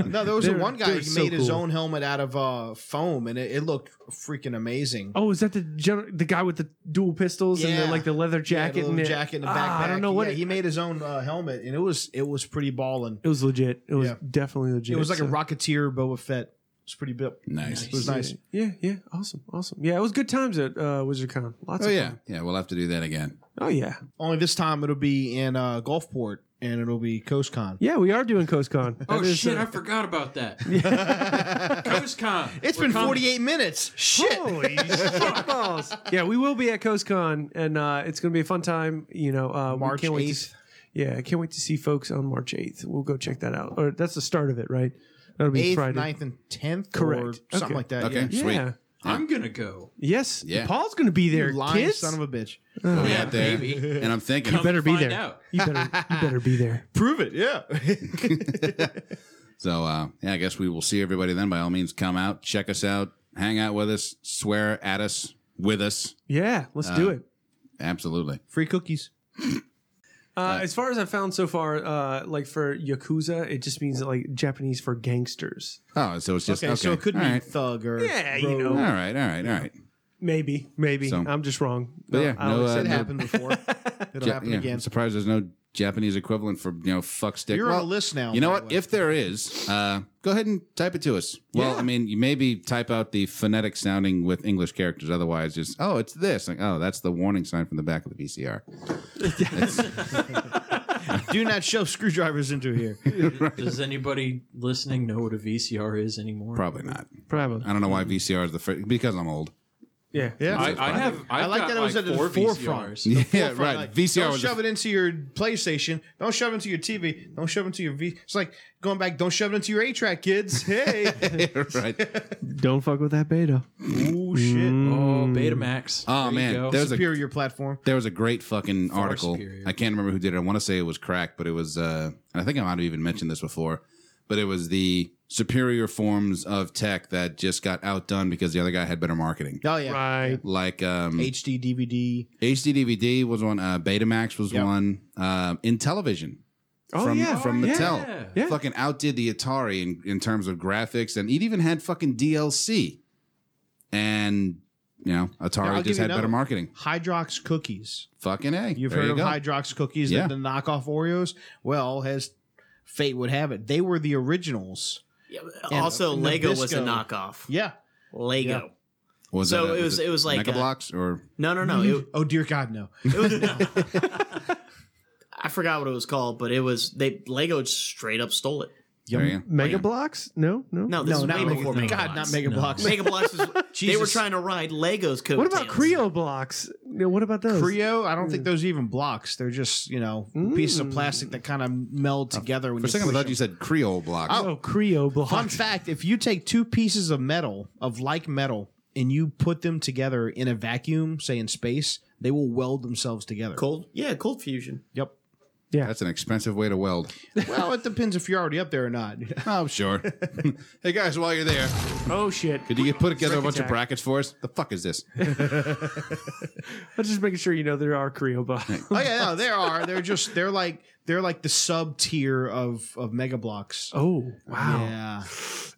[SPEAKER 4] No, there was a
[SPEAKER 3] They're-
[SPEAKER 4] one guy
[SPEAKER 3] they're
[SPEAKER 4] who made
[SPEAKER 3] so
[SPEAKER 4] his
[SPEAKER 3] cool.
[SPEAKER 4] own helmet out of uh, foam, and it, it looked freaking amazing.
[SPEAKER 3] Oh, is that the gen- the guy with the dual pistols and the, like the leather jacket
[SPEAKER 4] yeah, the
[SPEAKER 3] and
[SPEAKER 4] little
[SPEAKER 3] the,
[SPEAKER 4] jacket and the backpack.
[SPEAKER 3] Ah, I don't know what
[SPEAKER 4] Yeah,
[SPEAKER 3] it,
[SPEAKER 4] he made his own uh, helmet, and it was it was pretty ballin'.
[SPEAKER 3] it was. Legit. It was
[SPEAKER 4] Yeah.
[SPEAKER 3] definitely legit.
[SPEAKER 4] It was like
[SPEAKER 3] so.
[SPEAKER 4] a Rocketeer Boba Fett. It's pretty built.
[SPEAKER 2] Nice.
[SPEAKER 4] It was nice.
[SPEAKER 3] Yeah, yeah, awesome, awesome. Yeah, it was good times at uh, WizardCon. Lots
[SPEAKER 2] Oh
[SPEAKER 3] of
[SPEAKER 2] yeah,
[SPEAKER 3] fun.
[SPEAKER 2] yeah. We'll have to do that again.
[SPEAKER 3] Oh yeah,
[SPEAKER 4] Only this time it'll be in uh, Gulfport, and it'll be CoastCon.
[SPEAKER 3] yeah. We are doing CoastCon.
[SPEAKER 5] Oh
[SPEAKER 3] That is,
[SPEAKER 5] shit!
[SPEAKER 3] uh,
[SPEAKER 5] I forgot about that. CoastCon.
[SPEAKER 4] It's
[SPEAKER 5] We're
[SPEAKER 4] been
[SPEAKER 5] coming.
[SPEAKER 4] 48 minutes. Shit.
[SPEAKER 3] Holy shit balls. Yeah, we will be at CoastCon, and uh, it's going to be a fun time. You know, uh, we
[SPEAKER 4] March
[SPEAKER 3] can't wait to-
[SPEAKER 4] 8th.
[SPEAKER 3] yeah, I can't wait to see folks on March eighth. We'll go check that out. Or that's the start of it, right? That'll be
[SPEAKER 4] 8th,
[SPEAKER 3] Friday.
[SPEAKER 4] 9th, and 10th? Or
[SPEAKER 3] Correct.
[SPEAKER 4] something
[SPEAKER 3] Okay.
[SPEAKER 4] like that.
[SPEAKER 2] Okay,
[SPEAKER 4] yeah.
[SPEAKER 2] sweet.
[SPEAKER 3] Yeah.
[SPEAKER 5] I'm gonna go.
[SPEAKER 3] Yes.
[SPEAKER 2] Yeah.
[SPEAKER 3] Paul's going to be there.
[SPEAKER 4] You lying
[SPEAKER 3] kids.
[SPEAKER 4] son of a bitch.
[SPEAKER 2] We'll be
[SPEAKER 5] Yeah,
[SPEAKER 2] out there,
[SPEAKER 5] maybe.
[SPEAKER 2] and I'm thinking
[SPEAKER 3] you better be
[SPEAKER 5] find
[SPEAKER 3] there.
[SPEAKER 5] out.
[SPEAKER 3] You better. You better be there.
[SPEAKER 4] Prove it. Yeah.
[SPEAKER 2] So uh, yeah, I guess we will see everybody then. By all means, come out, check us out, hang out with us, swear at us, with us.
[SPEAKER 3] Yeah, let's
[SPEAKER 2] Uh,
[SPEAKER 3] do it.
[SPEAKER 2] Absolutely.
[SPEAKER 4] Free cookies.
[SPEAKER 3] Uh, as far as I've found so far, uh, like for Yakuza, it just means like Japanese for gangsters.
[SPEAKER 2] Oh, so it's just
[SPEAKER 4] okay,
[SPEAKER 2] okay.
[SPEAKER 4] so it could
[SPEAKER 2] All
[SPEAKER 4] be
[SPEAKER 2] right.
[SPEAKER 4] thug or
[SPEAKER 3] Yeah, you
[SPEAKER 4] rogue.
[SPEAKER 3] know.
[SPEAKER 2] All right, all right, all right.
[SPEAKER 3] Maybe, maybe.
[SPEAKER 2] So-
[SPEAKER 3] I'm just wrong.
[SPEAKER 2] But yeah,
[SPEAKER 3] I
[SPEAKER 2] no,
[SPEAKER 3] was-
[SPEAKER 2] uh,
[SPEAKER 4] It
[SPEAKER 2] no-
[SPEAKER 4] happened before. It'll
[SPEAKER 2] Ja-
[SPEAKER 4] happen
[SPEAKER 2] yeah,
[SPEAKER 4] again.
[SPEAKER 2] I'm surprised there's no Japanese equivalent for you know fuck stick.
[SPEAKER 4] You're
[SPEAKER 2] Well,
[SPEAKER 4] on a list now.
[SPEAKER 2] You know
[SPEAKER 4] by
[SPEAKER 2] what?
[SPEAKER 4] the way.
[SPEAKER 2] If there is, uh, go ahead and type it to us. Well,
[SPEAKER 3] Yeah.
[SPEAKER 2] I mean, you maybe type out the phonetic sounding with English characters. Otherwise, just oh, it's this. Like, oh, that's the warning sign from the back of the VCR.
[SPEAKER 4] Do not shove screwdrivers into here.
[SPEAKER 5] Does anybody listening know what a VCR is anymore?
[SPEAKER 2] Probably not.
[SPEAKER 3] probably.
[SPEAKER 2] I don't know why VCR is the first because I'm old.
[SPEAKER 3] Yeah,
[SPEAKER 4] Yeah.
[SPEAKER 5] I, I have. I've
[SPEAKER 4] I like
[SPEAKER 5] got
[SPEAKER 4] that it was
[SPEAKER 5] like
[SPEAKER 4] at the
[SPEAKER 5] four
[SPEAKER 4] forefront.
[SPEAKER 5] VCRs.
[SPEAKER 2] Yeah,
[SPEAKER 4] forefront,
[SPEAKER 2] right.
[SPEAKER 4] like,
[SPEAKER 2] VCR
[SPEAKER 4] Don't
[SPEAKER 2] was
[SPEAKER 4] shove it into your PlayStation. Don't shove it into your TV. Don't shove it into your V. It's like going back. Don't shove it into your A track, kids. Hey.
[SPEAKER 2] the- right.
[SPEAKER 3] Don't fuck with that beta.
[SPEAKER 4] oh shit.
[SPEAKER 5] Oh, Betamax.
[SPEAKER 2] Oh,
[SPEAKER 5] There you
[SPEAKER 2] man.
[SPEAKER 5] go.
[SPEAKER 2] There's a-
[SPEAKER 4] Superior platform.
[SPEAKER 2] There was a great fucking article.
[SPEAKER 5] superior.
[SPEAKER 2] I can't remember who did it. I want to say it was Crack, but it was. Uh, and I think I might have even mentioned this before, but it was the superior forms of tech that just got outdone because the other guy had better marketing.
[SPEAKER 4] Oh yeah.
[SPEAKER 3] Right.
[SPEAKER 2] Like um,
[SPEAKER 4] HD DVD.
[SPEAKER 2] HD DVD was one. Uh, Betamax was
[SPEAKER 4] Yep.
[SPEAKER 2] one. Um, in television.
[SPEAKER 3] Oh,
[SPEAKER 2] from,
[SPEAKER 3] yeah.
[SPEAKER 2] From
[SPEAKER 3] Oh, yeah.
[SPEAKER 2] Mattel.
[SPEAKER 3] Yeah.
[SPEAKER 2] Fucking outdid the Atari in, in terms of graphics. And it even had fucking DLC. And, you know,
[SPEAKER 4] Now,
[SPEAKER 2] Atari
[SPEAKER 4] I'll give
[SPEAKER 2] just
[SPEAKER 4] you
[SPEAKER 2] had better
[SPEAKER 4] another.
[SPEAKER 2] marketing.
[SPEAKER 4] Hydrox cookies.
[SPEAKER 2] Fucking A.
[SPEAKER 4] You've
[SPEAKER 2] There
[SPEAKER 4] heard
[SPEAKER 2] you
[SPEAKER 4] of
[SPEAKER 2] go.
[SPEAKER 4] Hydrox cookies,
[SPEAKER 2] Yeah.
[SPEAKER 4] the, the knockoff Oreos. Well, as fate would have it, they were the originals. And
[SPEAKER 1] also, Lego was a
[SPEAKER 4] Nabisco.
[SPEAKER 1] knockoff.
[SPEAKER 4] Yeah.
[SPEAKER 1] Lego.
[SPEAKER 4] Yeah.
[SPEAKER 2] Was
[SPEAKER 1] So
[SPEAKER 2] that a-
[SPEAKER 1] it was- it was like,
[SPEAKER 2] Mega
[SPEAKER 1] uh,
[SPEAKER 2] Blocks or
[SPEAKER 1] No, no, no. It,
[SPEAKER 4] Oh dear God, no.
[SPEAKER 1] it was. No. I forgot what it was called, but it was they Lego just straight up stole it.
[SPEAKER 2] There you go.
[SPEAKER 3] Mega blocks? No, no.
[SPEAKER 1] No, this
[SPEAKER 4] No,
[SPEAKER 1] is
[SPEAKER 4] not
[SPEAKER 1] way
[SPEAKER 4] Mega-
[SPEAKER 1] before
[SPEAKER 4] no.
[SPEAKER 1] Mega
[SPEAKER 4] God,
[SPEAKER 1] Blocks.
[SPEAKER 4] not Mega No. Blocks.
[SPEAKER 1] Mega Blocks. Was, they were
[SPEAKER 4] Jesus.
[SPEAKER 1] trying to ride Legos.
[SPEAKER 3] What about
[SPEAKER 1] coattails.
[SPEAKER 3] Creo blocks? No, what about those?
[SPEAKER 4] Creo, I
[SPEAKER 2] mm.
[SPEAKER 4] don't think those are even blocks. They're just, you know, pieces of plastic that kind of meld together when
[SPEAKER 2] For a
[SPEAKER 4] you
[SPEAKER 2] second, I
[SPEAKER 4] push
[SPEAKER 2] thought
[SPEAKER 4] them.
[SPEAKER 2] you said Creole Blocks.
[SPEAKER 3] Oh, Creo blocks.
[SPEAKER 4] Fun fact, if you take two pieces of metal of like metal and you put them together in a vacuum, say in space, they will weld themselves together.
[SPEAKER 1] Cold, yeah, cold fusion.
[SPEAKER 4] Yep.
[SPEAKER 2] That's an expensive way to weld.
[SPEAKER 4] Well, it depends if you're already up there or not.
[SPEAKER 2] Oh, sure. hey, guys, while you're there,
[SPEAKER 3] Oh shit!
[SPEAKER 2] could you get- put together a
[SPEAKER 3] Brick
[SPEAKER 2] bunch of
[SPEAKER 3] attack.
[SPEAKER 2] brackets for us? The fuck is this?
[SPEAKER 3] I'm just making sure you know there are Creo blocks.
[SPEAKER 4] oh yeah, no, there are. They're just they're like they're like the sub tier of of mega blocks.
[SPEAKER 3] oh wow!
[SPEAKER 4] Yeah.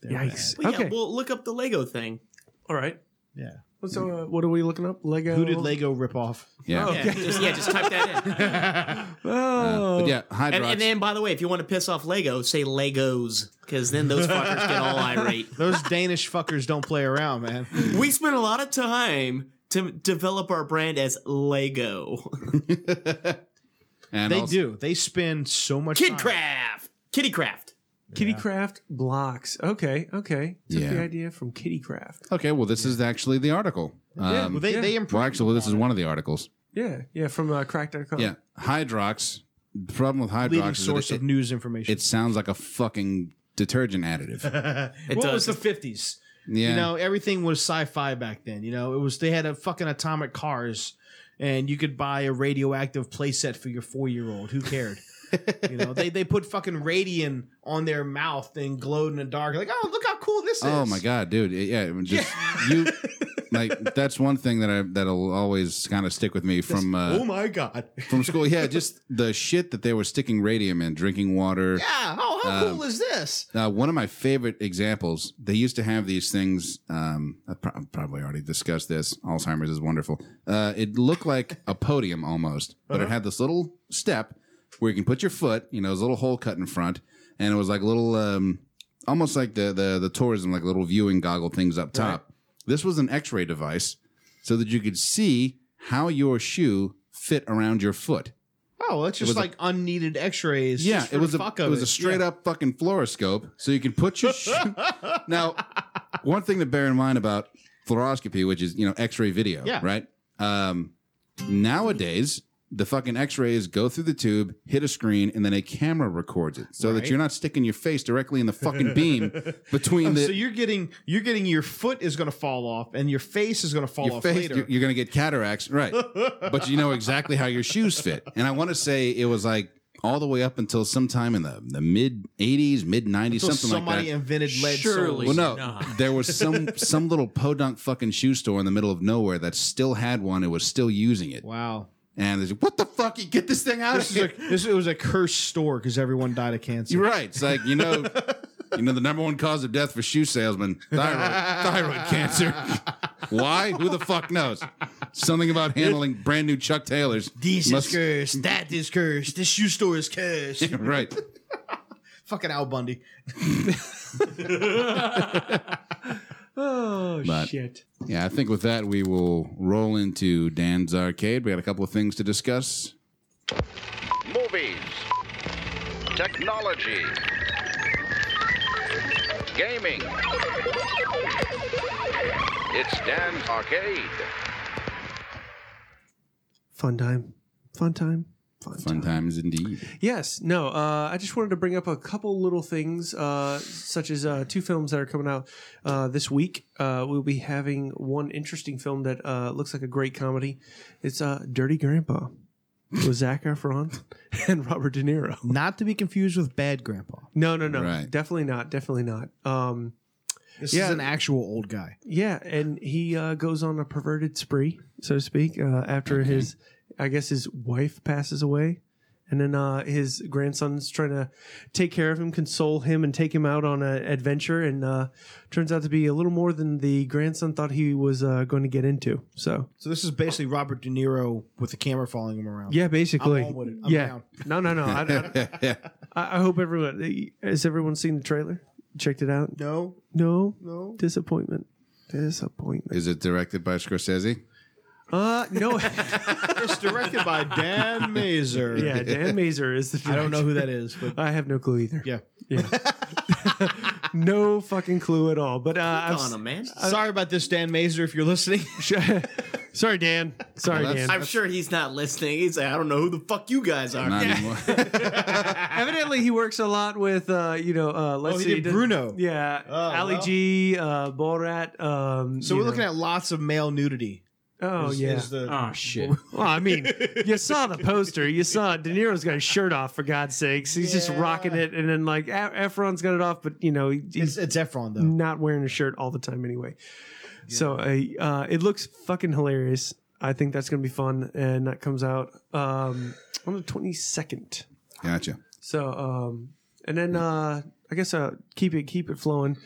[SPEAKER 4] They're
[SPEAKER 3] Yikes.
[SPEAKER 1] Well,
[SPEAKER 3] okay.
[SPEAKER 1] Yeah, well, look up the Lego thing.
[SPEAKER 3] All right.
[SPEAKER 4] bad. Yeah.
[SPEAKER 3] So uh, what are we looking up? Lego.
[SPEAKER 4] Who did Lego rip off?
[SPEAKER 2] Yeah.
[SPEAKER 1] Yeah, just, yeah, just type that in.
[SPEAKER 3] Oh.
[SPEAKER 2] Uh, But yeah, Hydrox.
[SPEAKER 1] And, and then, by the way, if you want to piss off Lego, say Legos, because then those fuckers get all irate.
[SPEAKER 4] Those Danish fuckers don't play around, man.
[SPEAKER 1] We spent a lot of time to develop our brand as Lego.
[SPEAKER 2] and
[SPEAKER 4] They
[SPEAKER 2] also-
[SPEAKER 4] do. They spend so much time.
[SPEAKER 1] Kidcraft! Kittycraft!
[SPEAKER 3] Kitty Craft blocks. Okay, okay. Took
[SPEAKER 2] Yeah.
[SPEAKER 3] the idea from Kitty Craft.
[SPEAKER 2] Okay, well, this is actually the article. Um,
[SPEAKER 3] Yeah, well, they- they
[SPEAKER 2] well, actually, this is one of the articles.
[SPEAKER 3] Yeah, yeah, from uh, crack.com.
[SPEAKER 2] Yeah, Hydrox. The problem with Hydrox
[SPEAKER 4] Leading
[SPEAKER 2] is
[SPEAKER 4] source
[SPEAKER 2] that it,
[SPEAKER 4] of news information.
[SPEAKER 2] It sounds like a fucking detergent additive.
[SPEAKER 1] It
[SPEAKER 4] what
[SPEAKER 1] does.
[SPEAKER 4] was the fifties?
[SPEAKER 2] Yeah.
[SPEAKER 4] You know, everything was sci-fi back then. You know, it was they had a fucking atomic cars, and you could buy a radioactive playset for your four-year-old. Who cared? you know, they they put fucking radium on their mouth and glowed in the dark. Like, oh, look how cool this
[SPEAKER 2] oh
[SPEAKER 4] is.
[SPEAKER 2] my god, dude! It- yeah, I mean, just you. Like that's one thing that I that'll always kind of stick with me from uh,
[SPEAKER 4] oh my god.
[SPEAKER 2] from school. Yeah, just the shit that they were sticking radium in, drinking water.
[SPEAKER 4] Yeah. Oh, how
[SPEAKER 2] Um,
[SPEAKER 4] cool is this?
[SPEAKER 2] Uh, one of my favorite examples, they used to have these things. Um, I pro- I've probably already discussed this. Alzheimer's is wonderful. Uh, it looked like a podium almost, but it
[SPEAKER 8] Uh-huh.
[SPEAKER 2] had this little step where you can put your foot, you know, there's a little hole cut in front, and it was like little, um, almost like the, the, the tourism, like little viewing goggle things up top. This was an x ray device so that you could see how your shoe fit around your foot.
[SPEAKER 4] Oh, that's
[SPEAKER 2] It
[SPEAKER 4] just
[SPEAKER 2] was a-
[SPEAKER 4] like unneeded X-rays.
[SPEAKER 2] yeah,
[SPEAKER 4] just for
[SPEAKER 2] it was
[SPEAKER 4] the
[SPEAKER 2] a
[SPEAKER 4] fuck
[SPEAKER 2] it
[SPEAKER 4] of
[SPEAKER 2] was a straight
[SPEAKER 4] Yeah.
[SPEAKER 2] up fucking fluoroscope, so you can put your shoe. now, one thing to bear in mind about fluoroscopy, which is you know X-ray video,
[SPEAKER 8] Yeah.
[SPEAKER 2] right? Um, nowadays, the fucking X-rays go through the tube, hit a screen, and then a camera records it, so that
[SPEAKER 4] Right.
[SPEAKER 2] you're not sticking your face directly in the fucking beam between
[SPEAKER 4] Oh,
[SPEAKER 2] the.
[SPEAKER 4] so you're getting you're getting your foot is going to fall off and your face is going to fall
[SPEAKER 2] your
[SPEAKER 4] off
[SPEAKER 2] face,
[SPEAKER 4] later.
[SPEAKER 2] you're, you're gonna get cataracts, right? but you know exactly how your shoes fit. And I want to say it was like all the way up until sometime in the, the mid '80s, mid '90s,
[SPEAKER 4] Until
[SPEAKER 2] something like that.
[SPEAKER 4] somebody invented lead
[SPEAKER 5] Surely
[SPEAKER 2] Well, no,
[SPEAKER 4] soles.
[SPEAKER 5] not.
[SPEAKER 2] there was some some little podunk fucking shoe store in the middle of nowhere that still had one. It was still using it.
[SPEAKER 4] Wow.
[SPEAKER 2] And there's what the fuck? You get this thing out
[SPEAKER 4] This,
[SPEAKER 2] of
[SPEAKER 4] is a,
[SPEAKER 2] here.
[SPEAKER 4] this it was a cursed store because everyone died of cancer.
[SPEAKER 2] You're right. It's like you know, you know the number one cause of death for shoe salesmen: thyroid, thyroid cancer. Why? Who the fuck knows? Something about handling brand new Chuck Taylors.
[SPEAKER 4] This
[SPEAKER 2] Must-
[SPEAKER 4] is cursed. That is cursed. This shoe store is cursed.
[SPEAKER 2] right.
[SPEAKER 4] Fucking Al Bundy.
[SPEAKER 3] Oh,
[SPEAKER 2] But-
[SPEAKER 3] shit.
[SPEAKER 2] Yeah, I think with that we will roll into Dan's arcade. We got a couple of things to discuss.
[SPEAKER 10] Movies. Technology. Gaming. It's Dan's Arcade.
[SPEAKER 3] Fun time. Fun time. Fun,
[SPEAKER 2] times indeed.
[SPEAKER 3] Yes. No. Uh, I just wanted to bring up a couple little things, uh, such as uh, two films that are coming out uh, this week. Uh, we'll be having one interesting film that uh, looks like a great comedy. It's uh, Dirty Grandpa with Zac Efron and Robert De Niro.
[SPEAKER 4] Not to be confused with Bad Grandpa.
[SPEAKER 3] No, no, no.
[SPEAKER 4] Right.
[SPEAKER 3] Definitely not. Definitely not. Um,
[SPEAKER 4] This
[SPEAKER 3] yeah.
[SPEAKER 4] is an actual old guy.
[SPEAKER 3] Yeah, and he uh, goes on a perverted spree, so to speak, uh, after his, I guess his wife passes away, and then uh, his grandson's trying to take care of him, console him, and take him out on an adventure, and uh, turns out to be a little more than the grandson thought he was uh, going to get into. So
[SPEAKER 4] So this is basically Robert De Niro with the camera following him around.
[SPEAKER 3] yeah, basically,
[SPEAKER 4] I'm on with it. I'm
[SPEAKER 3] yeah.
[SPEAKER 4] down.
[SPEAKER 3] No, no, no. I, I, I- I hope everyone has everyone seen the trailer, checked it out.
[SPEAKER 4] No,
[SPEAKER 3] no,
[SPEAKER 4] no.
[SPEAKER 3] Disappointment. Disappointment.
[SPEAKER 2] Is it directed by Scorsese?
[SPEAKER 3] Uh, no.
[SPEAKER 4] it's directed by Dan Mazer.
[SPEAKER 3] Yeah, Dan Mazer is the.
[SPEAKER 4] I don't know who that
[SPEAKER 3] director.
[SPEAKER 4] is, but
[SPEAKER 3] I have no clue either.
[SPEAKER 4] Yeah.
[SPEAKER 3] yeah. no fucking clue at all. But uh, I've s-
[SPEAKER 4] Sorry about this, Dan Mazer, if you're listening.
[SPEAKER 3] Sorry, Dan. Sorry, Dan.
[SPEAKER 1] I'm sure he's not listening. He's like, I don't know who the fuck you guys are.
[SPEAKER 2] Not
[SPEAKER 1] Uh, Yeah.
[SPEAKER 2] anymore.
[SPEAKER 3] Evidently, he works a lot with uh, you know. Uh, let's
[SPEAKER 4] Oh, he
[SPEAKER 3] see,
[SPEAKER 4] did
[SPEAKER 3] does-
[SPEAKER 4] Bruno.
[SPEAKER 3] Yeah,
[SPEAKER 4] Oh,
[SPEAKER 3] Ali
[SPEAKER 4] well.
[SPEAKER 3] G, uh, Borat. Um,
[SPEAKER 4] So we're looking at lots of male nudity.
[SPEAKER 3] Oh
[SPEAKER 4] is-
[SPEAKER 3] yeah.
[SPEAKER 4] is the-
[SPEAKER 5] Oh shit.
[SPEAKER 3] Well, I mean, you saw the poster. You saw De Niro's got his shirt off for God's sakes. He's just rocking it, and then like A- Efron's got it off, but you know he- he's
[SPEAKER 4] it's, Efron though,
[SPEAKER 3] not wearing a shirt all the time anyway. So I, uh, it looks fucking hilarious. I think that's gonna be fun, and that comes out um, on the twenty second.
[SPEAKER 2] Gotcha.
[SPEAKER 3] So, um, and then uh, I guess uh, keep it keep it flowing.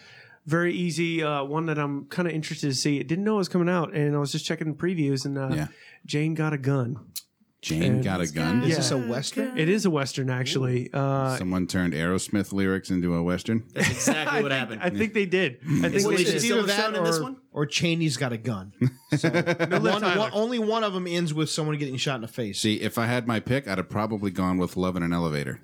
[SPEAKER 3] Very easy uh, one that I'm kind of interested to see. Didn't know it was coming out, and I was just checking the previews, and uh,
[SPEAKER 2] Yeah.
[SPEAKER 3] Jane got a gun.
[SPEAKER 2] Jane got a gun.
[SPEAKER 4] Is this a western?
[SPEAKER 3] It is a western, actually. Uh,
[SPEAKER 2] Someone turned Aerosmith lyrics into a western.
[SPEAKER 1] That's exactly what happened.
[SPEAKER 3] I think they did. I think
[SPEAKER 4] It's,
[SPEAKER 3] they
[SPEAKER 4] it's
[SPEAKER 3] did.
[SPEAKER 4] either that
[SPEAKER 1] shown
[SPEAKER 4] or,
[SPEAKER 1] in this one?
[SPEAKER 4] or Cheney's got a gun. So, one- one- only one of them ends with someone getting shot in the face.
[SPEAKER 2] See, if I had my pick, I'd have probably gone with Love in an Elevator.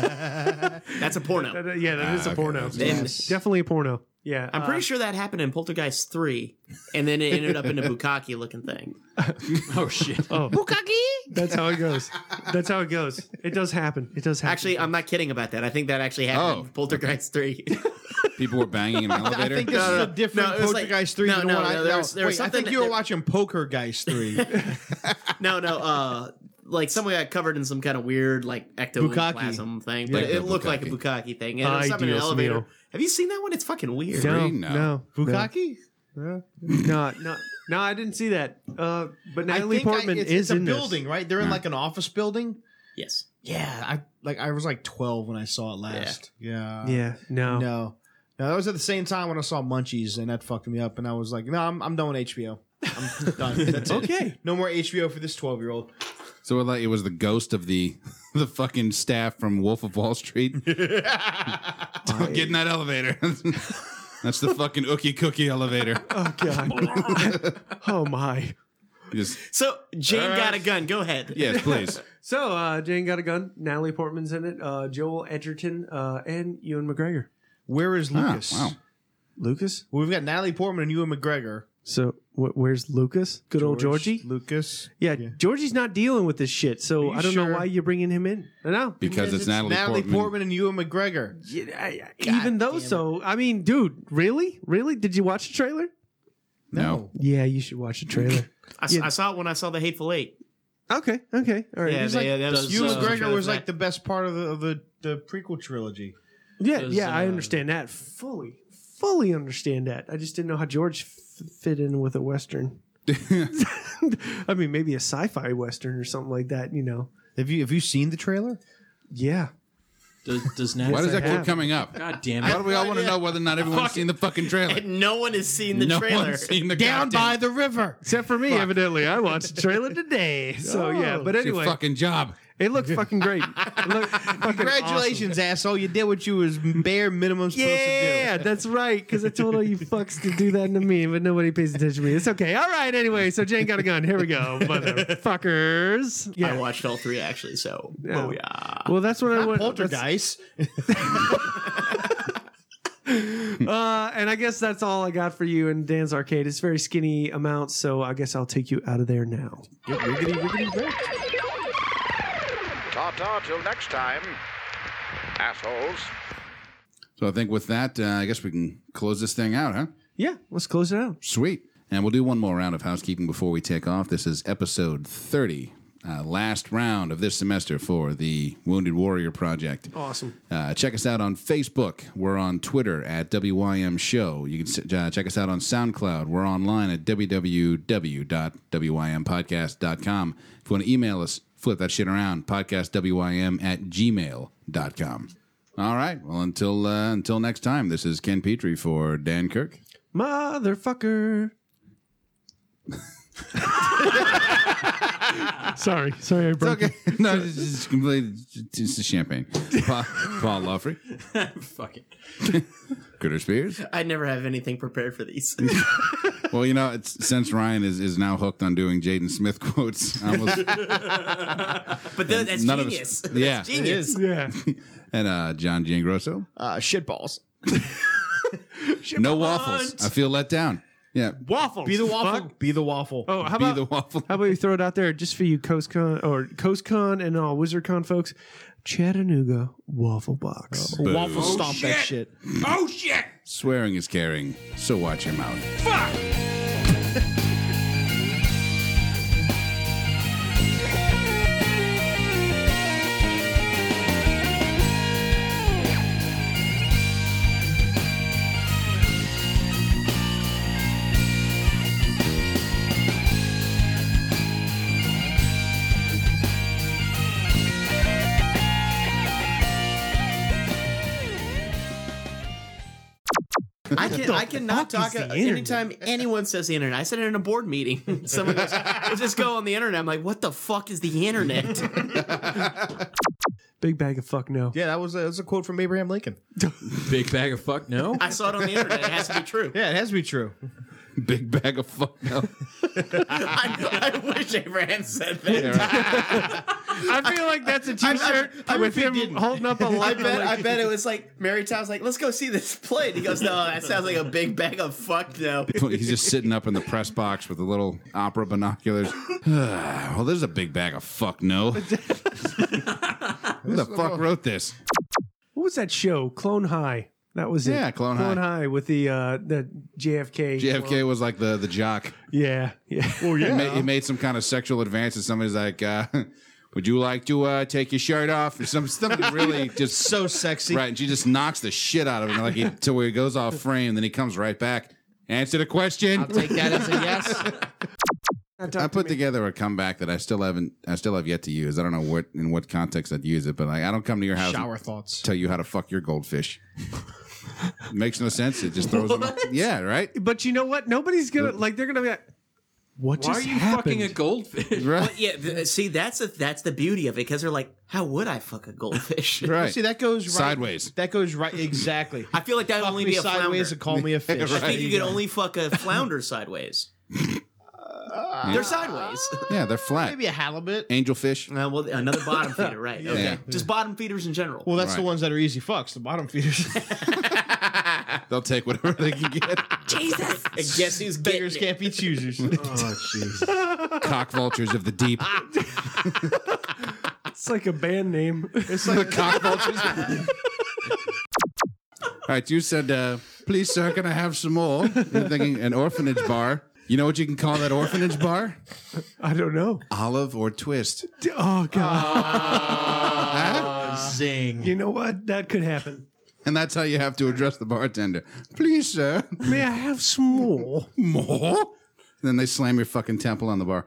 [SPEAKER 1] That's a porno.
[SPEAKER 3] That- uh, yeah, that
[SPEAKER 2] Ah,
[SPEAKER 3] is a
[SPEAKER 2] okay,
[SPEAKER 3] porno.
[SPEAKER 2] that's
[SPEAKER 3] Yes.
[SPEAKER 1] nice.
[SPEAKER 3] Definitely a porno. Yeah, uh,
[SPEAKER 1] I'm pretty sure that happened in Poltergeist 3, and then it ended up in a Bukaki looking thing.
[SPEAKER 5] oh, shit.
[SPEAKER 3] Oh, That's how it goes. That's how it goes. It does happen. It does happen.
[SPEAKER 1] Actually, I'm not kidding about that. I think that actually happened in Poltergeist 3.
[SPEAKER 2] People were banging in an
[SPEAKER 4] I
[SPEAKER 2] elevator.
[SPEAKER 4] think this is a different
[SPEAKER 1] no, it was like-
[SPEAKER 4] Poltergeist three.
[SPEAKER 1] no,
[SPEAKER 4] than
[SPEAKER 1] no,
[SPEAKER 4] the one
[SPEAKER 1] no,
[SPEAKER 4] I,
[SPEAKER 1] there was- there was
[SPEAKER 4] wait, I think
[SPEAKER 1] something
[SPEAKER 4] you were
[SPEAKER 1] that-
[SPEAKER 4] watching Poker Geist three.
[SPEAKER 1] no, no, uh, like someone got covered in some kind of weird like ectoplasm thing, but
[SPEAKER 2] Yeah,
[SPEAKER 1] it looked like a
[SPEAKER 2] bukkake.
[SPEAKER 1] Bukaki thing. And it was
[SPEAKER 3] Ay,
[SPEAKER 1] up in an
[SPEAKER 3] Dios
[SPEAKER 1] elevator.
[SPEAKER 3] mío.
[SPEAKER 1] Have you seen that one? It's fucking weird.
[SPEAKER 3] no,
[SPEAKER 2] no.
[SPEAKER 3] no,
[SPEAKER 4] Bukaki?
[SPEAKER 3] No, no, no, no, I didn't see that. Uh, but Natalie Portman
[SPEAKER 4] I, it's,
[SPEAKER 3] is
[SPEAKER 4] it's a
[SPEAKER 3] in this.
[SPEAKER 4] building, right? They're in like an office building.
[SPEAKER 1] Yes.
[SPEAKER 4] Yeah, I like I was like twelve when I saw it last. Yeah,
[SPEAKER 3] Yeah, no.
[SPEAKER 4] no, no. That was at the same time when I saw Munchies, and that fucked me up. And I was like, no, I'm, I'm done with HBO. I'm done. That's it.
[SPEAKER 3] Okay.
[SPEAKER 4] No more HBO for this twelve year old.
[SPEAKER 2] So it, like, it was the ghost of the the fucking staff from Wolf of Wall Street. Don't get in that elevator. That's the fucking ookie cookie elevator.
[SPEAKER 3] Oh god. oh my.
[SPEAKER 2] Just
[SPEAKER 1] So Jane got a gun. Go ahead.
[SPEAKER 2] yes, please.
[SPEAKER 3] So uh, Jane got a gun. Natalie Portman's in it. Uh, Joel Edgerton uh, and Ewan McGregor.
[SPEAKER 4] Where is
[SPEAKER 2] Ah,
[SPEAKER 4] Lucas?
[SPEAKER 2] wow.
[SPEAKER 3] Lucas.
[SPEAKER 4] We've got Natalie Portman and Ewan McGregor.
[SPEAKER 3] So wh- where's Lucas? Good old Georgie.
[SPEAKER 4] Lucas.
[SPEAKER 3] Yeah, Georgie's not dealing with this shit. So
[SPEAKER 4] Are you
[SPEAKER 3] I don't
[SPEAKER 4] sure?
[SPEAKER 3] know why you're bringing him in. No.
[SPEAKER 2] Because it's, Natalie, Portman.
[SPEAKER 4] and Ewan McGregor.
[SPEAKER 3] Yeah, I- I- Even though, so I mean, dude, really, really, did you watch the trailer?
[SPEAKER 2] No.
[SPEAKER 3] Yeah, you should watch the trailer.
[SPEAKER 1] I, s- I saw it when I saw The Hateful Eight.
[SPEAKER 3] okay, okay, all right.
[SPEAKER 1] Yeah,
[SPEAKER 3] Yeah,
[SPEAKER 1] they- yeah, that was,
[SPEAKER 4] Ewan
[SPEAKER 1] uh,
[SPEAKER 4] McGregor was
[SPEAKER 1] that-
[SPEAKER 4] like the best part of the of the, the prequel trilogy.
[SPEAKER 3] yeah,
[SPEAKER 1] those,
[SPEAKER 3] I
[SPEAKER 1] uh,
[SPEAKER 3] understand that fully, fully understand that. I just didn't know how George f- fit in with a western. I mean, maybe a sci-fi western or something like that. You know?
[SPEAKER 4] Have you have you seen the trailer?
[SPEAKER 3] Yeah.
[SPEAKER 5] Does, does Nat
[SPEAKER 2] Why does
[SPEAKER 3] Yes,
[SPEAKER 2] that
[SPEAKER 3] I
[SPEAKER 2] keep
[SPEAKER 3] have.
[SPEAKER 2] coming up?
[SPEAKER 5] God damn
[SPEAKER 2] Why
[SPEAKER 5] it.
[SPEAKER 2] do we all want to know whether or not everyone's seen the fucking trailer?
[SPEAKER 1] And no one has seen the
[SPEAKER 2] no
[SPEAKER 1] trailer.
[SPEAKER 2] one's seen the
[SPEAKER 4] Down
[SPEAKER 2] goddamn-
[SPEAKER 4] by the river.
[SPEAKER 3] Except for me, evidently, I watched the trailer today. So yeah, but
[SPEAKER 2] It's your
[SPEAKER 3] anyway,
[SPEAKER 2] fucking job.
[SPEAKER 3] it looked fucking great. It looked fucking awesome.
[SPEAKER 4] Congratulations, asshole! You did what you was bare minimum supposed
[SPEAKER 3] Yeah,
[SPEAKER 4] to
[SPEAKER 3] that's right. Because I told all you fucks to do that to me, but nobody pays attention to me. It's okay. All right. Anyway, so Jane got a gun. Here we go, motherfuckers.
[SPEAKER 1] I
[SPEAKER 3] Yeah.
[SPEAKER 1] watched all three actually. So
[SPEAKER 3] Yeah.
[SPEAKER 1] oh yeah.
[SPEAKER 3] Well, that's what I
[SPEAKER 4] do.
[SPEAKER 3] want.
[SPEAKER 4] Poltergeist.
[SPEAKER 3] that's- Uh, and I guess that's all I got for you in Dan's arcade. It's very skinny amounts, so I guess I'll take you out of there now.
[SPEAKER 10] Ta-ta till next time, assholes.
[SPEAKER 2] So I think with that, uh, I guess we can close this thing out, huh?
[SPEAKER 3] Yeah, let's close it out.
[SPEAKER 2] Sweet. And we'll do one more round of housekeeping before we take off. This is episode 30, uh, last round of this semester for the Wounded Warrior Project.
[SPEAKER 3] Awesome.
[SPEAKER 2] Uh, check us out on Facebook. We're on Twitter at WYM Show. You can s- uh, check us out on SoundCloud. We're online at www.wympodcast.com. If you want to email us, flip that shit around. PodcastWYM at gmail.com. All right. Well, until uh, until next time, this is Ken Petrie for Dan Kirk.
[SPEAKER 3] Motherfucker. sorry. Sorry, I broke
[SPEAKER 2] Okay. no, it's just completely it's the champagne. Paul, Paul Lawfrey,
[SPEAKER 5] Fuck it.
[SPEAKER 2] Critter Spears.
[SPEAKER 1] I never have anything prepared for these.
[SPEAKER 2] Well, you know, it's, since Ryan is, is now hooked on doing Jaden Smith quotes, I almost,
[SPEAKER 1] But th- that's
[SPEAKER 2] none of us-
[SPEAKER 1] genius.
[SPEAKER 2] yeah.
[SPEAKER 1] That's genius.
[SPEAKER 3] Yeah.
[SPEAKER 2] and uh, John Giangrosso.
[SPEAKER 4] Uh, shitballs.
[SPEAKER 2] no waffles. I feel let down. Yeah,
[SPEAKER 3] Waffles.
[SPEAKER 4] Be the waffle. Be the waffle.
[SPEAKER 3] Oh, how
[SPEAKER 2] be
[SPEAKER 3] about
[SPEAKER 2] the waffle.
[SPEAKER 3] How about you throw it out there just for you CoastCon or CoastCon and all WizardCon folks? Chattanooga Waffle Box.
[SPEAKER 4] waffle stomp that shit.
[SPEAKER 15] Oh shit!
[SPEAKER 2] Swearing is caring, so watch your mouth.
[SPEAKER 15] Fuck!
[SPEAKER 1] I can I cannot talk about anytime anyone says the internet. I said it in a board meeting. Someone goes, "Let's just go on the internet." I'm like, "What the fuck is the internet?"
[SPEAKER 3] Big bag of fuck no.
[SPEAKER 4] Yeah, that was a, that was a quote from Abraham Lincoln.
[SPEAKER 5] Big bag of fuck no.
[SPEAKER 1] I saw it on the internet. It has to be true.
[SPEAKER 4] Yeah, it has to be true.
[SPEAKER 2] Big bag of fuck no.
[SPEAKER 1] I, I wish Abraham said that.
[SPEAKER 7] I feel like that's a
[SPEAKER 1] I'm- I'm-
[SPEAKER 7] T-shirt
[SPEAKER 1] I'm-
[SPEAKER 7] with
[SPEAKER 1] he
[SPEAKER 7] him
[SPEAKER 1] didn't.
[SPEAKER 7] holding up a
[SPEAKER 1] I
[SPEAKER 7] light.
[SPEAKER 1] bet, I bet it was like Mary Tom's like, let's go see this play. And he goes, no, that sounds like a big bag of fuck no.
[SPEAKER 2] He's just sitting up in the press box with the little opera binoculars. well, there's a big bag of fuck no. Who the fuck wrote this?
[SPEAKER 3] What was that show? Clone High. That was it.
[SPEAKER 2] Yeah, Clone High.
[SPEAKER 3] Clone High with the uh, the JFK.
[SPEAKER 2] JFK was like the the jock.
[SPEAKER 3] Yeah, yeah. Oh
[SPEAKER 2] He made, he made some kind of sexual advance, and somebody's like, uh, "Would you like to uh, take your shirt off?" Or some something really just
[SPEAKER 4] so sexy,
[SPEAKER 2] right? And she just knocks the shit out of him, like he, till he goes off frame. Then he comes right back. Answer the question. I'll
[SPEAKER 7] take that as a yes.
[SPEAKER 2] I put together a comeback that I still haven't, I still have yet to use. I don't know what in what context I'd use it, but like I don't come to your house, and
[SPEAKER 4] Shower thoughts.
[SPEAKER 2] tell you how to fuck your goldfish. Makes no sense. It just throws them. off. Yeah, right.
[SPEAKER 3] But you know what? Nobody's gonna like. They're gonna be. Like, what
[SPEAKER 5] Why are
[SPEAKER 3] just
[SPEAKER 5] you
[SPEAKER 3] happened?
[SPEAKER 5] fucking a goldfish?
[SPEAKER 1] But yeah, th- see, that's the that's the beauty of it because they're like, how would I fuck a goldfish?
[SPEAKER 2] Right.
[SPEAKER 4] See, that goes right,
[SPEAKER 2] Sideways.
[SPEAKER 4] That goes right exactly.
[SPEAKER 1] I feel like that would
[SPEAKER 4] Fuck
[SPEAKER 1] only
[SPEAKER 4] me
[SPEAKER 1] be a
[SPEAKER 4] sideways
[SPEAKER 1] flounder.
[SPEAKER 4] and call me a fish.
[SPEAKER 1] I think you could only fuck a flounder sideways.
[SPEAKER 2] Yeah.
[SPEAKER 1] They're sideways.
[SPEAKER 2] Yeah, they're flat.
[SPEAKER 4] Maybe a halibut.
[SPEAKER 2] Angelfish.
[SPEAKER 1] Uh, well, another bottom feeder, right? Okay,
[SPEAKER 2] Yeah.
[SPEAKER 1] just bottom feeders in general.
[SPEAKER 4] Well, that's the
[SPEAKER 2] Right.
[SPEAKER 4] ones that are easy fucks. The bottom feeders.
[SPEAKER 2] They'll take whatever they can get.
[SPEAKER 1] Jesus. And guess who's
[SPEAKER 4] beggars can't be choosers.
[SPEAKER 5] oh jeez.
[SPEAKER 2] Cock vultures of the deep.
[SPEAKER 3] It's like a band name.
[SPEAKER 2] It's like the cock vultures. All right, you said, uh, please, sir, can I have some more? You're thinking an orphanage bar. You know what you can call that orphanage bar?
[SPEAKER 3] I don't know.
[SPEAKER 2] Olive or twist.
[SPEAKER 3] Oh god.
[SPEAKER 4] Uh,
[SPEAKER 5] Zing.
[SPEAKER 3] you know what? That could happen.
[SPEAKER 2] And that's how you have to address the bartender. Please, sir.
[SPEAKER 3] May I have some more?
[SPEAKER 2] More? Then they slam your fucking temple on the bar.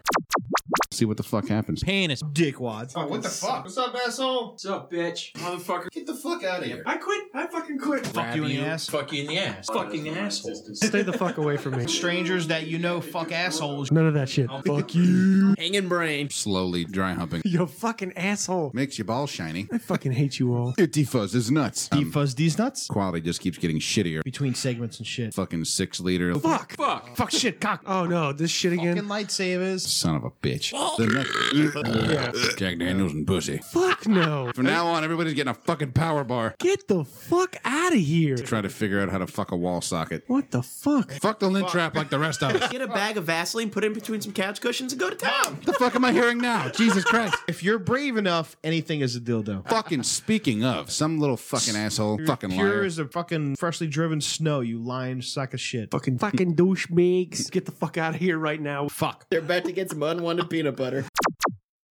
[SPEAKER 2] See what the fuck happens.
[SPEAKER 5] Penis.
[SPEAKER 4] Dickwads.
[SPEAKER 9] Oh, what the fuck? What's up, asshole?
[SPEAKER 5] What's up, bitch? Motherfucker.
[SPEAKER 9] Get the fuck out of here.
[SPEAKER 5] I quit. I fucking quit. Fuck
[SPEAKER 4] you in the ass.
[SPEAKER 5] Fuck you in the ass. Fucking asshole.
[SPEAKER 3] Stay the fuck away from me.
[SPEAKER 4] Strangers that you know fuck assholes.
[SPEAKER 3] None of that shit. Fuck you.
[SPEAKER 1] Hanging brain.
[SPEAKER 2] Slowly dry humping.
[SPEAKER 3] You fucking asshole.
[SPEAKER 2] Makes your balls shiny.
[SPEAKER 3] I fucking hate you all.
[SPEAKER 2] It defuzz is nuts. Um,
[SPEAKER 4] Defuzz these nuts.
[SPEAKER 2] quality just keeps getting shittier.
[SPEAKER 4] Between segments and shit.
[SPEAKER 2] Fucking six liter.
[SPEAKER 3] Fuck.
[SPEAKER 5] Fuck.
[SPEAKER 3] Fuck shit. Cock. Oh no, this shit
[SPEAKER 4] Fucking
[SPEAKER 3] again.
[SPEAKER 4] lightsabers.
[SPEAKER 2] Son of a bitch. The next- Jack Daniels and pussy.
[SPEAKER 3] Fuck no.
[SPEAKER 2] From now on, everybody's getting a fucking power bar.
[SPEAKER 3] Get the fuck out of here.
[SPEAKER 2] Trying to figure out how to fuck a wall socket.
[SPEAKER 3] What the fuck?
[SPEAKER 2] Fuck the lint trap like the rest of us.
[SPEAKER 1] Get a bag of Vaseline, put it in between some couch cushions, and go to town.
[SPEAKER 2] the fuck am I hearing now? Jesus Christ.
[SPEAKER 4] If you're brave enough, anything is a dildo.
[SPEAKER 2] fucking speaking of, some little fucking asshole, fucking
[SPEAKER 4] Pure
[SPEAKER 2] liar.
[SPEAKER 4] as a fucking freshly driven snow, you lying sack of shit.
[SPEAKER 3] Fucking fucking douchebags. Get the fuck out of here right now.
[SPEAKER 4] Fuck.
[SPEAKER 1] They're about to get some unwanted peanut butter.